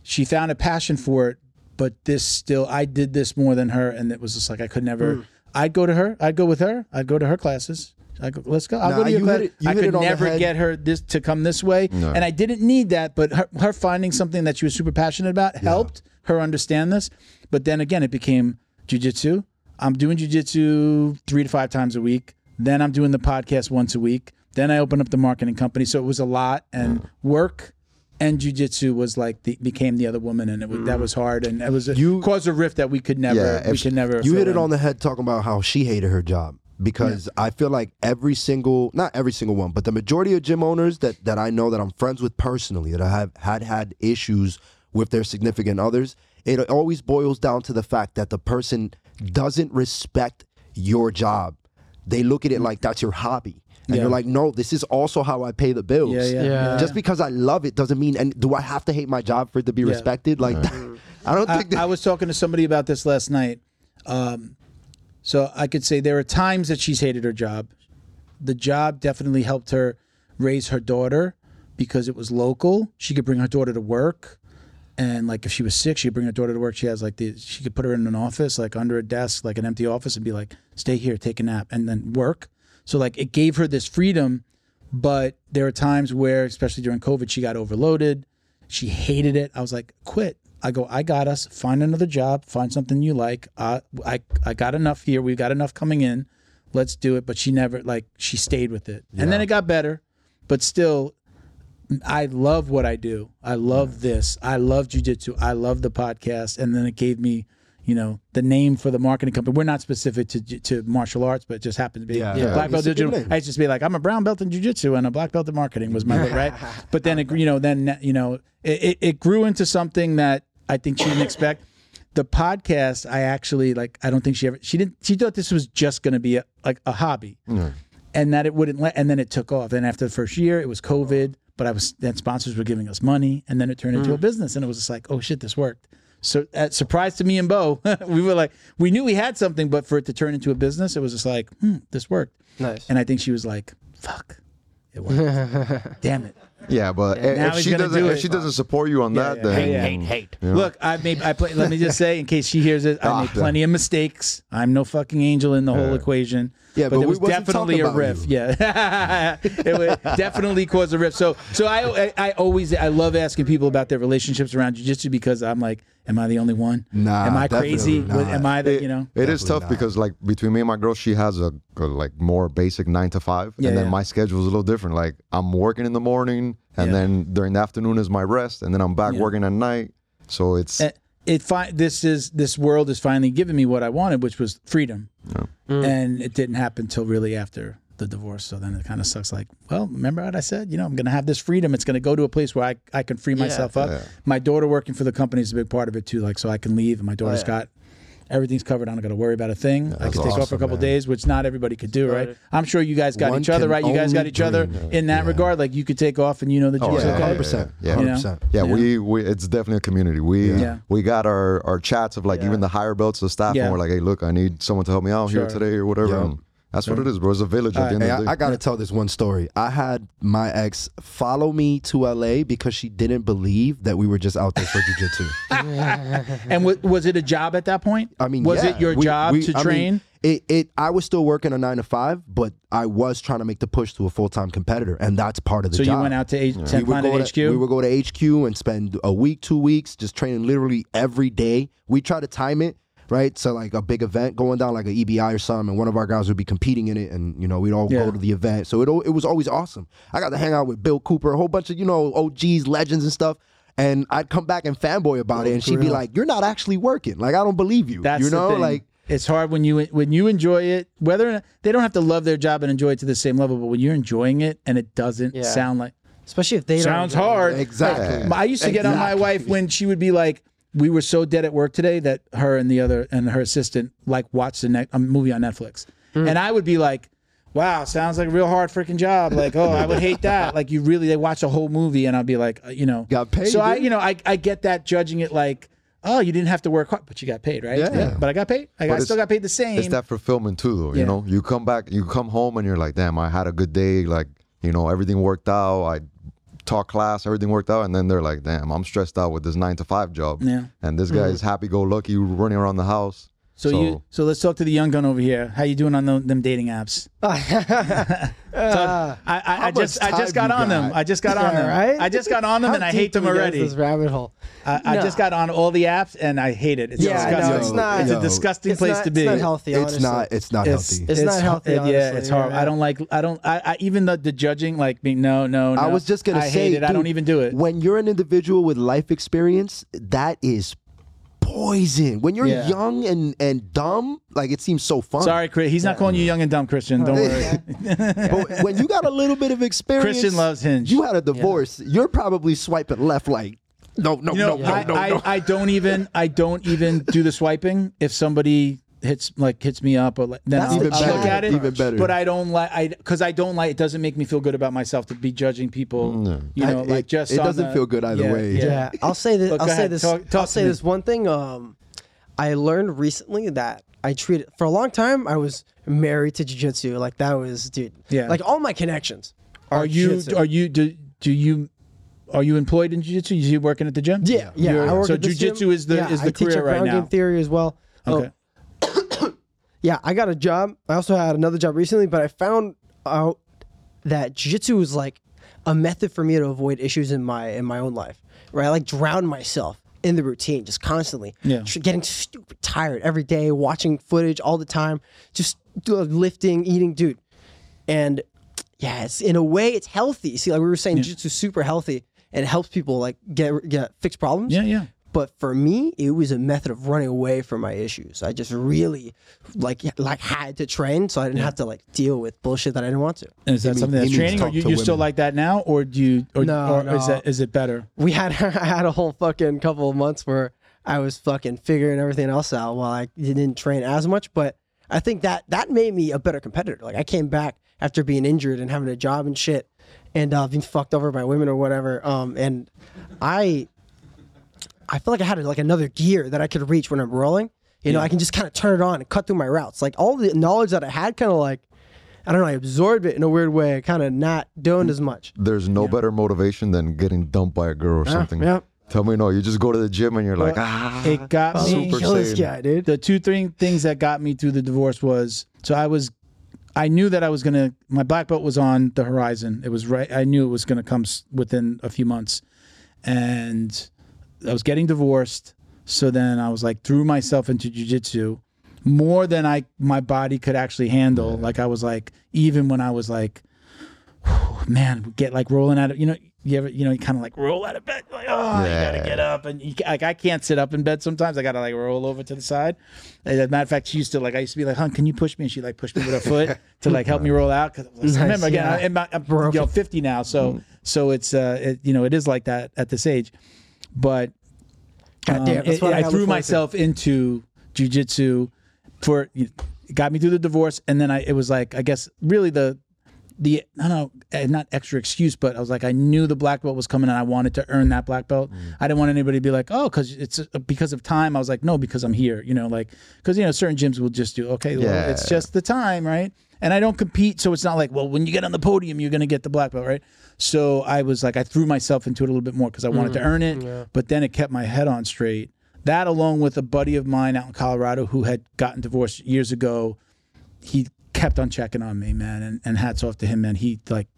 Speaker 1: she found a passion for it. But this still, I did this more than her, and it was just like I could never. I'd go to her. I'd go with her. I'd go to her classes. I go, let's go. I'll
Speaker 4: Nah,
Speaker 1: go to your
Speaker 4: you
Speaker 1: class.
Speaker 4: hit it- you
Speaker 1: I
Speaker 4: hit
Speaker 1: could
Speaker 4: it on the
Speaker 1: never
Speaker 4: head.
Speaker 1: get her this to come this way, and I didn't need that. But her, her finding something that she was super passionate about helped her understand this. But then again, it became jujitsu. I'm doing jujitsu three to five times a week. Then I'm doing the podcast once a week. Then I open up the marketing company. So it was a lot and work. And jujitsu was like the, became the other woman, and it was, that was hard, and it was a,
Speaker 4: Mm. You-
Speaker 1: caused a rift that we could never,
Speaker 2: Yeah,
Speaker 1: we
Speaker 2: if-
Speaker 1: could never.
Speaker 4: You hit
Speaker 1: fill
Speaker 4: it
Speaker 1: in.
Speaker 4: on the head talking about how she hated her job because I feel like every single, not every single one, but the majority of gym owners that that I know that I'm friends with personally that I have had had issues with their significant others, it always boils down to the fact that the person doesn't respect your job. They look at it like that's your hobby. And
Speaker 1: Yeah.
Speaker 4: you're like, no, this is also how I pay the bills.
Speaker 1: Yeah, yeah,
Speaker 3: Yeah.
Speaker 4: Just because I love it doesn't mean. And do I have to hate my job for it to be respected? Like, I don't
Speaker 1: I,
Speaker 4: think that.
Speaker 1: I was talking to somebody about this last night. Um, so I could say there are times that she's hated her job. The job definitely helped her raise her daughter because it was local. She could bring her daughter to work. And like if she was sick, she'd bring her daughter to work. She has like the she could put her in an office, like under a desk, like an empty office, and be like, "Stay here, take a nap, and then work." So like it gave her this freedom, but there are times where, especially during COVID, she got overloaded. She hated it. I was like, quit. I go, I got us. Find another job. Find something you like. I I, I got enough here. We got enough coming in. Let's do it. But she never like she stayed with it. And then it got better, but still I love what I do. I love this. I love jujitsu. I love the podcast. And then it gave me, you know, the name for the marketing company. We're not specific to ju- to martial arts, but it just happened to be
Speaker 4: Yeah.
Speaker 1: the
Speaker 4: Yeah.
Speaker 1: black
Speaker 4: It's
Speaker 1: belt
Speaker 4: a good
Speaker 1: digital.
Speaker 4: name.
Speaker 1: I used to just be like, I'm a brown belt in jujitsu and a black belt in marketing was my right. But then it, you know, then you know, it, it, it grew into something that I think she didn't expect. The podcast, I actually like. I don't think she ever. She didn't. She thought this was just going to be a, like a hobby and that it wouldn't let and then it took off and after the first year it was covid but i was then sponsors were giving us money and then it turned into a business and it was just like oh shit this worked so uh, surprise to me and bo we were like we knew we had something but for it to turn into a business it was just like hmm, this worked
Speaker 3: Nice.
Speaker 1: and i think she was like fuck it worked damn it
Speaker 2: Yeah, but i-
Speaker 1: Now
Speaker 2: if
Speaker 1: he's
Speaker 2: she
Speaker 1: gonna
Speaker 2: doesn't,
Speaker 1: do
Speaker 2: if
Speaker 1: it.
Speaker 2: she doesn't support you on that,
Speaker 1: yeah.
Speaker 2: then
Speaker 1: Hate,
Speaker 2: hate.
Speaker 1: Look, I made I play. Let me just say, in case she hears it, I
Speaker 2: Ah,
Speaker 1: made
Speaker 2: yeah.
Speaker 1: plenty of mistakes. I'm no fucking angel in the whole equation.
Speaker 4: Yeah, but
Speaker 1: there
Speaker 4: we
Speaker 1: was
Speaker 4: wasn't
Speaker 1: definitely
Speaker 4: talking
Speaker 1: a
Speaker 4: about
Speaker 1: riff.
Speaker 4: you.
Speaker 1: Yeah, it would definitely cause a riff. So, so I, I I always I love asking people about their relationships around jujitsu because I'm like, am I the only one?
Speaker 4: Nah,
Speaker 1: am I
Speaker 4: definitely
Speaker 1: crazy?
Speaker 4: not.
Speaker 1: Am I the you know?
Speaker 2: It is tough
Speaker 4: not.
Speaker 2: because like between me and my girl, she has a, a, like more basic nine to five,
Speaker 1: Yeah,
Speaker 2: and then
Speaker 1: yeah.
Speaker 2: my schedule is a little different. Like I'm working in the morning, and
Speaker 1: Yeah.
Speaker 2: then during the afternoon is my rest, and then I'm back working at night. So it's
Speaker 1: it- it fi- this is this world has finally given me what I wanted, which was freedom, and it didn't happen till really after the divorce. So then it kind of sucks. Like, well, remember what I said? You know, I'm going to have this freedom. It's going to go to a place where I, I can free myself up. My daughter working for the company is a big part of it too. Like, so I can leave, and my daughter's got everything's covered. I don't got to worry about a thing. I can take off for a couple days, which not everybody could do, right? I'm sure you guys got
Speaker 4: One
Speaker 1: each other,
Speaker 4: can
Speaker 1: right? You guys got
Speaker 4: only
Speaker 1: each other in that regard. Like, you could take off, and you know the
Speaker 2: Oh,
Speaker 1: jujitsu
Speaker 2: yeah,
Speaker 1: company.
Speaker 2: yeah,
Speaker 4: 100%.
Speaker 2: yeah.
Speaker 1: You know?
Speaker 4: 100%.
Speaker 2: Yeah, we, we it's definitely a community. We
Speaker 1: Yeah.
Speaker 2: we got our our chats of like even the higher belts of staff,
Speaker 1: Yeah.
Speaker 2: and we're like, hey, look, I need someone to help me out
Speaker 1: Sure. Uh,
Speaker 2: here today or whatever.
Speaker 4: Yeah.
Speaker 2: And that's what it is, bro. It's a village at the end
Speaker 4: Hey,
Speaker 2: of the day.
Speaker 4: I, I gotta tell this one story. I had my ex follow me to LA because she didn't believe that we were just out there for jujitsu.
Speaker 1: And wa- was it a job at that point?
Speaker 4: I mean,
Speaker 1: was
Speaker 4: yeah,
Speaker 1: it your
Speaker 4: we-
Speaker 1: job
Speaker 4: we-
Speaker 1: to
Speaker 4: I mean,
Speaker 1: train?
Speaker 4: it, it. I was still working a nine to five, but I was trying to make the push to a full time competitor, and that's part of the
Speaker 1: so
Speaker 4: job.
Speaker 1: you went out to H-
Speaker 4: would
Speaker 1: Ten Planet
Speaker 4: go
Speaker 1: HQ.
Speaker 4: To, we would go to HQ and spend a week, two weeks, just training literally every day. We try to time it right, so like a big event going down, like an EBI or something, and one of our guys would be competing in it, and you know we'd all
Speaker 1: Yeah.
Speaker 4: go to the event. So it al- it was always awesome. I got to hang out with Bill Cooper, a whole bunch of you know OGs, legends, and stuff. And I'd come back and fanboy about it, and she'd be like, "You're not actually working. Like I don't believe you.
Speaker 1: Oh, That's
Speaker 4: you
Speaker 1: the
Speaker 4: know,
Speaker 1: thing.
Speaker 4: like."
Speaker 1: it's hard when you when you enjoy it. Whether or not, they don't have to love their job and enjoy it to the same level, but when you're enjoying it and it doesn't
Speaker 3: Yeah.
Speaker 1: sound like
Speaker 3: Especially if they don't
Speaker 1: sounds
Speaker 3: enjoy it.
Speaker 1: hard.
Speaker 4: Exactly.
Speaker 1: Like, I used to get on my wife when she would be like, "We were so dead at work today that her and the other and her assistant like watched the ne- a movie on Netflix," and I would be like. Wow, sounds like a real hard freaking job. Like, oh, I would hate that. Like, you really they watch a whole movie, and I'd be like, uh, you know,
Speaker 4: Got paid,
Speaker 1: So I,
Speaker 4: dude.
Speaker 1: you know, I, I get that judging it like, oh, you didn't have to work hard, but you got paid, right?
Speaker 4: Yeah.
Speaker 1: But I got paid. I, got, I
Speaker 2: it's-
Speaker 1: still got paid the same.
Speaker 2: it's that fulfillment too though
Speaker 1: Yeah.
Speaker 2: you know you come back you come home and you're like damn i had a good day like you know everything worked out i taught class everything worked out and then they're like damn i'm stressed out with this nine to five job
Speaker 1: Yeah. Mm-hmm.
Speaker 2: and this guy is happy-go-lucky running around the house
Speaker 1: so, you, so let's talk to the young gun over here. How you doing on tho- them dating apps?
Speaker 3: Ah,
Speaker 1: I, I, I
Speaker 4: much
Speaker 1: just I
Speaker 4: time
Speaker 1: just got
Speaker 4: you
Speaker 1: on them.
Speaker 4: got?
Speaker 1: I just got on them.
Speaker 3: right?
Speaker 1: I just got on them
Speaker 3: how
Speaker 1: and I
Speaker 3: deep
Speaker 1: hate them
Speaker 3: do we go into
Speaker 1: already.
Speaker 3: This rabbit hole.
Speaker 1: I, I
Speaker 3: No.
Speaker 1: just got on all the apps and I hate it. It's
Speaker 3: Yeah, I know,
Speaker 1: disgusting.
Speaker 3: it's not-
Speaker 1: It's a
Speaker 4: yo,
Speaker 1: disgusting
Speaker 3: It's
Speaker 1: place
Speaker 3: not,
Speaker 1: to be.
Speaker 3: It's not healthy.
Speaker 4: It's not.
Speaker 3: honestly.
Speaker 4: It's not
Speaker 1: It's,
Speaker 4: healthy.
Speaker 3: It's not healthy,
Speaker 1: it- yeah,
Speaker 3: honestly,
Speaker 1: it's horrible.
Speaker 3: yeah.
Speaker 1: I don't like. I don't. I, I even the, the judging, like being no, no, no.
Speaker 4: I was just gonna
Speaker 1: I
Speaker 4: say,
Speaker 1: hate it. I don't
Speaker 4: dude,
Speaker 1: even do it.
Speaker 4: When you're an individual with life experience, that is poison. When you're
Speaker 1: Yeah.
Speaker 4: young and and dumb, like it seems so fun.
Speaker 1: Sorry, Chris. He's not calling you young and dumb, Christian. Don't worry.
Speaker 4: but when you got a little bit of experience,
Speaker 1: Christian loves Hinge.
Speaker 4: You had a divorce. You're probably swiping left, like no, no,
Speaker 1: You
Speaker 4: no,
Speaker 1: know,
Speaker 4: no,
Speaker 1: I,
Speaker 4: no,
Speaker 1: I,
Speaker 4: no.
Speaker 1: I don't even. I don't even do the swiping. If somebody hits like hits me up, or like, then
Speaker 4: That's
Speaker 1: I'll,
Speaker 4: even
Speaker 1: I'll
Speaker 4: better,
Speaker 1: look at it.
Speaker 4: even better.
Speaker 1: But I don't like. I because I don't like. It doesn't make me feel good about myself to be judging people. You
Speaker 4: Mm, I-
Speaker 1: know, like
Speaker 4: it-
Speaker 1: just
Speaker 4: it
Speaker 1: on
Speaker 4: doesn't
Speaker 1: the-
Speaker 4: feel good either
Speaker 1: yeah,
Speaker 4: way.
Speaker 1: Yeah.
Speaker 3: Yeah, I'll say this.
Speaker 1: Look,
Speaker 3: I'll
Speaker 1: go
Speaker 3: say
Speaker 1: ahead.
Speaker 3: this.
Speaker 1: Talk-
Speaker 3: I'll
Speaker 1: talk
Speaker 3: say
Speaker 1: to me.
Speaker 3: this one thing. Um, I learned recently that I treated for a long time. I was married to jujitsu. Like that was, dude.
Speaker 1: Yeah.
Speaker 3: Like all my connections.
Speaker 1: Are you?
Speaker 3: jiu-jitsu.
Speaker 1: Are you? Do, do you? Are you employed in jiu-jitsu? You work in at the gym?
Speaker 3: Yeah, yeah.
Speaker 1: You're-
Speaker 3: I work
Speaker 1: so
Speaker 3: at Oh, this
Speaker 1: jujitsu
Speaker 3: gym.
Speaker 1: is the
Speaker 3: Yeah,
Speaker 1: is
Speaker 3: I
Speaker 1: the
Speaker 3: teach a
Speaker 1: career right
Speaker 3: ground game
Speaker 1: now.
Speaker 3: theory as well.
Speaker 1: Okay.
Speaker 3: Oh, yeah, I got a job. I also had another job recently, but I found out that jiu-jitsu was like a method for me to avoid issues in my in my own life. Right? I like drown myself in the routine just constantly.
Speaker 1: Yeah.
Speaker 3: Tr- Getting stupid tired every day, watching footage all the time, just do- lifting, eating, dude. And yeah, it's in a way it's healthy. See, like we were saying, jiu-jitsu is super healthy and it helps people like get get fix problems.
Speaker 1: Yeah, yeah.
Speaker 3: But for me, it was a method of running away from my issues. I just really like like had to train, so I didn't have to like deal with bullshit that I didn't want to.
Speaker 1: And is that something
Speaker 4: he
Speaker 1: that's
Speaker 4: needs
Speaker 1: training,
Speaker 4: to
Speaker 1: or
Speaker 4: talk
Speaker 1: you,
Speaker 4: to
Speaker 1: you still
Speaker 4: women.
Speaker 1: like that now, or do you, or,
Speaker 3: No,
Speaker 1: or is
Speaker 3: no.
Speaker 1: that is it better?
Speaker 3: We had I had a whole fucking couple of months where I was fucking figuring everything else out while I didn't train as much. But I think that that made me a better competitor. Like I came back after being injured and having a job and shit, and uh, being fucked over by women or whatever. Um, and I I feel like I had like another gear that I could reach when I'm rolling. You know, I can just kind of turn it on and cut through my routes. Like all the knowledge that I had, kind of like, I don't know, I absorbed it in a weird way, kind of not doing as much.
Speaker 2: There's no better motivation than getting dumped by a girl or something.
Speaker 3: yeah.
Speaker 2: Tell me no. You just go to the gym and you're like, ah.
Speaker 1: It got me.
Speaker 2: Super
Speaker 3: Kill this
Speaker 2: Saiyan.
Speaker 3: guy, dude.
Speaker 1: The two three things that got me through the divorce was so I was, I knew that I was gonna. My black belt was on the horizon. It was right. I knew it was gonna come s- within a few months, and I was getting divorced. So then I was like threw myself into jujitsu more than I my body could actually handle. Like I was like even when I was like man, get like rolling out of you know you ever you know you kind of like roll out of bed like oh you gotta
Speaker 2: Yeah.
Speaker 1: get up and you, ca- like I can't sit up in bed sometimes I gotta like roll over to the side. As a matter of fact, she used to like I used to be like, "Hun, can you push me?" And she like pushed me with her foot to like help me roll out. Cause I was, remember again, I, am I'm you know, 50 now,
Speaker 3: Mm.
Speaker 1: so so it's uh it, you know it is like that at this age, but
Speaker 3: God Uh, damn,
Speaker 1: um,
Speaker 3: that's
Speaker 1: it-
Speaker 3: what I,
Speaker 1: I
Speaker 3: look
Speaker 1: threw
Speaker 3: forward
Speaker 1: myself into jujitsu for it got me through the divorce, and then I it was like I guess really the the no no eh, not extra excuse, but I was like I knew the black belt was coming, and I wanted to earn that black belt. I didn't want anybody to be like, oh, because it's uh, because of time. I was like, no, because I'm here, you know, like because you know certain gyms will just do okay, well,
Speaker 2: Yeah.
Speaker 1: it's just the time, right? And I don't compete, so it's not like well, when you get on the podium, you're gonna get the black belt, right? So I was like, I threw myself into it a little bit more because I wanted to earn it, but then it kept my head on straight. That, along with a buddy of mine out in Colorado who had gotten divorced years ago, he kept on checking on me, man. And, and hats off to him, man. He like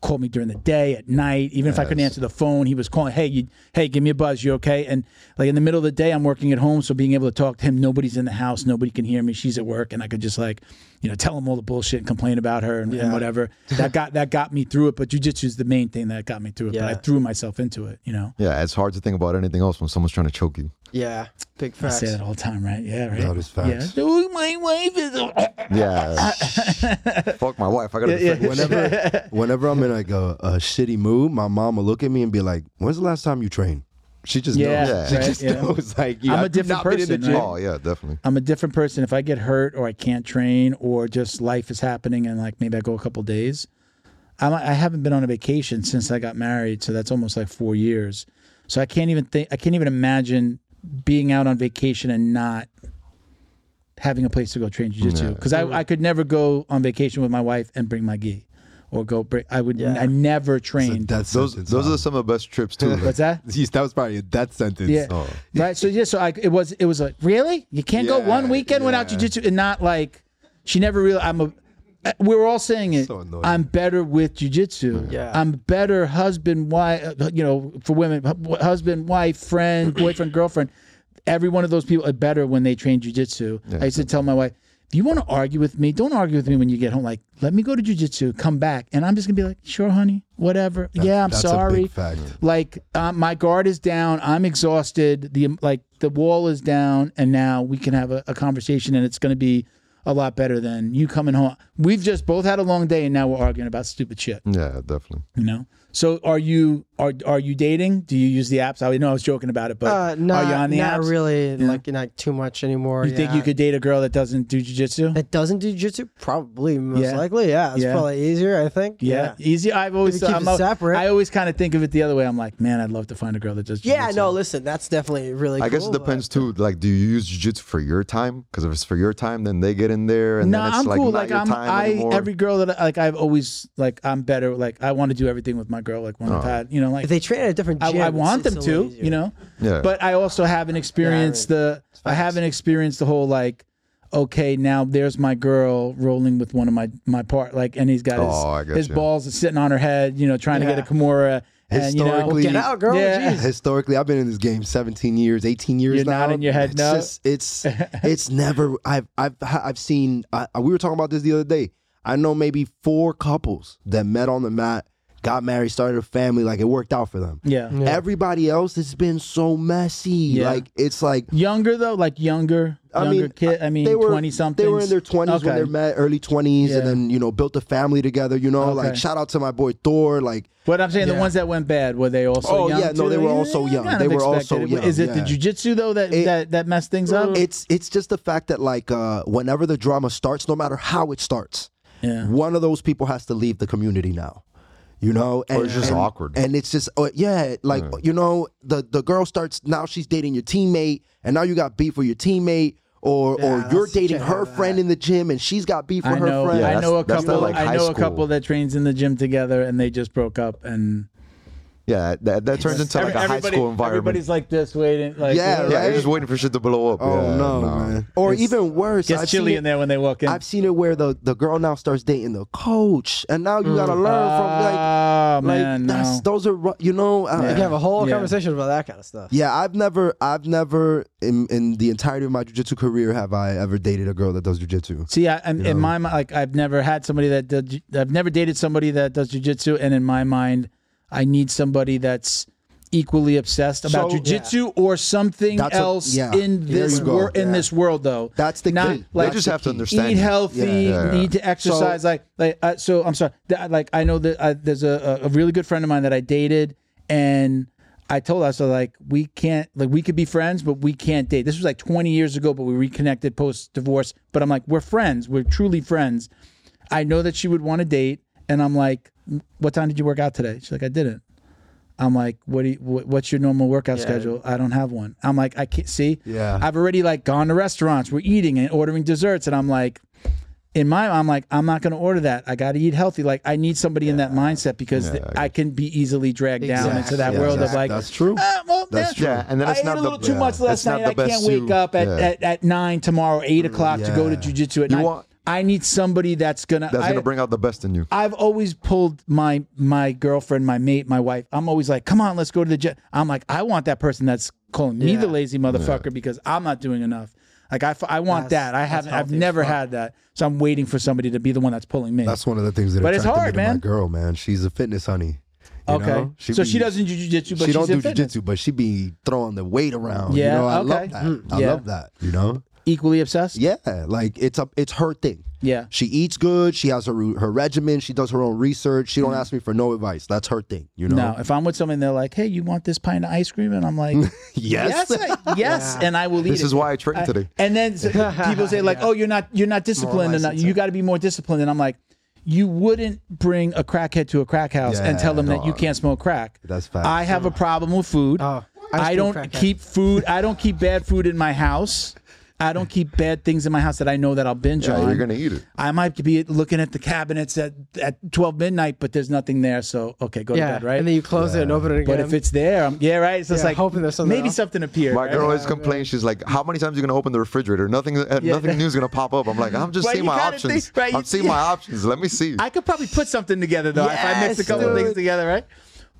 Speaker 1: called me during the day, at night, even if I couldn't answer the phone, he was calling. Hey, you, hey, give me a buzz. You okay? And like in the middle of the day, I'm working at home, so being able to talk to him, nobody's in the house, nobody can hear me. She's at work, and I could just like, you know, tell him all the bullshit and complain about her and, and whatever. That got that got me through it. But jujitsu is the main thing that got me through it. But I
Speaker 3: Yeah.
Speaker 1: threw myself into it. You know,
Speaker 2: Yeah, it's hard to think about anything else when someone's trying to choke you.
Speaker 3: to. Yeah, big
Speaker 1: I
Speaker 3: facts.
Speaker 1: say that all the time, right? Yeah, right.
Speaker 4: That is facts.
Speaker 1: Yeah. Oh, my wife is.
Speaker 2: Yeah. Fuck my wife. I gotta defend myself.
Speaker 4: Whenever, whenever I'm in like a, a shitty mood, my mom will look at me and be like, "When's the last time you trained?" She just
Speaker 1: Yeah,
Speaker 4: knows. She
Speaker 1: right,
Speaker 4: just
Speaker 1: yeah.
Speaker 4: knows. Like, you
Speaker 1: I'm a
Speaker 4: have
Speaker 1: different
Speaker 4: not been in the
Speaker 1: person,
Speaker 4: gym.
Speaker 1: right?
Speaker 2: Oh yeah, definitely.
Speaker 1: I'm a different person. If I get hurt or I can't train or just life is happening and like maybe I go a couple days, I'm, I haven't been on a vacation since I got married, so that's almost like four years. So I can't even think. I can't even imagine being out on vacation and not having a place to go train jujitsu because I, I could never go on vacation with my wife and bring my gi or go. Bring, I would. I never trained.
Speaker 4: That's
Speaker 2: Those those are some of the best trips too. like,
Speaker 1: What's that?
Speaker 4: Jeez, that was probably a death sentence.
Speaker 1: Yeah. Right. So yeah. So I, it was. It was like really. You can't go
Speaker 4: Yeah,
Speaker 1: one weekend without
Speaker 4: yeah.
Speaker 1: jujitsu and not like. She never really. I'm a. uh, We were all saying it.
Speaker 4: So annoying.
Speaker 1: I'm better with jujitsu.
Speaker 3: Yeah.
Speaker 1: I'm better husband, wife. uh, You know, for women, hu- husband, wife, friend, boyfriend, girlfriend. Every one of those people are better when they train jujitsu. I used to tell my wife, if you want to argue with me, don't argue with me when you get home. Like, let me go to jujitsu, come back, and I'm just gonna be like, sure, honey, whatever. yeah, I'm
Speaker 4: that's
Speaker 1: sorry
Speaker 4: A big fact.
Speaker 1: like uh, my guard is down i'm exhausted the like the wall is down and now we can have a, a conversation and it's going to be a lot better than you coming home we've just both had a long day and now we're arguing about stupid shit
Speaker 2: yeah, definitely.
Speaker 1: you know so are you are are you dating do you use the apps i know i was joking about it but
Speaker 3: Uh, not,
Speaker 1: are you on the
Speaker 3: not
Speaker 1: apps
Speaker 3: really like not too much anymore.
Speaker 1: you think
Speaker 3: yeah.
Speaker 1: you could date a girl that doesn't do jujitsu
Speaker 3: That doesn't do jiu-jitsu? Probably, most
Speaker 1: Yeah.
Speaker 3: likely. Yeah, it's
Speaker 1: Yeah.
Speaker 3: probably easier, I think.
Speaker 1: yeah. easy. I've always
Speaker 3: Maybe keep
Speaker 1: I'm
Speaker 3: it
Speaker 1: al-
Speaker 3: separate.
Speaker 1: I always kind of think of it the other way. I'm like, man, I'd love to find a girl that does.
Speaker 3: Yeah,
Speaker 1: jujitsu.
Speaker 3: no, listen, that's definitely really
Speaker 2: I guess
Speaker 3: cool,
Speaker 2: it
Speaker 3: but-
Speaker 2: depends too. Like, do you use jiu-jitsu for your time? Because if it's for your time, then they get in there, and
Speaker 1: No,
Speaker 2: then it's
Speaker 1: I'm
Speaker 2: like
Speaker 1: cool.
Speaker 2: not
Speaker 1: Like
Speaker 2: your
Speaker 1: I'm,
Speaker 2: time
Speaker 1: I
Speaker 2: anymore.
Speaker 1: every girl that I, like I've always like I'm better. Like I want to do everything with my girl. Like when
Speaker 2: Oh.
Speaker 1: I've had you know like
Speaker 3: If they train at a different
Speaker 1: I,
Speaker 3: gym,
Speaker 1: I
Speaker 3: it's-
Speaker 1: want
Speaker 3: it's
Speaker 1: them
Speaker 3: a
Speaker 1: to
Speaker 3: little easier.
Speaker 1: you know.
Speaker 2: Yeah.
Speaker 1: But I also haven't experienced the I haven't experienced the whole like okay, now there's my girl rolling with one of my my part, like, and he's got his
Speaker 2: Oh, I got
Speaker 1: his
Speaker 2: you.
Speaker 1: balls is sitting on her head, you know, trying to
Speaker 3: Yeah.
Speaker 1: get a Kimura. And, you know,
Speaker 4: Historically-
Speaker 3: Get out, girl.
Speaker 1: Yeah.
Speaker 3: Jeez.
Speaker 4: Historically, I've been in this game 17 years, 18 years
Speaker 1: You're
Speaker 4: now.
Speaker 1: nodding your head
Speaker 4: It's
Speaker 1: no.
Speaker 4: it's it's never. I've I've I've seen. I, we were talking about this the other day. I know maybe four couples that met on the mat, got married, started a family. Like it worked out for them.
Speaker 1: yeah.
Speaker 4: Everybody else, it's been so messy.
Speaker 1: Yeah.
Speaker 4: Like it's like
Speaker 1: Younger though, like younger,
Speaker 4: I
Speaker 1: younger
Speaker 4: mean,
Speaker 1: kid. I mean,
Speaker 4: they were
Speaker 1: twenty something.
Speaker 4: They were in their twenties when they met, early twenties,
Speaker 1: Yeah.
Speaker 4: and then you know built a family together. You know, like
Speaker 1: Okay.
Speaker 4: shout out to my boy Thor. Like
Speaker 1: But I'm saying the
Speaker 3: Yeah.
Speaker 1: ones that went bad were they also?
Speaker 4: Oh,
Speaker 1: young
Speaker 4: yeah, no, they
Speaker 1: too?
Speaker 4: were also
Speaker 1: Yeah,
Speaker 4: young.
Speaker 1: kind
Speaker 4: They
Speaker 1: of
Speaker 4: were
Speaker 1: expected
Speaker 4: also
Speaker 1: it.
Speaker 4: young,
Speaker 1: Is it the
Speaker 4: yeah.
Speaker 1: jujitsu though that
Speaker 4: It-
Speaker 1: that that messed things up?
Speaker 4: uh, it's it's just the fact that like uh, whenever the drama starts, no matter how it starts,
Speaker 1: Yeah.
Speaker 4: one of those people has to leave the community now. You know, and
Speaker 2: it's just
Speaker 4: and-
Speaker 2: awkward.
Speaker 4: and it's just uh, yeah, like you know, the the girl starts now she's dating your teammate, and now you got beef with your teammate, or
Speaker 3: Yeah,
Speaker 4: or you're
Speaker 3: that's-
Speaker 4: dating
Speaker 3: check
Speaker 4: her
Speaker 3: that.
Speaker 4: friend in the gym, and she's got beef with
Speaker 1: I
Speaker 4: her
Speaker 1: know.
Speaker 4: friend.
Speaker 2: Yeah,
Speaker 1: I
Speaker 2: that's-
Speaker 1: know a
Speaker 2: that's not
Speaker 1: couple.
Speaker 2: like
Speaker 1: I
Speaker 2: high
Speaker 1: know a
Speaker 2: school.
Speaker 1: couple that trains in the gym together, and they just broke up. And
Speaker 2: Yeah, that, that turns into like a high
Speaker 1: everybody-
Speaker 2: school environment.
Speaker 1: Everybody's like this, waiting. Like,
Speaker 4: Yeah,
Speaker 2: Yeah,
Speaker 4: right?
Speaker 2: you're just waiting for shit to blow up.
Speaker 4: Oh
Speaker 2: yeah,
Speaker 4: no, man! Or even worse,
Speaker 1: Gets
Speaker 4: I've seen
Speaker 1: chilly
Speaker 4: it-
Speaker 1: in there when they walk in.
Speaker 4: I've seen it where the, the girl now starts dating the coach, and now you gotta learn from like,
Speaker 1: oh
Speaker 4: like
Speaker 1: man,
Speaker 4: that's
Speaker 1: no.
Speaker 4: those are ru- you know uh,
Speaker 3: You
Speaker 4: yeah.
Speaker 3: can have a whole
Speaker 1: Yeah.
Speaker 3: conversation about that kind of stuff.
Speaker 4: I've never I've never in in the entirety of my jujitsu career have I ever dated a girl that does jujitsu.
Speaker 1: See, I, I'm, in my mind, like I've never had somebody that does, ju- I've never dated somebody that does jujitsu, and in my mind, I need somebody that's equally obsessed about
Speaker 4: So-
Speaker 1: jujitsu or something
Speaker 4: That's a-
Speaker 1: else
Speaker 4: yeah.
Speaker 1: in
Speaker 4: There
Speaker 1: this
Speaker 4: you go.
Speaker 1: wor- in this world though.
Speaker 4: That's the
Speaker 1: Not
Speaker 4: key.
Speaker 1: like
Speaker 2: they just have to understand.
Speaker 1: eat
Speaker 2: it.
Speaker 1: healthy,
Speaker 2: Yeah. Yeah.
Speaker 1: need to exercise. like, like uh, so, I'm sorry. Th- like, I know that I, there's a, a a really good friend of mine that I dated, and I told her, so like, we can't, like, we could be friends, but we can't date. This was like 20 years ago, but we reconnected post divorce. But I'm like, we're friends. We're truly friends. I know that she would want to date, and I'm like, what time did you work out today? She's like, I didn't. I'm like, what do you, what, what's your normal workout schedule? I don't have one. I'm like, I can't see.
Speaker 4: Yeah.
Speaker 1: I've already like gone to restaurants. We're eating and ordering desserts, and I'm like, in my, I'm like, I'm not going to order that. I got to eat healthy. Like, I need somebody in that mindset because th- I can be easily dragged down into that
Speaker 4: Exactly.
Speaker 1: world of
Speaker 4: That's-
Speaker 1: like,
Speaker 4: that's true.
Speaker 1: "Ah, well,
Speaker 4: That's
Speaker 1: yeah,
Speaker 4: true.
Speaker 2: Yeah, and then
Speaker 1: I
Speaker 2: it's
Speaker 1: ate
Speaker 2: not
Speaker 1: a
Speaker 2: the-
Speaker 1: little too
Speaker 2: yeah,
Speaker 1: much last
Speaker 2: it's not
Speaker 1: night.
Speaker 2: the
Speaker 1: I can't
Speaker 2: best
Speaker 1: wake
Speaker 2: you-
Speaker 1: up at,
Speaker 2: yeah.
Speaker 1: at, at nine tomorrow, eight o'clock to go to
Speaker 4: Yeah.
Speaker 1: jujitsu at
Speaker 2: You
Speaker 1: night.
Speaker 2: want-
Speaker 1: I need somebody that's gonna
Speaker 2: That's
Speaker 1: I-
Speaker 2: gonna bring out the best in you.
Speaker 1: I've always pulled my my girlfriend, my mate, my wife. I'm always like, "Come on, let's go to the gym." I'm like, I want that person that's calling me the lazy motherfucker because I'm not doing enough. Like I, f- I want that. I haven't. I've never had that, so I'm waiting for somebody to be the one that's pulling me.
Speaker 4: That's one of the things that
Speaker 1: But it's
Speaker 4: attracted
Speaker 1: hard,
Speaker 4: me to
Speaker 1: man.
Speaker 4: my girl, man. She's a fitness honey. you
Speaker 1: okay.
Speaker 4: know?
Speaker 1: so
Speaker 4: be-
Speaker 1: she doesn't do jujitsu, but
Speaker 4: she
Speaker 1: she's
Speaker 4: don't
Speaker 1: in
Speaker 4: do
Speaker 1: fitness.
Speaker 4: jujitsu, but she be throwing the weight around.
Speaker 1: Yeah,
Speaker 4: you know, I
Speaker 1: okay.
Speaker 4: love
Speaker 1: Mm,
Speaker 4: that. I
Speaker 1: yeah.
Speaker 4: love that. You know,
Speaker 1: Equally obsessed.
Speaker 4: yeah, like it's a it's her thing.
Speaker 1: Yeah.
Speaker 4: She eats good. She has her ru- her regimen. She does her own research. She don't ask me for no advice. That's her thing. You know.
Speaker 1: Mm. No, if I'm with someone, they're like, "Hey, you want this pint of ice cream?" and I'm like,
Speaker 4: Yes.
Speaker 1: "Yes, I- yes," and I will eat.
Speaker 2: This
Speaker 1: it.
Speaker 2: is why I trained today.
Speaker 1: And then s- people say like, "Oh, you're not you're not disciplined enough. You got to be more disciplined." And I'm like, "You wouldn't bring a crackhead to a crack house and tell them that you can't smoke crack."
Speaker 4: That's facts.
Speaker 1: I have a problem with food.
Speaker 3: Oh, I
Speaker 1: I
Speaker 3: still
Speaker 1: don't
Speaker 3: crackhead.
Speaker 1: keep food. I don't keep bad food in my house. I don't keep bad things in my house that I know that I'll binge
Speaker 2: Yeah,
Speaker 1: on.
Speaker 2: you're gonna eat it.
Speaker 1: I might be looking at the cabinets at, at 12 midnight, but there's nothing there. So, okay, go to bed, right?
Speaker 3: And then you close it and open it again.
Speaker 1: But if it's there, I'm, yeah, right. So it's
Speaker 3: Yeah,
Speaker 1: like
Speaker 3: hoping there's something
Speaker 1: maybe
Speaker 3: else.
Speaker 1: something appeared.
Speaker 2: My
Speaker 1: right?
Speaker 2: girl always complains. She's like, "How many times you gonna open the refrigerator? Nothing, uh, nothing new is gonna pop up." I'm like, "I'm just
Speaker 1: Right,
Speaker 2: seeing
Speaker 1: you
Speaker 2: my
Speaker 1: gotta think-
Speaker 2: options.
Speaker 1: right, you-
Speaker 2: I'm seeing my options. Let me see."
Speaker 1: I could probably put something together though if I mix a
Speaker 3: Yes,
Speaker 1: couple
Speaker 3: dude.
Speaker 1: things together, right?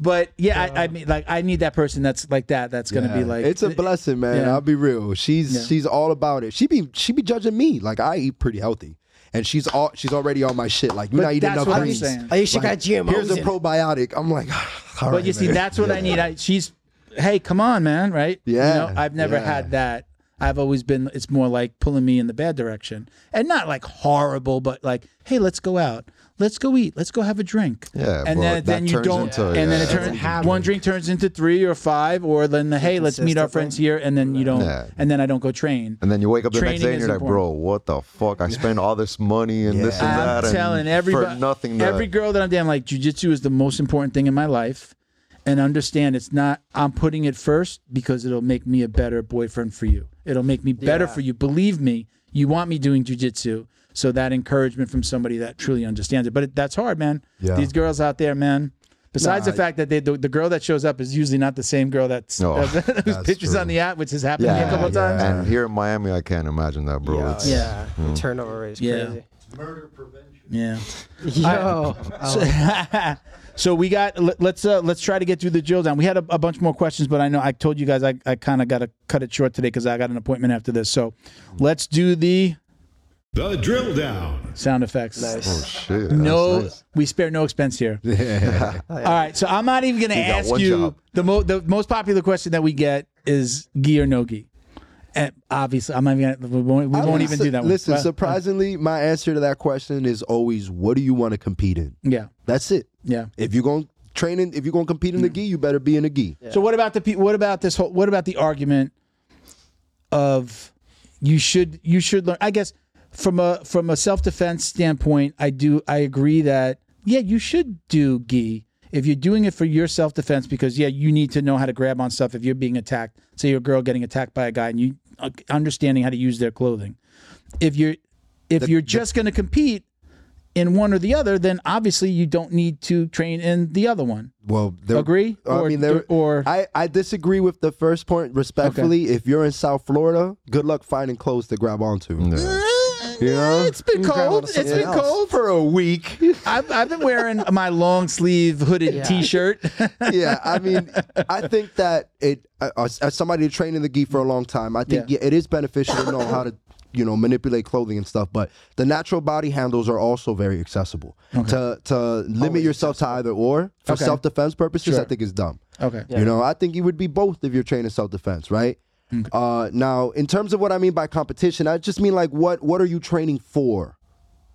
Speaker 1: But yeah, I, I
Speaker 2: Uh,
Speaker 1: mean, like I need that person that's like that. That's gonna be
Speaker 4: Yeah.
Speaker 1: like
Speaker 4: it's a blessing, man.
Speaker 1: yeah.
Speaker 4: I'll be real. She's she's all about it. She be she be judging me like I eat pretty healthy, and she's all she's already on my shit. Like you're
Speaker 1: But
Speaker 4: not eating
Speaker 1: that's
Speaker 4: enough
Speaker 1: what I'm
Speaker 4: greens.
Speaker 1: saying.
Speaker 3: oh, you should
Speaker 4: Like,
Speaker 3: got GMOs.
Speaker 4: Here's a
Speaker 3: in it.
Speaker 4: probiotic. I'm like, all
Speaker 1: But
Speaker 4: right,
Speaker 1: you see,
Speaker 4: man.
Speaker 1: that's what I need. I, she's, hey, come on, man, right?
Speaker 4: Yeah,
Speaker 1: You know, I've never
Speaker 4: yeah.
Speaker 1: had that. I've always been. It's more like pulling me in the bad direction, and not like horrible, but like, hey, let's go out. Let's go eat. Let's go have a drink.
Speaker 2: Yeah,
Speaker 1: and
Speaker 2: well,
Speaker 1: then
Speaker 2: that
Speaker 1: then you
Speaker 2: turns
Speaker 1: don't,
Speaker 2: into-
Speaker 1: and then it
Speaker 2: yeah.
Speaker 1: turns one drink turns into three or five, or then the hey, let's meet our
Speaker 3: Consistently.
Speaker 1: friends here, and then you don't,
Speaker 2: Yeah.
Speaker 1: and then I don't go train.
Speaker 2: and then you wake up the
Speaker 1: Training
Speaker 2: next day and
Speaker 1: is
Speaker 2: you're like, "Bro, what the fuck? I spent all this money and this and
Speaker 1: I'm
Speaker 2: that,
Speaker 1: telling
Speaker 2: and
Speaker 1: everybody,
Speaker 2: for nothing. That,
Speaker 1: every girl that I'm dating, like jujitsu is the most important thing in my life, and understand it's not. I'm putting it first because it'll make me a better boyfriend for you. It'll make me better for you. Believe me, you want me doing jujitsu. So that encouragement from somebody that truly understands it, but it, that's hard, man.
Speaker 4: Yeah.
Speaker 1: These girls out there, man, Besides
Speaker 4: Nah,
Speaker 1: the fact that they, the, the girl that shows up is usually not the same girl that's
Speaker 2: No,
Speaker 1: whose
Speaker 4: that's
Speaker 1: pictures
Speaker 4: true.
Speaker 1: on the app, which has happened to me a couple of
Speaker 4: yeah.
Speaker 1: times.
Speaker 2: And here in Miami, I can't imagine that, bro.
Speaker 3: Yeah,
Speaker 2: It's-
Speaker 3: yeah. The turnover rate is
Speaker 1: Yeah.
Speaker 3: crazy.
Speaker 1: Yeah.
Speaker 3: Yo, I like-
Speaker 1: so we got let- let's uh, let's try to get through the drill down. We had a, a bunch more questions, but I know I told you guys I, I kind of got to cut it short today because I got an appointment after this. So let's do the
Speaker 5: The drill down.
Speaker 1: sound effects.
Speaker 2: Oh
Speaker 3: nice.
Speaker 2: shit. that's
Speaker 1: No,
Speaker 2: nice.
Speaker 1: we spare no expense here. All right, so I'm not even going to
Speaker 2: You got
Speaker 1: ask
Speaker 2: one
Speaker 1: you
Speaker 2: job.
Speaker 1: the mo- the most popular question that we get is gi or no gi. And obviously, I'm not even gonna, we won't, we
Speaker 4: I
Speaker 1: won't
Speaker 4: mean,
Speaker 1: even
Speaker 4: su-
Speaker 1: do that. one.
Speaker 4: Listen,
Speaker 1: Well,
Speaker 4: surprisingly, my answer to that question is always, "What do you want to compete in?"
Speaker 1: yeah,
Speaker 4: That's it.
Speaker 1: Mm. yeah. Mm.
Speaker 4: If you're going training, if you're going to compete in the gi, you better be in the gi.
Speaker 1: So what about the pe- what about this whole what about the argument of you should you should learn I guess from a from a self-defense standpoint I do I agree that yeah you should do gi if you're doing it for your self-defense because yeah you need to know how to grab on stuff if you're being attacked say you're a girl getting attacked by a guy and you uh, understanding how to use their clothing if you're if you're just going to compete in one or the other then obviously you don't need to train in the other one
Speaker 4: Well, there,
Speaker 1: Agree?
Speaker 4: I
Speaker 1: Or-
Speaker 4: mean, there,
Speaker 1: or-
Speaker 4: I, I disagree with the first point respectfully. If you're in South Florida, good luck finding clothes to grab onto.
Speaker 2: Yeah.
Speaker 4: know?
Speaker 1: It's been
Speaker 3: grab
Speaker 1: cold.
Speaker 3: onto
Speaker 1: It's
Speaker 3: something
Speaker 1: been
Speaker 3: else.
Speaker 1: cold for a week. I've, I've been wearing my long sleeve hooded
Speaker 3: Yeah.
Speaker 1: T-shirt.
Speaker 4: yeah, I mean, I think that it uh, as as somebody trained in the gi for a long time, I think
Speaker 1: Yeah.
Speaker 4: yeah. it is beneficial to know how to you know manipulate clothing and stuff. But the natural body handles are also very accessible. To to limit yourself to either or for
Speaker 1: Okay.
Speaker 4: self defense purposes, I think is dumb.
Speaker 1: okay.
Speaker 4: You know, I think you would be both if you're training self defense, right?
Speaker 1: Mm.
Speaker 4: Uh, now, in terms of what I mean by competition, I just mean like what what are you training for?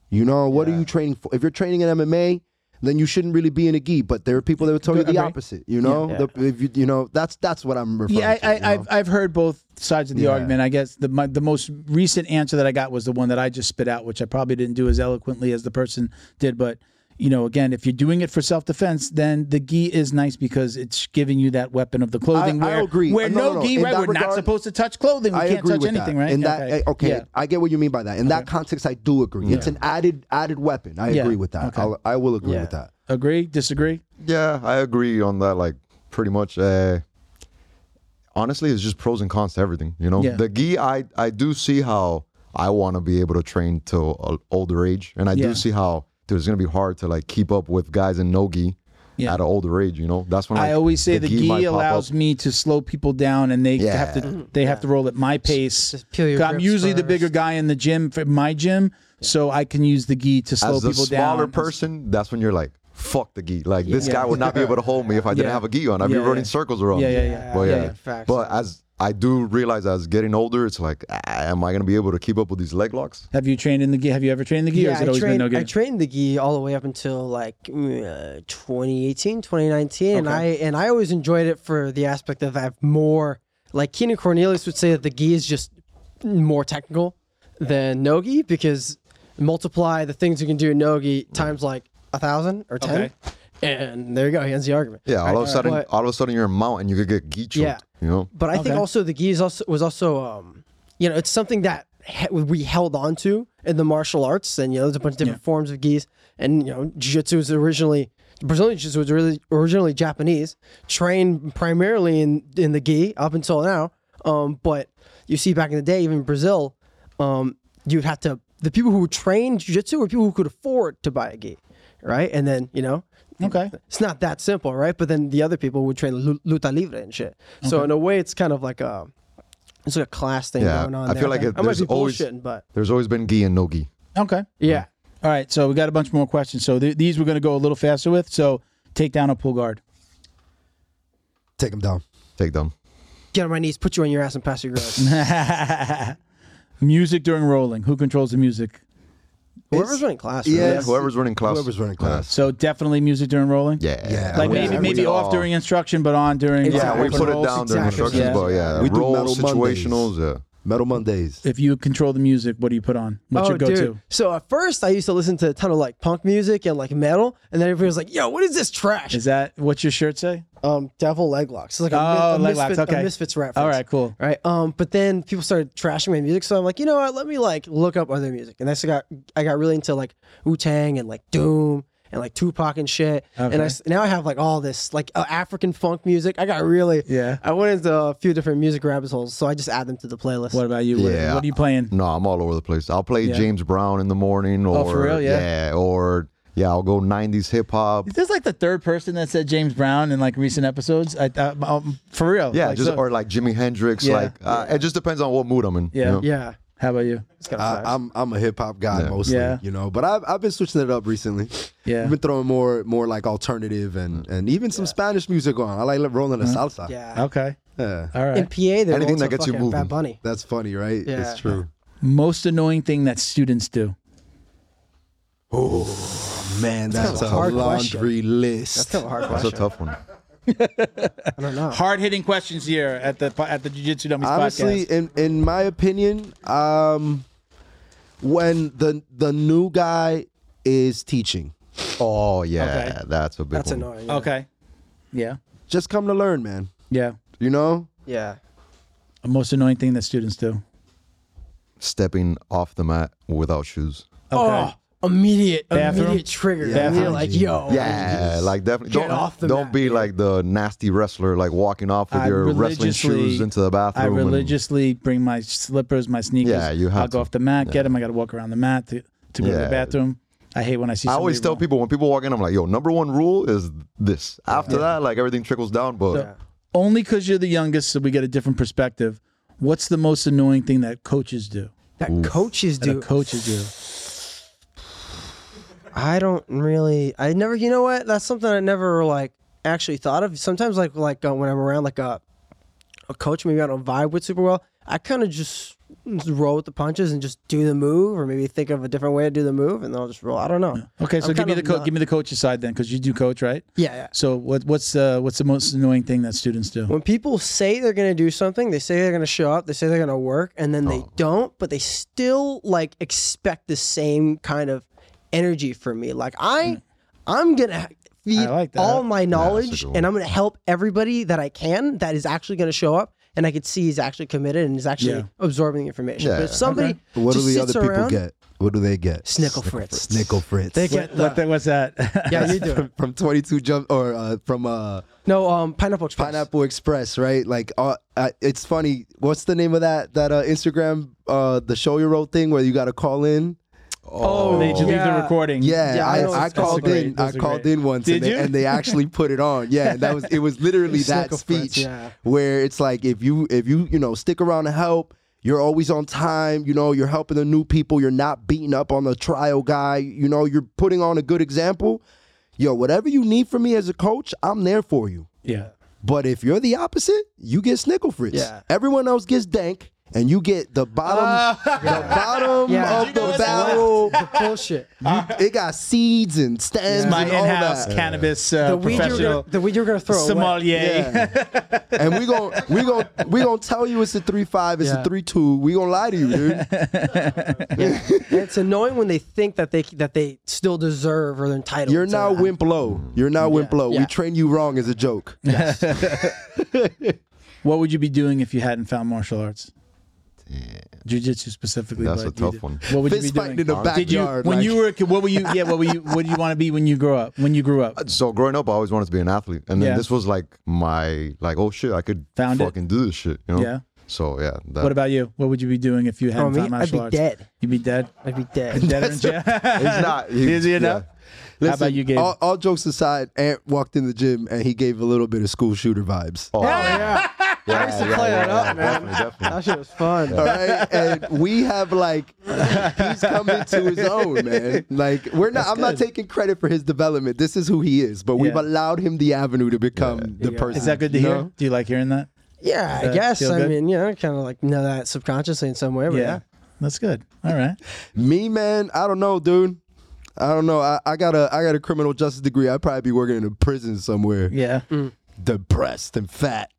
Speaker 4: You know, what are you training for? If you're training in MMA, then you shouldn't really be in a gi. But there are people that would tell you the
Speaker 1: Agree.
Speaker 4: opposite. You know,
Speaker 3: Yeah.
Speaker 4: The- if you you know that's that's what I'm referring
Speaker 1: Yeah,
Speaker 4: to.
Speaker 1: I,
Speaker 4: you
Speaker 1: I,
Speaker 4: know?
Speaker 1: I've I've heard both sides of the
Speaker 4: Yeah.
Speaker 1: argument. I guess the my, the most recent answer that I got was the one that I just spit out, which I probably didn't do as eloquently as the person did. But you know, again, if you're doing it for self defense, then the gi is nice because it's giving you that weapon of the clothing.
Speaker 4: I
Speaker 1: where
Speaker 4: agree. Uh,
Speaker 1: where
Speaker 4: No, no,
Speaker 1: no,
Speaker 4: no.
Speaker 1: gi,
Speaker 4: In
Speaker 1: right?
Speaker 4: that
Speaker 1: We're not
Speaker 4: regard,
Speaker 1: supposed to touch clothing. We
Speaker 4: I
Speaker 1: can't
Speaker 4: agree
Speaker 1: touch
Speaker 4: with
Speaker 1: anything,
Speaker 4: that.
Speaker 1: right?
Speaker 4: In that, eh, okay,
Speaker 1: Yeah.
Speaker 4: I get what you mean by that. In that context, I do agree. It's an added added weapon. I
Speaker 1: Yeah.
Speaker 4: agree with that.
Speaker 1: Okay.
Speaker 4: I'll, I will agree
Speaker 3: Yeah.
Speaker 4: with that.
Speaker 1: Agree? Disagree?
Speaker 2: Yeah, I agree on that. Like pretty much. Uh, honestly, it's just pros and cons to everything. You know,
Speaker 1: Yeah.
Speaker 2: the gi, I I do see how I want to be able to train to a older age, and I
Speaker 1: Yeah.
Speaker 2: do see how dude, it's gonna be hard to like keep up with guys in no gi.
Speaker 1: Yeah.
Speaker 2: At an older age, you know, that's when like,
Speaker 1: I always say the,
Speaker 2: might
Speaker 1: gi
Speaker 2: pop up.
Speaker 1: allows me to slow people down, and they
Speaker 2: Yeah.
Speaker 1: have to they have to roll at my pace.
Speaker 3: just peel your
Speaker 1: 'Cause I'm
Speaker 3: grips
Speaker 1: usually the bigger
Speaker 3: first.
Speaker 1: guy in the gym for my gym, so I can use the gi to slow
Speaker 2: as the
Speaker 1: people
Speaker 2: smaller
Speaker 1: down.
Speaker 2: person, that's when you're like, fuck the gi. Like this
Speaker 1: Yeah.
Speaker 2: guy would not be able to hold me if I didn't
Speaker 1: Yeah.
Speaker 2: have a gi on. I'd
Speaker 1: Yeah,
Speaker 2: be running
Speaker 1: yeah.
Speaker 2: circles around.
Speaker 1: Yeah, yeah,
Speaker 2: him.
Speaker 1: yeah.
Speaker 2: But
Speaker 3: Yeah,
Speaker 2: yeah.
Speaker 3: yeah, facts.
Speaker 2: But as I do realize, as getting older, it's like, ah, am I gonna be able to keep up with these leg locks?
Speaker 1: Have you trained in the gi? Have you ever trained in the gi, or has it
Speaker 3: I
Speaker 1: always
Speaker 3: trained,
Speaker 1: been no
Speaker 3: I
Speaker 1: gi?
Speaker 3: trained the gi all the way up until like mm, uh, 2018, 2019, and I and I always enjoyed it for the aspect of I have more. Like Keenan Cornelius would say that the gi is just more technical than no gi because multiply the things you can do in no gi times like a thousand or ten,
Speaker 1: Okay.
Speaker 3: and there you go. He ends the argument.
Speaker 2: Yeah, all of a sudden,
Speaker 3: But-
Speaker 2: all of a sudden, you're a mount and you could get gi choked.
Speaker 3: Yeah.
Speaker 2: You know,
Speaker 3: But I think
Speaker 1: Okay.
Speaker 3: also the gi is also was also um, you know it's something that he- we held on to in the martial arts, and you know there's a bunch of different forms of gis, and you know jiu-jitsu was originally Brazilian jiu-jitsu was really originally Japanese, trained primarily in in the gi up until now. Um, but you see back in the day, even in Brazil, um, you'd have to the people who trained jiu-jitsu were people who could afford to buy a gi, right? And then you know
Speaker 1: Okay.
Speaker 3: it's not that simple, right? But then the other people would train lu- luta libre and shit. So in a way, it's kind of like a it's like a class thing
Speaker 2: Yeah,
Speaker 3: going on.
Speaker 2: I
Speaker 3: there.
Speaker 2: feel like it-
Speaker 3: I might
Speaker 2: there's
Speaker 3: be
Speaker 2: always-
Speaker 3: bullshitting, but
Speaker 2: there's always been gi and no gi.
Speaker 1: Okay.
Speaker 3: yeah,
Speaker 1: All right. So we got a bunch more questions. So th- these we're going to go a little faster with. So take down a pull guard.
Speaker 4: Take them down.
Speaker 2: Take them.
Speaker 3: get on my knees, put you on your ass, and pass your guard.
Speaker 1: Music during rolling. Who controls the music?
Speaker 3: Whoever's running class,
Speaker 4: yeah.
Speaker 3: really.
Speaker 2: Yeah, whoever's running class.
Speaker 4: Whoever's running class.
Speaker 1: So definitely music during rolling.
Speaker 2: Yeah.
Speaker 4: Yeah.
Speaker 1: Like
Speaker 4: we-
Speaker 1: maybe
Speaker 4: we
Speaker 1: maybe off
Speaker 2: all-
Speaker 1: during instruction, but on during.
Speaker 2: Yeah, we
Speaker 1: open
Speaker 2: put it
Speaker 1: rolls.
Speaker 2: down during
Speaker 3: Exactly.
Speaker 2: instructions,
Speaker 1: Yeah.
Speaker 2: but yeah,
Speaker 4: We do
Speaker 2: roll
Speaker 4: Metal Mondays.
Speaker 2: situationals. Yeah.
Speaker 4: Metal Mondays.
Speaker 1: If you control the music, what do you put on? What's your go-to?
Speaker 3: Oh, dude. So at first, I used to listen to a ton of like punk music and like metal, and then everybody was like, "Yo, what is this trash?"
Speaker 1: Is that what's your shirt say?
Speaker 3: um, Devil Leg Locks. It's like a,
Speaker 1: Oh,
Speaker 3: mi- a
Speaker 1: Leg Locks,
Speaker 3: misfit- a
Speaker 1: okay.
Speaker 3: Misfits reference.
Speaker 1: All right, cool.
Speaker 3: right? Um, but then people started trashing my music, so I'm like, you know what? Let me like look up other music, and that's got I got really into like Wu Tang and like Doom and like Tupac and shit.
Speaker 1: Okay.
Speaker 3: And I s- now I have like all this like uh, African funk music. I got really
Speaker 1: Yeah.
Speaker 3: I went into a few different music rabbit holes, so I just add them to the playlist.
Speaker 1: What about you? What,
Speaker 2: Yeah.
Speaker 1: what are you playing?
Speaker 2: No, I'm all over the place. I'll play James Brown in the morning, or
Speaker 1: Oh, for real? Yeah.
Speaker 2: or yeah, I'll go '90s hip hop.
Speaker 1: Is this like the third person that said James Brown in like recent episodes? I thought um, for real.
Speaker 2: Yeah,
Speaker 1: Like,
Speaker 2: just
Speaker 1: so-
Speaker 2: or like Jimi Hendrix.
Speaker 1: Yeah.
Speaker 2: Like uh, it just depends on what mood I'm in. you
Speaker 1: Yeah.
Speaker 2: know?
Speaker 3: Yeah,
Speaker 1: how about you?
Speaker 3: it's kind
Speaker 1: uh,
Speaker 4: I, I'm I'm a hip hop guy mostly,
Speaker 1: Yeah.
Speaker 4: you know. But I've I've been switching it up recently.
Speaker 1: Yeah.
Speaker 4: I've been throwing more more like alternative and and even some Spanish music on. I like rolling a salsa.
Speaker 3: Mm-hmm. yeah.
Speaker 1: Okay.
Speaker 4: Yeah.
Speaker 1: All right.
Speaker 3: In PA, they're
Speaker 2: Anything
Speaker 3: also
Speaker 2: that gets you
Speaker 3: fucking Bad
Speaker 2: moving.
Speaker 3: Bunny.
Speaker 4: That's funny, right?
Speaker 3: Yeah.
Speaker 4: It's true.
Speaker 1: Most annoying thing that students do.
Speaker 4: Man, that's, a,
Speaker 3: hard
Speaker 4: laundry list.
Speaker 3: That's kind of a hard
Speaker 2: That's a
Speaker 3: question.
Speaker 2: tough one.
Speaker 3: I don't know.
Speaker 1: Hard hitting questions here at the po- at the Jiu Jitsu Dummies
Speaker 4: Honestly,
Speaker 1: podcast.
Speaker 4: in in my opinion, um, when the the new guy is teaching,
Speaker 2: Oh yeah,
Speaker 1: Okay.
Speaker 2: that's a big.
Speaker 3: That's
Speaker 2: one.
Speaker 3: annoying. yeah.
Speaker 1: Okay. Yeah.
Speaker 4: just come to learn, man.
Speaker 1: Yeah.
Speaker 4: You know,
Speaker 3: Yeah.
Speaker 1: Most annoying thing that students do. Okay.
Speaker 2: Stepping off the mat without shoes.
Speaker 3: Oh, immediate,
Speaker 1: Bathroom?
Speaker 3: immediate trigger.
Speaker 4: Yeah.
Speaker 3: You're like,
Speaker 1: Oh,
Speaker 3: yo,
Speaker 2: Yeah, like definitely.
Speaker 3: Get
Speaker 2: don't
Speaker 3: off the
Speaker 2: don't
Speaker 3: mat,
Speaker 2: be
Speaker 3: dude.
Speaker 2: like the nasty wrestler, like walking off with
Speaker 1: I
Speaker 2: your wrestling shoes
Speaker 1: religiously-
Speaker 2: into the bathroom.
Speaker 1: I
Speaker 2: and-
Speaker 1: religiously bring my slippers, my sneakers.
Speaker 2: Yeah, you have
Speaker 1: I'll go
Speaker 2: to.
Speaker 1: off the mat, get 'em. get them. I got to walk around the mat to, to go to the
Speaker 2: Yeah.
Speaker 1: bathroom. I hate when I see.
Speaker 2: I always tell
Speaker 1: somebody
Speaker 2: people when people walk in, I'm like, yo, number one rule is this. After that, like everything trickles down. But
Speaker 1: wrong. only because you're the youngest, so we get a different perspective. What's the most annoying thing that coaches do?
Speaker 3: that coaches
Speaker 1: That
Speaker 3: do.
Speaker 1: a coaches do.
Speaker 3: I don't really. I never. You know what? That's something I never like actually thought of. Sometimes like like uh, when I'm around like a a coach, maybe I don't vibe with super well. I kind of just roll with the punches and just do the move, or maybe think of a different way to do the move, and then I'll just roll. I don't know.
Speaker 1: Okay, so
Speaker 3: I'm
Speaker 1: give
Speaker 3: kind
Speaker 1: me the
Speaker 3: of
Speaker 1: co-
Speaker 3: not-
Speaker 1: give me the coach's side then, because you do coach, right?
Speaker 3: Yeah, yeah.
Speaker 1: So what what's uh, what's the most annoying thing that students do?
Speaker 3: When people say they're going to do something, they say they're going to show up, they say they're going to work, and then they don't, but they still like expect the same kind of energy from me. Like I, I'm going to feed
Speaker 1: I like that.
Speaker 3: all my knowledge,
Speaker 2: good one.
Speaker 3: and I'm going to help everybody that I can that is actually going to show up, and I could see he's actually committed and is actually
Speaker 1: Yeah.
Speaker 3: absorbing the information. But if
Speaker 2: Yeah.
Speaker 3: somebody
Speaker 4: what do
Speaker 3: just
Speaker 4: the
Speaker 3: sits
Speaker 4: other people
Speaker 3: around,
Speaker 4: get? What do they get?
Speaker 3: Snickle Fritz.
Speaker 4: Snickle Fritz.
Speaker 3: They get the,
Speaker 1: What the, what's that?
Speaker 3: yeah, you do. it.
Speaker 4: from 22 jump or uh, from uh,
Speaker 3: No, um, pineapple express.
Speaker 4: Pineapple Express, right? Like, uh, uh, it's funny. What's the name of that that uh, Instagram uh, the show your role thing where you got to call in?
Speaker 1: oh, they leave the
Speaker 3: yeah.
Speaker 1: recording.
Speaker 4: Yeah,
Speaker 3: Yeah, I know
Speaker 4: I, I
Speaker 3: it's- that's
Speaker 4: called
Speaker 1: great,
Speaker 4: in. I
Speaker 1: that's
Speaker 4: called
Speaker 1: great.
Speaker 4: in once,
Speaker 1: Did
Speaker 4: and they,
Speaker 1: you?
Speaker 4: and they actually put it on. Yeah, and that was it. Was literally that
Speaker 3: Snickle Fritz,
Speaker 4: speech
Speaker 3: yeah.
Speaker 4: where it's like if you if you you know stick around to help. You're always on time, you know, you're helping the new people, you're not beating up on the trial guy, you know, you're putting on a good example. Yo, whatever you need from me as a coach, I'm there for you.
Speaker 1: yeah.
Speaker 4: But if you're the opposite, you get snickle fritz.
Speaker 3: Yeah.
Speaker 4: Everyone else gets dank, and you get the bottom, the bottom
Speaker 3: Yeah.
Speaker 4: of
Speaker 3: You know
Speaker 4: the
Speaker 3: what's
Speaker 4: barrel.
Speaker 3: Bullshit.
Speaker 4: It got seeds and stems
Speaker 1: It's my
Speaker 4: and all
Speaker 1: in-house
Speaker 4: that.
Speaker 1: cannabis uh,
Speaker 3: The weed you were
Speaker 1: professional
Speaker 3: gonna, the weed you were gonna throw away.
Speaker 1: sommelier.
Speaker 4: Yeah. and we gon' we gon' we gon' tell you it's a three five, it's
Speaker 3: Yeah.
Speaker 4: a three two. We gonna lie to you, dude.
Speaker 3: And it's annoying when they think that they that they still deserve or they're entitled.
Speaker 4: You're
Speaker 3: to
Speaker 4: now
Speaker 3: that.
Speaker 4: wimp low. You're now wimp low.
Speaker 3: yeah.
Speaker 4: We train you wrong as a joke.
Speaker 1: What would you be doing if you hadn't found martial arts? Jiu-jitsu specifically.
Speaker 2: That's
Speaker 1: but
Speaker 2: a tough
Speaker 1: you did-
Speaker 2: one.
Speaker 1: What would you
Speaker 4: Fist
Speaker 1: be
Speaker 4: fighting
Speaker 1: doing?
Speaker 4: in the
Speaker 1: did you
Speaker 4: backyard,
Speaker 1: when
Speaker 4: like-
Speaker 1: you were a kid, what were you yeah what were you what do you want to be when you grew up when you grew up
Speaker 2: so growing up, I always wanted to be an athlete, and then
Speaker 1: Yeah.
Speaker 2: this was like my like, oh shit, I could
Speaker 1: Found it.
Speaker 2: fucking do this shit. You know?
Speaker 1: Yeah.
Speaker 2: So yeah. That,
Speaker 1: what about you what would you be doing if you hadn't
Speaker 3: me?
Speaker 1: found
Speaker 3: I'd
Speaker 1: martial
Speaker 3: be
Speaker 1: arts
Speaker 3: dead.
Speaker 1: you'd be dead
Speaker 3: I'd be dead.
Speaker 1: dead or in jail
Speaker 2: It's not
Speaker 1: easy enough
Speaker 4: Listen,
Speaker 1: how about you Gabe
Speaker 4: All, all jokes aside, Ant walked in the gym and he gave a little bit of school shooter vibes.
Speaker 3: yeah.
Speaker 2: Oh, yeah,
Speaker 3: used to
Speaker 2: yeah,
Speaker 3: play
Speaker 2: yeah,
Speaker 3: that up,
Speaker 2: yeah,
Speaker 3: man.
Speaker 2: Definitely, definitely.
Speaker 3: That shit was fun.
Speaker 4: All right, and we have like he's coming to his own, man. Like we're not. I'm not taking credit for his development. This is who he is, but we've
Speaker 1: Yeah.
Speaker 4: allowed him the avenue to become the person.
Speaker 1: is that good to
Speaker 4: you
Speaker 1: hear
Speaker 4: know?
Speaker 1: do you like hearing that
Speaker 3: Yeah, I
Speaker 1: that
Speaker 3: guess.
Speaker 1: feel
Speaker 3: I
Speaker 1: good?
Speaker 3: mean, yeah, I kind of like know that subconsciously in some
Speaker 4: Oh,
Speaker 3: way. But yeah.
Speaker 1: that's good all right
Speaker 4: Me, man. I don't know, dude. I don't know. I, I got a I got a criminal justice degree. I'd probably be working in a prison somewhere,
Speaker 1: yeah
Speaker 3: Mm.
Speaker 4: depressed and fat.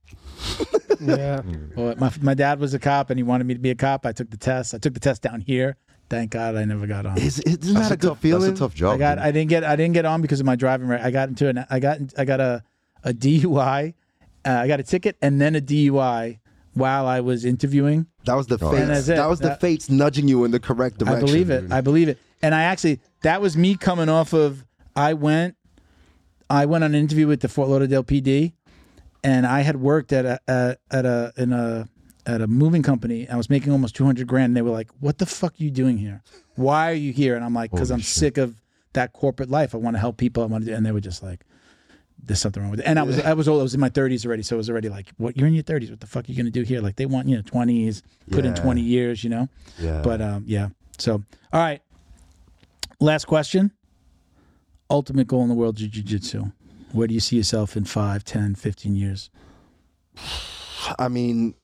Speaker 3: yeah.
Speaker 1: Well, my my dad was a cop and he wanted me to be a cop I took the test I took the test down here thank God I never got on
Speaker 4: Is, isn't that
Speaker 2: That's
Speaker 4: a
Speaker 2: a
Speaker 4: good
Speaker 2: tough.
Speaker 4: feeling?
Speaker 2: That's a tough job.
Speaker 1: I got.
Speaker 2: dude.
Speaker 1: I didn't get. I didn't get on because of my driving record. I got into an. I got. I got a a DUI. Uh, I got a ticket and then a DUI while I was interviewing.
Speaker 4: That was the
Speaker 1: And
Speaker 4: fates.
Speaker 1: that's it.
Speaker 4: That was the
Speaker 1: That-
Speaker 4: fates nudging you in the correct direction.
Speaker 1: I believe it.
Speaker 4: dude.
Speaker 1: I believe it. And I actually that was me coming off of. I went, I went on an interview with the Fort Lauderdale PD, and I had worked at a at, at a in a at a moving company. I was making almost two hundred grand. And they were like, "What the fuck are you doing here? Why are you here?" And I'm like, "Cause I'm sick of that corporate life. I want to help people. I want to." And they were just like, "There's something wrong with it." And I was I was old. I was in my thirties already, so it was already like, "What? You're in your thirties. What the fuck are you gonna do here?" Like they want you know twenties, put in
Speaker 4: Yeah.
Speaker 1: twenty years, you know.
Speaker 4: Yeah.
Speaker 1: But um, yeah. So all right. Last question. Ultimate goal in the world of jiu-jitsu. Where do you see yourself in 5, 10, 15 years?
Speaker 4: I mean,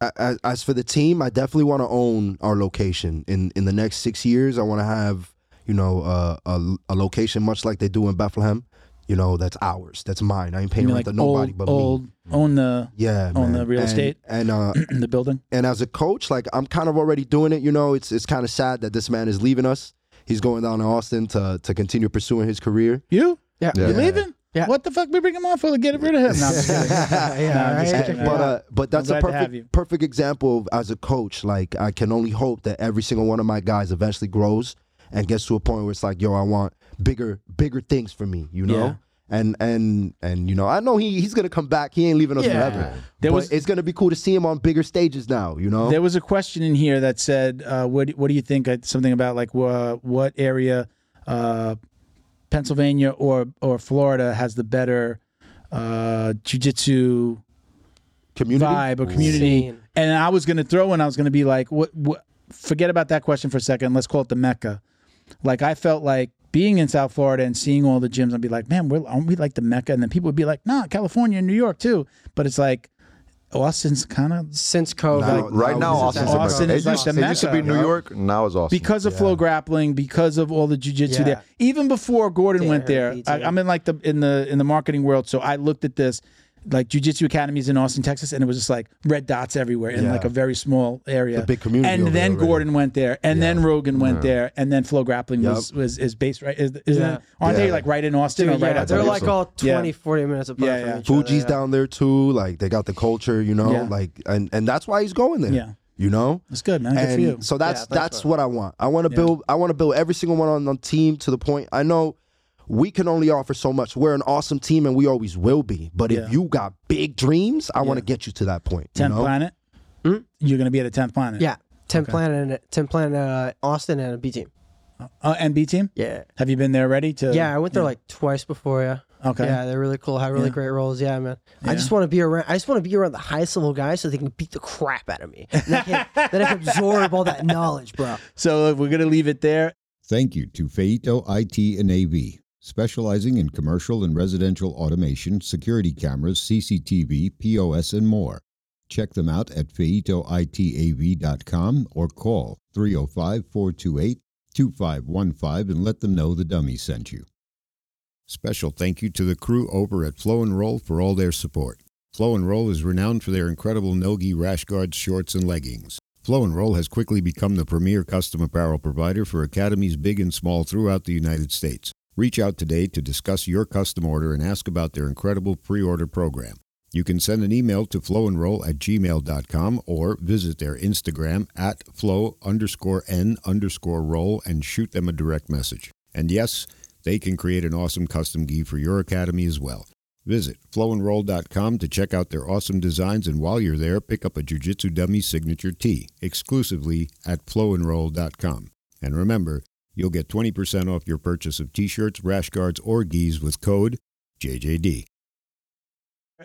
Speaker 4: a- a- as for the team, I definitely want to own our location in in the next six years. I want to have you know uh, a a location much like they do in Bethlehem. You know, that's ours. That's mine. I ain't
Speaker 1: You
Speaker 4: paying
Speaker 1: mean
Speaker 4: rent to nobody
Speaker 1: old,
Speaker 4: but
Speaker 1: old
Speaker 4: me.
Speaker 1: own the
Speaker 4: Yeah, man.
Speaker 1: own the real
Speaker 4: And-
Speaker 1: estate?
Speaker 4: and uh,
Speaker 1: the building?
Speaker 4: and as a coach, like I'm kind of already doing it. You know, it's it's kind of sad that this man is leaving us. He's going down to Austin to to continue pursuing his career.
Speaker 1: You?
Speaker 3: Yeah.
Speaker 2: Yeah.
Speaker 1: You leaving?
Speaker 3: Yeah.
Speaker 1: What the fuck we bring him on for to get rid of him? No, I'm just kidding.
Speaker 3: yeah,
Speaker 1: No, I'm just
Speaker 3: right?
Speaker 1: kidding.
Speaker 4: but uh, but that's
Speaker 1: glad
Speaker 4: a
Speaker 1: to have you.
Speaker 4: perfect perfect example of, as a coach. Like I can only hope that every single one of my guys eventually grows and gets to a point where it's like, yo, I want bigger bigger things for me, you know.
Speaker 1: Yeah.
Speaker 4: And and and you know, I know he he's gonna come back. He ain't leaving us
Speaker 1: Yeah.
Speaker 4: forever. but
Speaker 1: There was-
Speaker 4: it's gonna be cool to see him on bigger stages now. You know.
Speaker 1: There was a question in here that said, uh, "What What do you think? uh, Something about like wha- what area, uh, Pennsylvania or or Florida has the better uh, jujitsu
Speaker 4: Community.
Speaker 1: vibe or community?"
Speaker 3: Insane.
Speaker 1: And I was going to throw in, I was going to be like, "What? What?" Forget about that question for a second. Let's call it the Mecca. Like I felt like being in South Florida and seeing all the gyms, I'd be like, "Man, we're, aren't we like the Mecca?" And then people would be like, "Nah, California and New York too." But it's like Austin's kind of
Speaker 3: Since COVID,
Speaker 4: Now-
Speaker 2: right now,
Speaker 4: now is
Speaker 2: Austin's
Speaker 4: Austin.
Speaker 2: America.
Speaker 1: Austin
Speaker 2: it
Speaker 1: is like
Speaker 2: used,
Speaker 1: the
Speaker 2: it used to
Speaker 1: Mecca.
Speaker 2: be New York. Now it's Austin.
Speaker 1: because of flow grappling, because of all the jujitsu
Speaker 3: Yeah.
Speaker 1: there. Even before Gordon
Speaker 3: Yeah,
Speaker 1: went there,
Speaker 3: PT.
Speaker 1: I, I'm in like the in the in the marketing world, so I looked at this like jujitsu academies in Austin, Texas, and it was just like red dots everywhere in
Speaker 4: Yeah.
Speaker 1: like a very small area.
Speaker 4: big community
Speaker 1: And
Speaker 4: over there
Speaker 1: then
Speaker 4: already.
Speaker 1: Gordon went there, and then Rogan went there, and then flow grappling
Speaker 4: Yep.
Speaker 1: was was is based right. Is, isn't
Speaker 3: Yeah.
Speaker 1: it, aren't they
Speaker 2: Yeah.
Speaker 1: like right in Austin
Speaker 3: Dude,
Speaker 1: or right
Speaker 3: yeah,
Speaker 1: outside?
Speaker 3: they're
Speaker 2: of
Speaker 3: like
Speaker 2: Houston.
Speaker 3: all 20,
Speaker 1: Yeah.
Speaker 3: 40 minutes apart
Speaker 1: Yeah, yeah.
Speaker 3: from each other.
Speaker 4: Fuji's
Speaker 3: yeah.
Speaker 4: down there too. Like they got the culture, you know.
Speaker 1: Yeah.
Speaker 4: Like and and that's why he's going there.
Speaker 1: Yeah.
Speaker 4: You know.
Speaker 1: That's good, man. Good for
Speaker 4: And
Speaker 1: you.
Speaker 4: So that's
Speaker 3: Yeah, thanks,
Speaker 4: that's what I want. I want to build. I want to build every single one on the team to the point. I know we can only offer so much. We're an awesome team, and we always will be. But
Speaker 1: Yeah.
Speaker 4: if you got big dreams, I want to get you to that point. You
Speaker 1: tenth
Speaker 4: know?
Speaker 1: planet. You're gonna be at a tenth planet.
Speaker 3: Hmm? Yeah. 10 planet and 10 planet uh, Austin and a B team.
Speaker 1: Uh, and B team.
Speaker 3: Yeah.
Speaker 1: Have you been there already? To
Speaker 3: Yeah, I went there like twice before, yeah.
Speaker 1: Okay.
Speaker 3: Yeah, they're really cool. Have really
Speaker 1: Yeah.
Speaker 3: great roles. Yeah, man. I just want to be around. I just want to be around the highest level guys so they can beat the crap out of me. And I can, then I can absorb all that knowledge, bro.
Speaker 1: So we're gonna leave it there.
Speaker 5: Thank you to Feito IT and AV, specializing in commercial and residential automation, security cameras, CCTV, POS, and more. Check them out at feitoitav.com or call 305 428 2515 and let them know the dummy sent you. Special thank you to the crew over at Flow and Roll for all their support. Flow and Roll is renowned for their incredible Nogi rash guards, shorts, and leggings. Flow and Roll has quickly become the premier custom apparel provider for academies big and small throughout the United States. Reach out today to discuss your custom order and ask about their incredible pre order program. You can send an email to flowandroll at gmail.com or visit their Instagram at flow underscore n underscore roll and shoot them a direct message. And yes, they can create an awesome custom gi for your academy as well. Visit flowandroll.com to check out their awesome designs, and while you're there, pick up a Jiu Jitsu Dummy signature tee exclusively at flowandroll.com. And remember, you'll get 20% off your purchase of t shirts, rash guards, or gis with code JJD.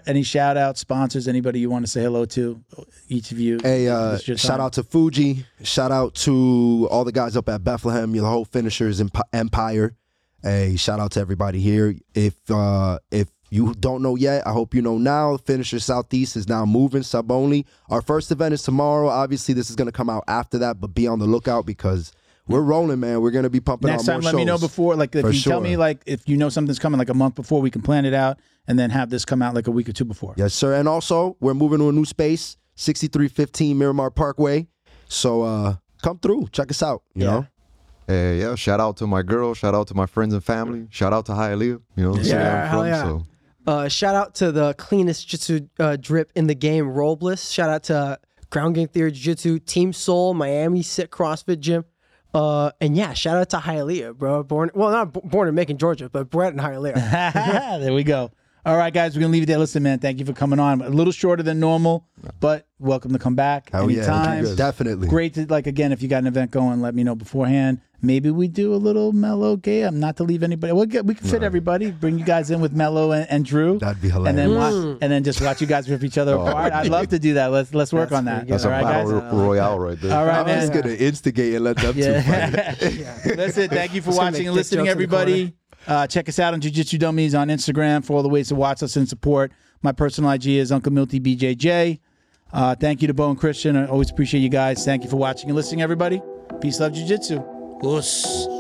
Speaker 1: any shout out sponsors anybody you want to say hello to each of you
Speaker 4: Hey, uh,
Speaker 1: This is your
Speaker 4: shout
Speaker 1: time.
Speaker 4: out to Fuji. Shout out to all the guys up at Bethlehem. Your whole finishers emp- empire. Hey, shout out to everybody here. If uh, if you don't know yet, I hope you know now. Finisher Southeast is now moving sub only. Our first event is tomorrow. Obviously, this is gonna come out after that, but be on the lookout because we're rolling, man. We're gonna be pumping
Speaker 1: next
Speaker 4: out
Speaker 1: time
Speaker 4: more
Speaker 1: let me know
Speaker 4: shows.
Speaker 1: before like if
Speaker 4: For
Speaker 1: you tell me
Speaker 4: sure.
Speaker 1: like if you know something's coming like a month before we can plan it out and then have this come out like a week or two before
Speaker 4: Yes, sir. And also, we're moving to a new space, 6315 Miramar Parkway. So uh, come through, check us out. You
Speaker 1: Yeah.
Speaker 4: know.
Speaker 2: Uh, yeah, shout out to my girl. Shout out to my friends and family. Shout out to Hialeah. You know, the city
Speaker 3: Yeah,
Speaker 2: I'm
Speaker 3: hell
Speaker 2: from.
Speaker 3: yeah.
Speaker 2: So
Speaker 3: Uh, shout out to the cleanest jitsu uh, drip in the game, Robles. Shout out to Ground Game Theory Jiu Jitsu, Team Soul, Miami Sit CrossFit Gym. Uh, and yeah, shout out to Hialeah, bro. Born well, not b- born in Macon, Georgia, but bred in Hialeah.
Speaker 1: there we go. All right, guys, we're gonna leave it there. Listen, man, thank you for coming on. A little shorter than normal, but welcome to come back
Speaker 4: Hell yeah,
Speaker 1: anytime.
Speaker 4: definitely.
Speaker 1: Great to like again. If you got an event going, let me know beforehand. Maybe we do a little mellow gay. I'm not to leave anybody. We'll get, we can fit everybody. Bring you guys in with Mellow and, and Drew.
Speaker 4: That'd be
Speaker 1: And then
Speaker 4: hilarious. Oh,
Speaker 1: watch, and then just watch you guys rip each other apart. I'd love to do that. Let's let's work on that.
Speaker 2: That's
Speaker 1: All
Speaker 2: a
Speaker 1: right, guys.
Speaker 2: battle ro- royale right there.
Speaker 1: All right,
Speaker 4: I'm
Speaker 1: man.
Speaker 4: just gonna instigate and let them two fight.
Speaker 1: Yeah. Listen, thank you for watching
Speaker 3: gonna make
Speaker 1: and listening,
Speaker 3: dick jokes in the corner.
Speaker 1: everybody. Uh, check us out on Jiu Jitsu Dummies on Instagram for all the ways to watch us and support. My personal IG is Uncle Milty BJJ. Uh, thank you to Bo and Christian. I always appreciate you guys. Thank you for watching and listening, everybody. Peace, love, Jiu Jitsu. Us.